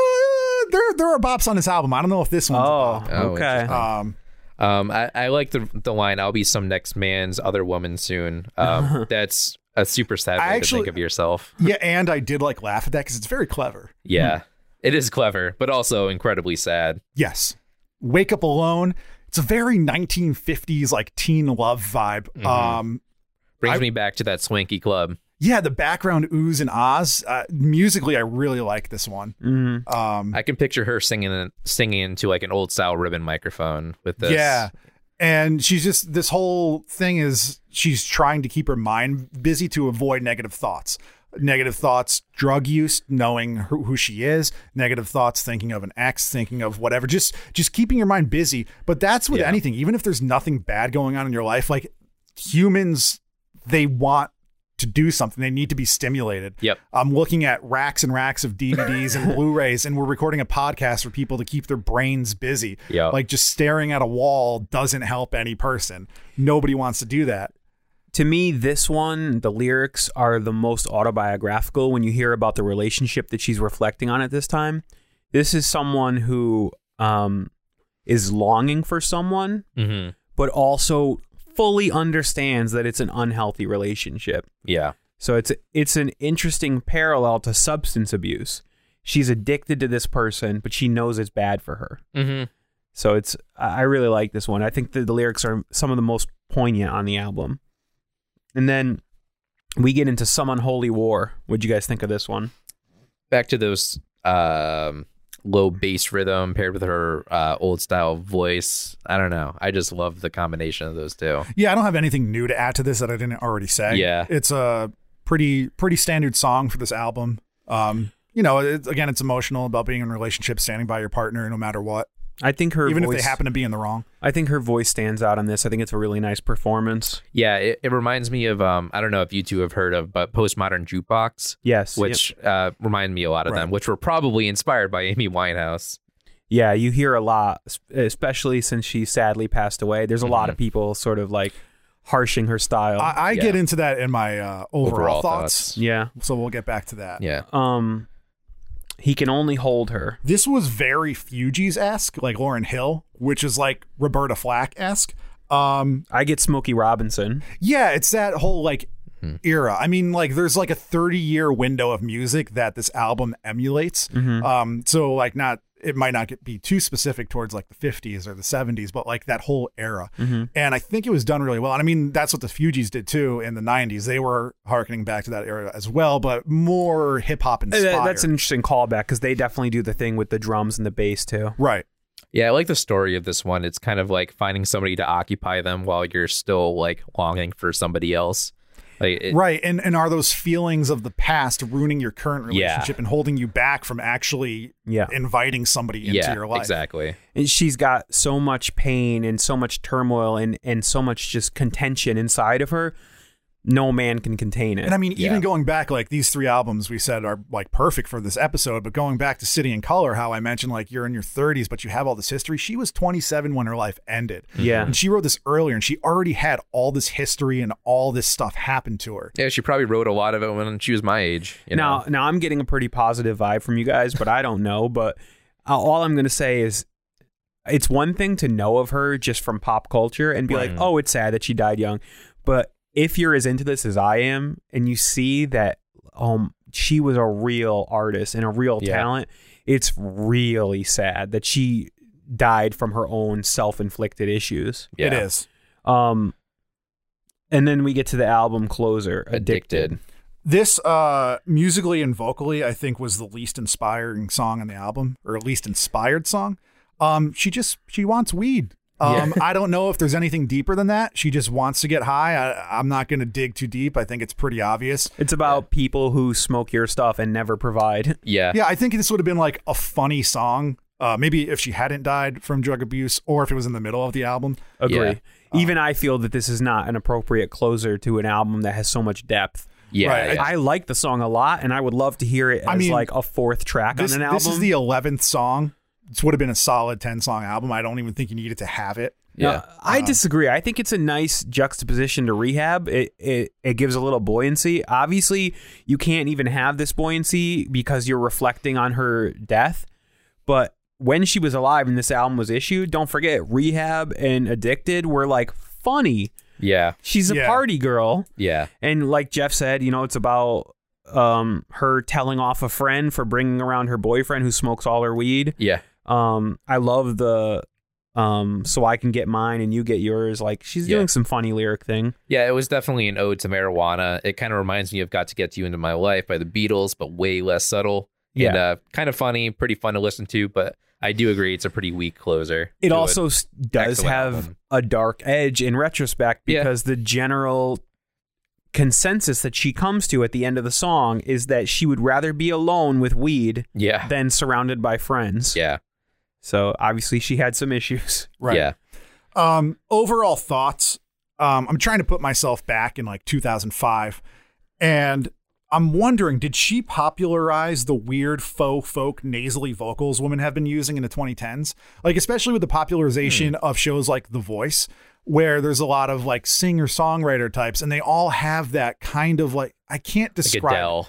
[SPEAKER 2] there, there are bops on this album. I don't know if this one's
[SPEAKER 1] oh
[SPEAKER 2] a
[SPEAKER 3] Oh,
[SPEAKER 1] okay
[SPEAKER 2] bop. Um,
[SPEAKER 3] Um, I, I like the the line. I'll be some next man's other woman soon.
[SPEAKER 2] [laughs]
[SPEAKER 3] Um, that's a super sad way
[SPEAKER 2] I
[SPEAKER 3] to
[SPEAKER 2] actually-
[SPEAKER 3] think of yourself.
[SPEAKER 2] Yeah, and I did like laugh at that because it's very clever.
[SPEAKER 3] Yeah, it is clever, but also incredibly sad.
[SPEAKER 2] Yes. Wake Up Alone. It's a very 1950s like teen love vibe. Um
[SPEAKER 3] Brings
[SPEAKER 2] I-
[SPEAKER 3] me back to that swanky club.
[SPEAKER 2] yeah, the background oohs and ahs. Uh, musically, I really like this one.
[SPEAKER 1] Mhm.
[SPEAKER 2] Um
[SPEAKER 3] I can picture her singing singing into like an old style ribbon microphone with this.
[SPEAKER 2] yeah. And she's just this whole thing is she's trying to keep her mind busy to avoid negative thoughts. Negative thoughts, drug use, knowing who, who she is. Negative thoughts, thinking of an ex, thinking of whatever. Just just keeping your mind busy. But that's with
[SPEAKER 3] Yeah.
[SPEAKER 2] anything. Even if there's nothing bad going on in your life, like humans, they want to do something. They need to be stimulated.
[SPEAKER 3] Yep.
[SPEAKER 2] I'm looking at racks and racks of DVDs
[SPEAKER 3] [laughs]
[SPEAKER 2] and Blu-rays, and we're recording a podcast for people to keep their brains busy.
[SPEAKER 3] Yeah.
[SPEAKER 2] Like just staring at a wall doesn't help any person. Nobody wants to do that.
[SPEAKER 1] to me, this one, the lyrics are the most autobiographical when you hear about the relationship that she's reflecting on at this time. This is someone who um, is longing for someone,
[SPEAKER 3] Mm-hmm.
[SPEAKER 1] but also fully understands that it's an unhealthy relationship.
[SPEAKER 3] Yeah.
[SPEAKER 1] So it's it's an interesting parallel to substance abuse. She's addicted to this person, but she knows it's bad for her.
[SPEAKER 3] Mm-hmm.
[SPEAKER 1] So it's I I really like this one. I think the, the lyrics are some of the most poignant on the album. And then we get into some unholy war. What'd you guys think of this one?
[SPEAKER 3] back to those um low bass rhythm paired with her uh old style voice i don't know i just love the combination of those two
[SPEAKER 2] Yeah, I don't have anything new to add to this that I didn't already say.
[SPEAKER 3] Yeah.
[SPEAKER 2] It's a pretty pretty standard song for this album. Um, you know, it's, again, it's emotional about being in a relationship, standing by your partner no matter what,
[SPEAKER 1] I think her
[SPEAKER 2] even
[SPEAKER 1] voice,
[SPEAKER 2] if they happen to be in the wrong.
[SPEAKER 1] I think her voice stands out on this. I think it's a really nice performance.
[SPEAKER 3] yeah it, it reminds me of um i don't know if you two have heard of but postmodern jukebox
[SPEAKER 1] Yes.
[SPEAKER 3] which uh remind me a lot of them
[SPEAKER 2] Right.
[SPEAKER 3] which were probably inspired by amy winehouse
[SPEAKER 1] yeah, you hear a lot, es- especially since she sadly passed away. There's a lot
[SPEAKER 3] Mm-hmm.
[SPEAKER 1] of people sort of like harshing her style.
[SPEAKER 2] I, I
[SPEAKER 3] Yeah.
[SPEAKER 2] get into that in my uh, overall,
[SPEAKER 3] Overall
[SPEAKER 2] thoughts,
[SPEAKER 1] yeah.
[SPEAKER 2] so we'll get back to that.
[SPEAKER 3] yeah
[SPEAKER 1] Um, he can only hold her.
[SPEAKER 2] This was very Fugees esque, like Lauren Hill, which is like Roberta Flack esque. Um,
[SPEAKER 1] I get Smokey Robinson.
[SPEAKER 2] Yeah, it's that whole like
[SPEAKER 3] Hmm.
[SPEAKER 2] era. I mean, like there's like a 30 year window of music that this album emulates.
[SPEAKER 1] Mm-hmm.
[SPEAKER 2] Um, so like not it might not get, be too specific towards like the 50s or the 70s, but like that whole era.
[SPEAKER 1] Mm-hmm.
[SPEAKER 2] And I think it was done really well. And I mean, that's what the Fugees did too in the 90s. They were harkening back to that era as well, but more hip hop
[SPEAKER 1] Uh,
[SPEAKER 2] inspired.
[SPEAKER 1] that- that's an interesting callback because they definitely do the thing with the drums and the bass too.
[SPEAKER 2] right.
[SPEAKER 3] yeah i like the story of this one it's kind of like finding somebody to occupy them while you're still like longing for somebody else like it,
[SPEAKER 2] right and and are those feelings of the past ruining your current
[SPEAKER 3] Yeah.
[SPEAKER 2] relationship and holding you back from actually
[SPEAKER 1] Yeah.
[SPEAKER 2] inviting somebody into
[SPEAKER 3] yeah
[SPEAKER 2] your life
[SPEAKER 3] exactly
[SPEAKER 1] And she's got so much pain and so much turmoil and, and so much just contention inside of her. No man can contain it.
[SPEAKER 2] And I mean,
[SPEAKER 3] Yeah.
[SPEAKER 2] even going back, like these three albums we said are like perfect for this episode, but going back to City and Color, how I mentioned, like you're in your 30s, but you have all this history. She was 27 when her life ended.
[SPEAKER 3] Mm-hmm.
[SPEAKER 1] yeah.
[SPEAKER 2] And she wrote this earlier, and she already had all this history and all this stuff happen to her.
[SPEAKER 3] yeah she probably wrote a lot of it when she was my age you know?
[SPEAKER 1] now, now I'm getting a pretty positive vibe from you guys, but I don't know. But uh, all I'm going to say is it's one thing to know of her just from pop culture and be like, oh, it's sad that she died young. But if you're as into this as I am and you see that um, she was a real artist and a real
[SPEAKER 3] Yeah.
[SPEAKER 1] talent, it's really sad that she died from her own self inflicted issues.
[SPEAKER 3] yeah.
[SPEAKER 2] It is.
[SPEAKER 1] Um, and then we get to the album closer,
[SPEAKER 3] Addicted.
[SPEAKER 1] Addicted.
[SPEAKER 2] This, uh, musically and vocally, I think was the least inspiring song on the album, or least inspired song. Um, she just she wants weed.
[SPEAKER 1] [laughs]
[SPEAKER 2] Um, I don't know if there's anything deeper than that. She just wants to get high. I, I'm not going to dig too deep. I think it's pretty obvious.
[SPEAKER 1] It's about people who smoke your stuff and never provide. [laughs]
[SPEAKER 3] yeah
[SPEAKER 2] Yeah, I think this would have been like a funny song. Uh, maybe if she hadn't died from drug abuse, or if it was in the middle of the album.
[SPEAKER 1] Agree.
[SPEAKER 3] Yeah. Uh-huh.
[SPEAKER 1] Even I feel that this is not an appropriate closer to an album that has so much depth.
[SPEAKER 3] Yeah,
[SPEAKER 2] Right,
[SPEAKER 3] yeah.
[SPEAKER 1] I like the song a lot, and I would love to hear it as
[SPEAKER 2] I mean,
[SPEAKER 1] like a fourth track
[SPEAKER 2] This,
[SPEAKER 1] on an album.
[SPEAKER 2] this is the eleventh song. This would have been a solid ten song album. I don't even think you needed to have it.
[SPEAKER 1] No,
[SPEAKER 3] yeah.
[SPEAKER 1] I disagree. I think it's a nice juxtaposition to rehab. It, it it gives a little buoyancy. Obviously, you can't even have this buoyancy because you're reflecting on her death. But when she was alive and this album was issued, don't forget rehab and addicted were like funny.
[SPEAKER 3] yeah,
[SPEAKER 1] She's a
[SPEAKER 2] Yeah.
[SPEAKER 1] party girl.
[SPEAKER 3] yeah,
[SPEAKER 1] And like Jeff said, you know, it's about um her telling off a friend for bringing around her boyfriend who smokes all her weed.
[SPEAKER 3] yeah,
[SPEAKER 1] Um I love the um so I can get mine and you get yours. Like she's
[SPEAKER 3] Yeah.
[SPEAKER 1] doing some funny lyric thing.
[SPEAKER 3] yeah. It was definitely an ode to marijuana. It kind of reminds me of "Got to Get You Into My Life" by the Beatles, but way less subtle. and,
[SPEAKER 1] Yeah.
[SPEAKER 3] uh, kind of funny, pretty fun to listen to. But I do agree, it's a pretty weak closer.
[SPEAKER 1] It
[SPEAKER 3] to
[SPEAKER 1] also s does
[SPEAKER 3] Excellent
[SPEAKER 1] have
[SPEAKER 3] album.
[SPEAKER 1] a dark edge in retrospect
[SPEAKER 3] Yeah.
[SPEAKER 1] because the general consensus that she comes to at the end of the song is that she would rather be alone with weed
[SPEAKER 3] yeah,
[SPEAKER 1] than surrounded by friends.
[SPEAKER 3] yeah,
[SPEAKER 1] So obviously she had some issues. [laughs]
[SPEAKER 3] yeah,
[SPEAKER 2] Um, overall thoughts. Um, I'm trying to put myself back in like 2005, And I'm wondering, did she popularize the weird faux folk nasally vocals women have been using in the 2010s? Like, especially with the popularization
[SPEAKER 3] Hmm.
[SPEAKER 2] of shows like The Voice, where there's a lot of like singer songwriter types, and they all have that kind of like, I can't
[SPEAKER 3] Like
[SPEAKER 2] describe
[SPEAKER 3] Adele.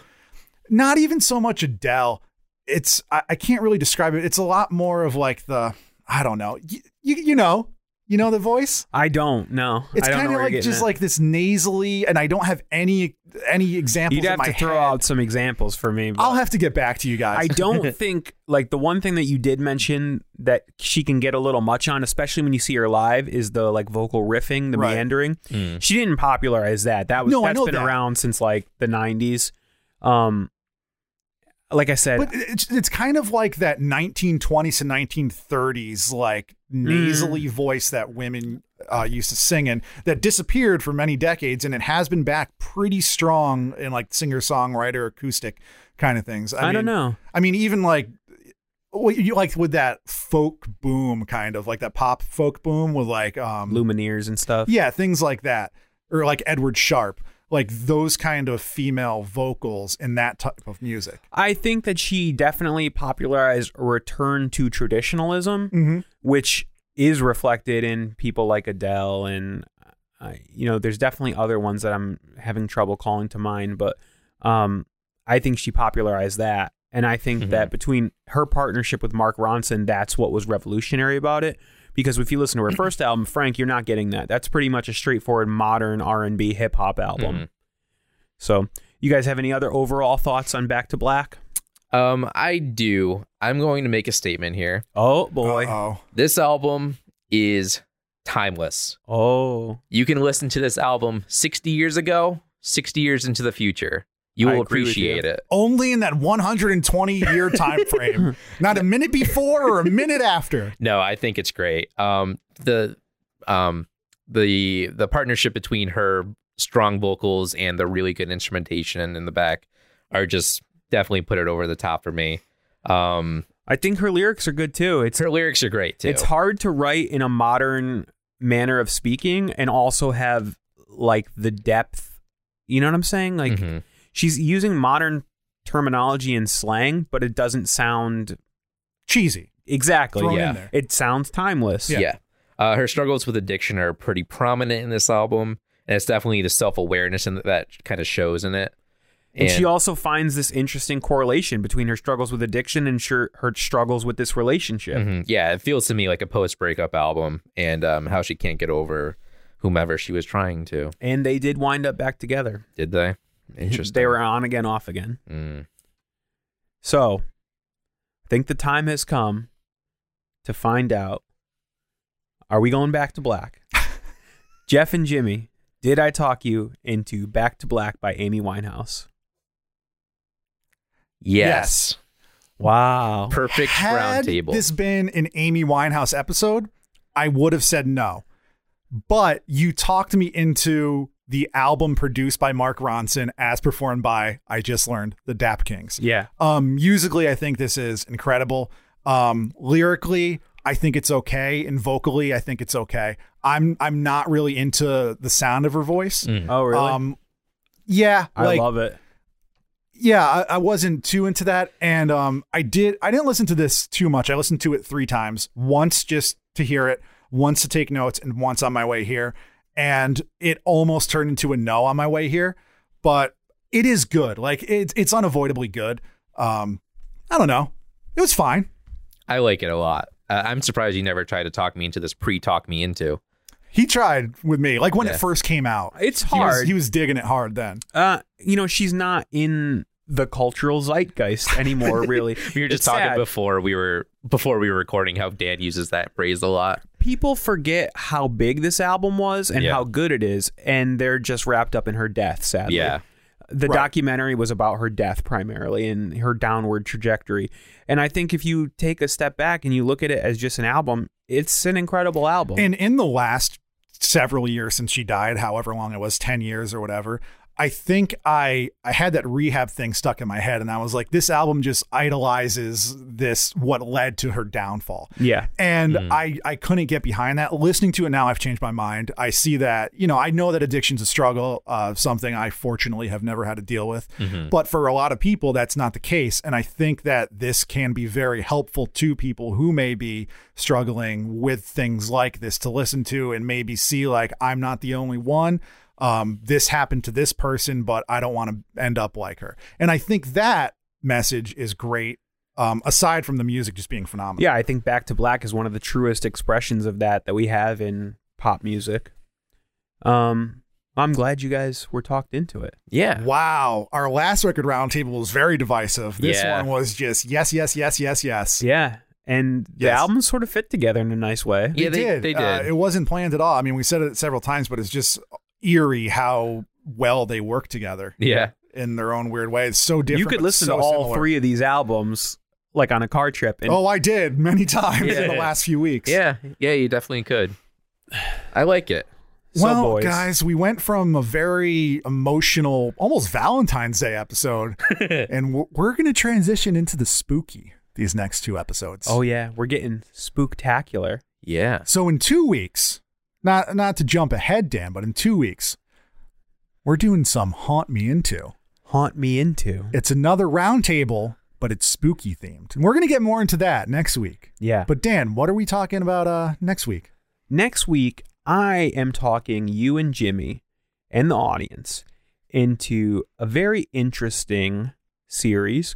[SPEAKER 2] not even so much Adele. It's I, I can't really describe it. It's a lot more of like the I don't know. You you, you know you know the voice.
[SPEAKER 1] I don't know.
[SPEAKER 2] It's
[SPEAKER 1] I don't know
[SPEAKER 2] kind of
[SPEAKER 1] where you're
[SPEAKER 2] like
[SPEAKER 1] getting
[SPEAKER 2] just
[SPEAKER 1] at.
[SPEAKER 2] like this nasally, and I don't have any any examples.
[SPEAKER 1] you'd
[SPEAKER 2] in
[SPEAKER 1] have
[SPEAKER 2] my
[SPEAKER 1] to throw
[SPEAKER 2] head.
[SPEAKER 1] out some examples for me. but-
[SPEAKER 2] I'll have to get back to you guys.
[SPEAKER 1] I don't think like the one thing that you did mention that she can get a little much on, especially when you see her live, is the like vocal riffing, the
[SPEAKER 2] Right. Mm.
[SPEAKER 1] meandering. She didn't popularize that. That was
[SPEAKER 2] No, I
[SPEAKER 1] that's
[SPEAKER 2] know
[SPEAKER 1] been
[SPEAKER 2] that.
[SPEAKER 1] around since like the '90s. Um, like I said,
[SPEAKER 2] [laughs] but it's it's kind of like that 1920s to 1930s like nasally
[SPEAKER 1] Mm.
[SPEAKER 2] voice that women uh, used to sing in that disappeared for many decades and it has been back pretty strong in like singer songwriter acoustic kind of things.
[SPEAKER 1] I, don't
[SPEAKER 2] mean,
[SPEAKER 1] know.
[SPEAKER 2] I mean, even like what you like with that folk boom kind of like that pop folk boom with like um
[SPEAKER 1] Lumineers and stuff.
[SPEAKER 2] yeah things like that or like Edward Sharp like those kind of female vocals in that type of music.
[SPEAKER 1] I think that she definitely popularized a return to traditionalism, which is reflected in people like Adele and uh, you know, there's definitely other ones that I'm having trouble calling to mind, but um, I think she popularized that, and I think that between her partnership with Mark Ronson, that's what was revolutionary about it. Because if you listen to her first album, Frank, you're not getting that. That's pretty much a straightforward modern R&B hip hop album. So, you guys have any other overall thoughts on Back to Black?
[SPEAKER 3] Um, I do. I'm going to make a statement here.
[SPEAKER 1] Oh boy.
[SPEAKER 2] Oh.
[SPEAKER 3] This album is timeless.
[SPEAKER 1] Oh.
[SPEAKER 3] You can listen to this album 60 years ago, 60 years into the future. You
[SPEAKER 1] I
[SPEAKER 3] will
[SPEAKER 1] agree with you.
[SPEAKER 3] appreciate it.
[SPEAKER 2] only in that 120 year
[SPEAKER 3] [laughs]
[SPEAKER 2] time frame not a minute before or a minute after
[SPEAKER 3] No, I think it's great. Um, the um, the the partnership between her strong vocals and the really good instrumentation in the back are just definitely put it over the top for me. Um,
[SPEAKER 1] I think her lyrics are good too. It's
[SPEAKER 3] her lyrics are great too.
[SPEAKER 1] it's hard to write in a modern manner of speaking and also have like the depth. You know what I'm saying? Like
[SPEAKER 3] Mhm.
[SPEAKER 1] she's using modern terminology and slang, but it doesn't sound
[SPEAKER 2] cheesy
[SPEAKER 1] exactly.
[SPEAKER 2] thrown
[SPEAKER 3] yeah.
[SPEAKER 2] in there
[SPEAKER 1] It sounds timeless.
[SPEAKER 3] yeah. Uh, her struggles with addiction are pretty prominent in this album, and it's definitely the self awareness and that kind of shows in it.
[SPEAKER 1] And she also finds this interesting correlation between her struggles with addiction and sure, her struggles with this relationship.
[SPEAKER 3] Mhm. yeah, it feels to me like a post breakup album, and um, how she can't get over whomever she was trying to.
[SPEAKER 1] And they did wind up back together.
[SPEAKER 3] Did they? Interesting.
[SPEAKER 1] They were on again, off again.
[SPEAKER 3] Mm.
[SPEAKER 1] So, I think the time has come to find out are we going back to black? Jeff and Jimmy, did I talk you into Back to Black by Amy Winehouse?
[SPEAKER 3] Yes.
[SPEAKER 1] Wow.
[SPEAKER 3] Perfect
[SPEAKER 2] had
[SPEAKER 3] round table.
[SPEAKER 2] this been an amy winehouse episode i would have said no but you talked me into the album produced by mark ronson as performed by i just learned the dap kings
[SPEAKER 1] Yeah.
[SPEAKER 2] Um, musically, I think this is incredible. Um, lyrically, I think it's okay, and vocally, I think it's okay. I'm I'm not really into the sound of her voice.
[SPEAKER 1] Oh, really?
[SPEAKER 2] Um, yeah,
[SPEAKER 1] I
[SPEAKER 2] like
[SPEAKER 1] love it.
[SPEAKER 2] yeah, I, I wasn't too into that, and um, I did I didn't listen to this too much. I listened to it three times, once just to hear it, once to take notes, and once on my way here. And it almost turned into a no on my way here, but it is good. Like it's it's unavoidably good. Um, I don't know, it was fine.
[SPEAKER 3] I like it a lot. Uh, I'm surprised you never tried to talk me into this pre talk me into.
[SPEAKER 2] He tried with me, like when
[SPEAKER 3] Yeah.
[SPEAKER 2] it first came out.
[SPEAKER 1] It's
[SPEAKER 2] He was,
[SPEAKER 1] hard.
[SPEAKER 2] he was digging it hard then.
[SPEAKER 1] uh, you know, she's not in the cultural zeitgeist anymore, really.
[SPEAKER 3] We were just
[SPEAKER 1] It's
[SPEAKER 3] talking
[SPEAKER 1] sad.
[SPEAKER 3] before we were before we were recording how Dan uses that phrase a lot.
[SPEAKER 1] People forget how big this album was and
[SPEAKER 3] Yeah.
[SPEAKER 1] how good it is, and they're just wrapped up in her death, sadly.
[SPEAKER 3] Yeah.
[SPEAKER 1] the
[SPEAKER 2] Right.
[SPEAKER 1] documentary was about her death primarily and her downward trajectory. And I think if you take a step back and you look at it as just an album, it's an incredible album.
[SPEAKER 2] And in the last several years since she died, however long it was, 10 years or whatever, I think I I had that rehab thing stuck in my head, and I was like, this album just idolizes this what led to her downfall.
[SPEAKER 1] Yeah.
[SPEAKER 2] And I I couldn't get behind that. Listening to it now, I've changed my mind. I see that you know I know that addiction's a struggle, uh, something I fortunately have never had to deal with. But for a lot of people, that's not the case, and I think that this can be very helpful to people who may be struggling with things like this to listen to and maybe see like I'm not the only one um, this happened to this person, but I don't want to end up like her. And I think that message is great. Um, aside from the music just being phenomenal.
[SPEAKER 1] Yeah, I think Back to Black is one of the truest expressions of that that we have in pop music. Um, I'm glad you guys were talked into it.
[SPEAKER 3] Yeah.
[SPEAKER 2] Wow. Our last record roundtable was very divisive. This
[SPEAKER 3] Yeah.
[SPEAKER 2] one was just yes, yes, yes, yes, yes.
[SPEAKER 1] Yeah, and the
[SPEAKER 2] Yes.
[SPEAKER 1] albums sort of fit together in a nice way.
[SPEAKER 3] Yeah, they- they
[SPEAKER 2] Uh,
[SPEAKER 3] did.
[SPEAKER 2] it wasn't planned at all. I mean, we said it several times, but it's just eerie how well they work together
[SPEAKER 3] Yeah.
[SPEAKER 2] in their own weird way. It's so different.
[SPEAKER 1] you could
[SPEAKER 2] but
[SPEAKER 1] listen
[SPEAKER 2] so
[SPEAKER 1] to all
[SPEAKER 2] similar.
[SPEAKER 1] three of these albums like on a car trip, and
[SPEAKER 2] Oh, I did many times in the
[SPEAKER 3] Yeah.
[SPEAKER 2] last few weeks.
[SPEAKER 3] Yeah. Yeah, you definitely could. I like it.
[SPEAKER 1] so
[SPEAKER 2] well,
[SPEAKER 1] boys.
[SPEAKER 2] guys, we went from a very emotional, almost Valentine's
[SPEAKER 1] [laughs]
[SPEAKER 2] Day episode, and we're, we're going to transition into the spooky these next two episodes.
[SPEAKER 1] Oh yeah, we're getting spooktacular.
[SPEAKER 3] Yeah.
[SPEAKER 2] so in two weeks, not not to jump ahead, Dan, but in two weeks, we're doing some haunt me into.
[SPEAKER 1] Haunt me into.
[SPEAKER 2] It's another roundtable, but it's spooky themed, and we're going to get more into that next week.
[SPEAKER 1] Yeah.
[SPEAKER 2] But Dan, what are we talking about uh, next week?
[SPEAKER 1] Next week, I am talking you and Jimmy and the audience into a very interesting series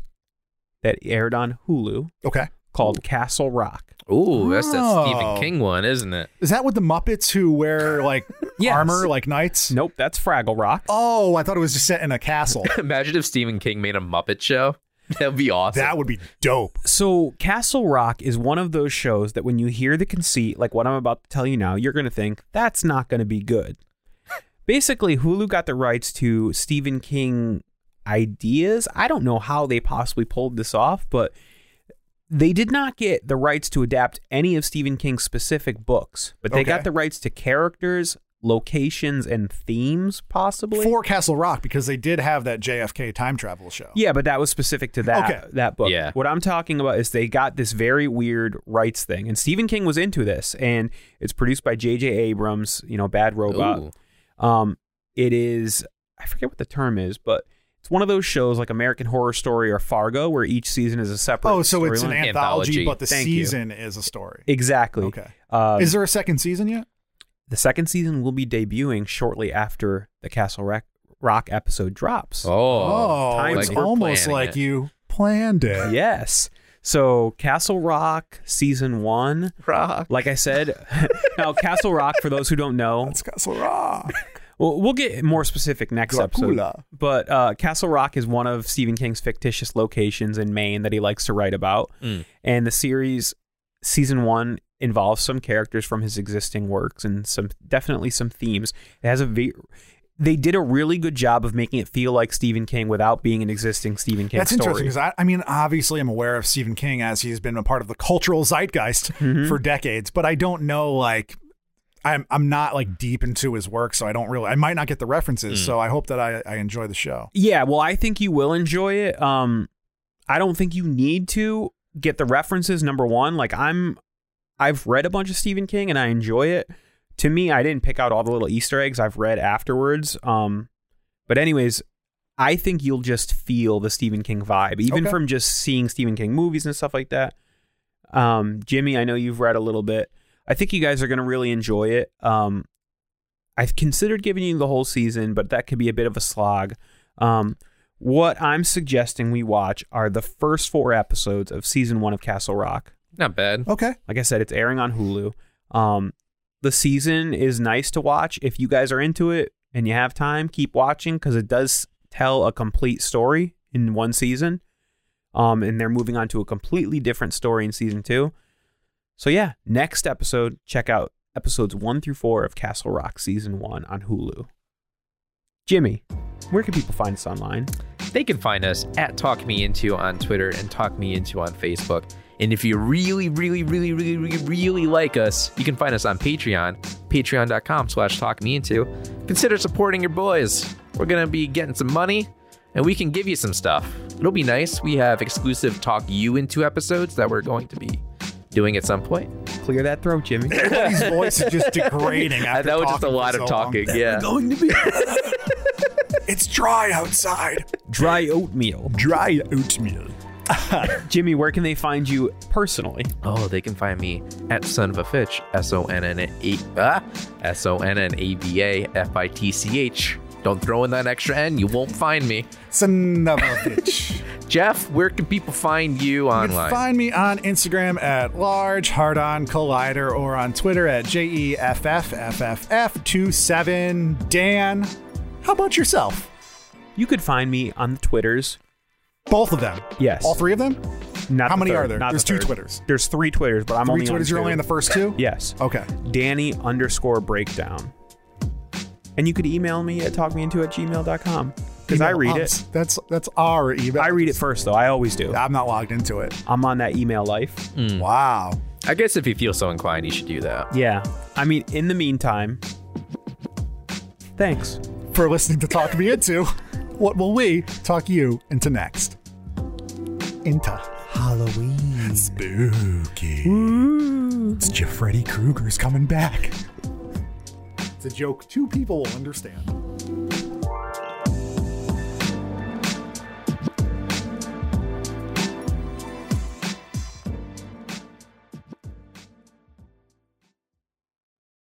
[SPEAKER 1] that aired on Hulu
[SPEAKER 2] Okay,
[SPEAKER 1] called Castle Rock.
[SPEAKER 3] Ooh, that's that
[SPEAKER 2] Oh.
[SPEAKER 3] Stephen King one, isn't it? [laughs]
[SPEAKER 2] is that with the Muppets who wear like
[SPEAKER 1] [laughs] Yes.
[SPEAKER 2] armor like knights?
[SPEAKER 1] Nope, that's Fraggle Rock.
[SPEAKER 2] Oh, I thought it was just set in
[SPEAKER 1] [laughs]
[SPEAKER 2] a castle.
[SPEAKER 3] Imagine if Stephen King made a Muppet show. [laughs] That would be awesome.
[SPEAKER 2] that would be dope.
[SPEAKER 1] So, Castle Rock is one of those shows that when you hear the conceit, like what I'm about to tell you now, you're going to think that's not going to be good. [laughs] Basically, Hulu got the rights to Stephen King ideas. I don't know how they possibly pulled this off, but they did not get the rights to adapt any of Stephen King's specific books, but they
[SPEAKER 2] Okay.
[SPEAKER 1] got the rights to characters, locations, and themes, possibly.
[SPEAKER 2] For Castle Rock, because they did have that JFK time travel show.
[SPEAKER 1] Yeah, but that was specific to that
[SPEAKER 2] Okay.
[SPEAKER 1] that book.
[SPEAKER 3] Yeah.
[SPEAKER 1] What I'm talking about is they got this very weird rights thing, and Stephen King was into this, and it's produced by J.J. Abrams. You know, Bad
[SPEAKER 3] Ooh.
[SPEAKER 1] Robot. Um, it is I forget what the term is, but it's one of those shows like American Horror Story or Fargo, where each season is a separate.
[SPEAKER 2] Oh, so it's an
[SPEAKER 1] storyline.
[SPEAKER 2] anthology,
[SPEAKER 3] Anthology.
[SPEAKER 2] but the
[SPEAKER 1] Thank you.
[SPEAKER 2] season is a story.
[SPEAKER 1] exactly.
[SPEAKER 2] Okay.
[SPEAKER 3] Um,
[SPEAKER 1] Uh,
[SPEAKER 2] is there a second season yet?
[SPEAKER 1] the second season will be debuting shortly after the Castle Rock, Rock episode drops.
[SPEAKER 3] Oh,
[SPEAKER 1] time
[SPEAKER 2] it's
[SPEAKER 1] like
[SPEAKER 3] we're
[SPEAKER 2] almost
[SPEAKER 3] planning
[SPEAKER 2] like
[SPEAKER 3] it.
[SPEAKER 2] you planned it.
[SPEAKER 1] Yes. So Castle Rock season one.
[SPEAKER 3] Rock.
[SPEAKER 1] Like I said, [laughs] now Castle Rock. For those who don't know,
[SPEAKER 2] It's Castle
[SPEAKER 3] [laughs]
[SPEAKER 2] Rock.
[SPEAKER 1] we'll, we'll get more specific next episode.
[SPEAKER 2] Dracula.
[SPEAKER 1] But uh, Castle Rock is one of Stephen King's fictitious locations in Maine that he likes to write about,
[SPEAKER 3] Mm.
[SPEAKER 1] and the series season one involves some characters from his existing works and some definitely some themes. It has a ve- they did a really good job of making it feel like Stephen King without being an existing Stephen King
[SPEAKER 2] That's
[SPEAKER 1] story.
[SPEAKER 2] interesting because I, I mean, obviously, I'm aware of Stephen King as he's been a part of the cultural
[SPEAKER 3] [laughs]
[SPEAKER 2] zeitgeist
[SPEAKER 3] Mm-hmm.
[SPEAKER 2] for decades, but I don't know like. I'm I'm not like deep into his work, so I don't really I might not get the references.
[SPEAKER 3] Mm.
[SPEAKER 2] So I hope that I, I enjoy the show.
[SPEAKER 1] Yeah, well, I think you will enjoy it. Um, I don't think you need to get the references. Number one, like I'm, I've read a bunch of Stephen King and I enjoy it. To me, I didn't pick out all the little Easter eggs I've read afterwards. Um, but anyways, I think you'll just feel the Stephen King vibe, even
[SPEAKER 2] Okay.
[SPEAKER 1] from just seeing Stephen King movies and stuff like that. Um, Jimmy, I know you've read a little bit. I think you guys are going to really enjoy it. Um, I've considered giving you the whole season, but that could be a bit of a slog. Um, what I'm suggesting we watch are the first four episodes of season one of Castle Rock.
[SPEAKER 3] Not bad.
[SPEAKER 2] Okay.
[SPEAKER 1] Like I said, it's airing on Hulu. Um, the season is nice to watch. If you guys are into it and you have time, keep watching because it does tell a complete story in one season. Um, and they're moving on to a completely different story in season two. So, yeah, next episode, check out episodes one through four of Castle Rock season one on Hulu. Jimmy, where can people find us online?
[SPEAKER 3] They can find us at Talk Me Into on Twitter and Talk Me Into on Facebook. And if you really, really, really, really, really, really like us, you can find us on Patreon, patreon.com slash talk me into. Consider supporting your boys. We're going to be getting some money and we can give you some stuff. It'll be nice. We have exclusive Talk You Into episodes that we're going to be doing at some point.
[SPEAKER 1] Clear that throat, Jimmy.
[SPEAKER 2] His voice is
[SPEAKER 3] [laughs]
[SPEAKER 2] just degrading. After
[SPEAKER 3] that was just
[SPEAKER 2] talking
[SPEAKER 3] a
[SPEAKER 2] for
[SPEAKER 3] lot of
[SPEAKER 2] so long.
[SPEAKER 3] talking, yeah.
[SPEAKER 2] going to be. it's dry outside.
[SPEAKER 1] Dry oatmeal.
[SPEAKER 2] Dry oatmeal.
[SPEAKER 1] [laughs] Jimmy, where can they find you personally?
[SPEAKER 3] Oh, they can find me at Son of a Fitch, S O N N A ah, S O N N A V A F I T C H. Don't throw in that extra N, you won't find me.
[SPEAKER 2] Son
[SPEAKER 3] [laughs]
[SPEAKER 2] of a bitch.
[SPEAKER 3] Jeff, where can people find you
[SPEAKER 2] You can
[SPEAKER 3] online?
[SPEAKER 2] find me on Instagram at large, hard on collider, or on Twitter at E JEFFFF27. Dan, how about yourself?
[SPEAKER 1] You could find me on the Twitters.
[SPEAKER 2] Both of them.
[SPEAKER 1] Yes.
[SPEAKER 2] All three of them?
[SPEAKER 1] Not
[SPEAKER 2] How
[SPEAKER 1] the
[SPEAKER 2] many
[SPEAKER 1] third,
[SPEAKER 2] are there?
[SPEAKER 1] not the
[SPEAKER 2] There's two
[SPEAKER 1] third.
[SPEAKER 2] Twitters.
[SPEAKER 1] There's three Twitters, but I'm
[SPEAKER 2] Three
[SPEAKER 1] only
[SPEAKER 2] Twitters,
[SPEAKER 1] on
[SPEAKER 2] you're
[SPEAKER 1] two.
[SPEAKER 2] only on the first two?
[SPEAKER 1] Yes.
[SPEAKER 2] Okay.
[SPEAKER 1] Danny underscore breakdown. And you could email me at talkmeinto at gmail.com because I
[SPEAKER 2] Email
[SPEAKER 1] read
[SPEAKER 2] us.
[SPEAKER 1] it.
[SPEAKER 2] That's that's our email.
[SPEAKER 1] I read it first, though. I always do.
[SPEAKER 2] I'm not logged into it.
[SPEAKER 1] I'm on that email life.
[SPEAKER 2] Wow.
[SPEAKER 3] I guess if you feel so inclined, you should do that.
[SPEAKER 1] Yeah. I mean, in the meantime, thanks.
[SPEAKER 2] For listening to Talk Me Into, what will we talk you into next? Into Halloween. Spooky. It's Jeff Freddy Krueger's coming back. It's a joke two people will understand.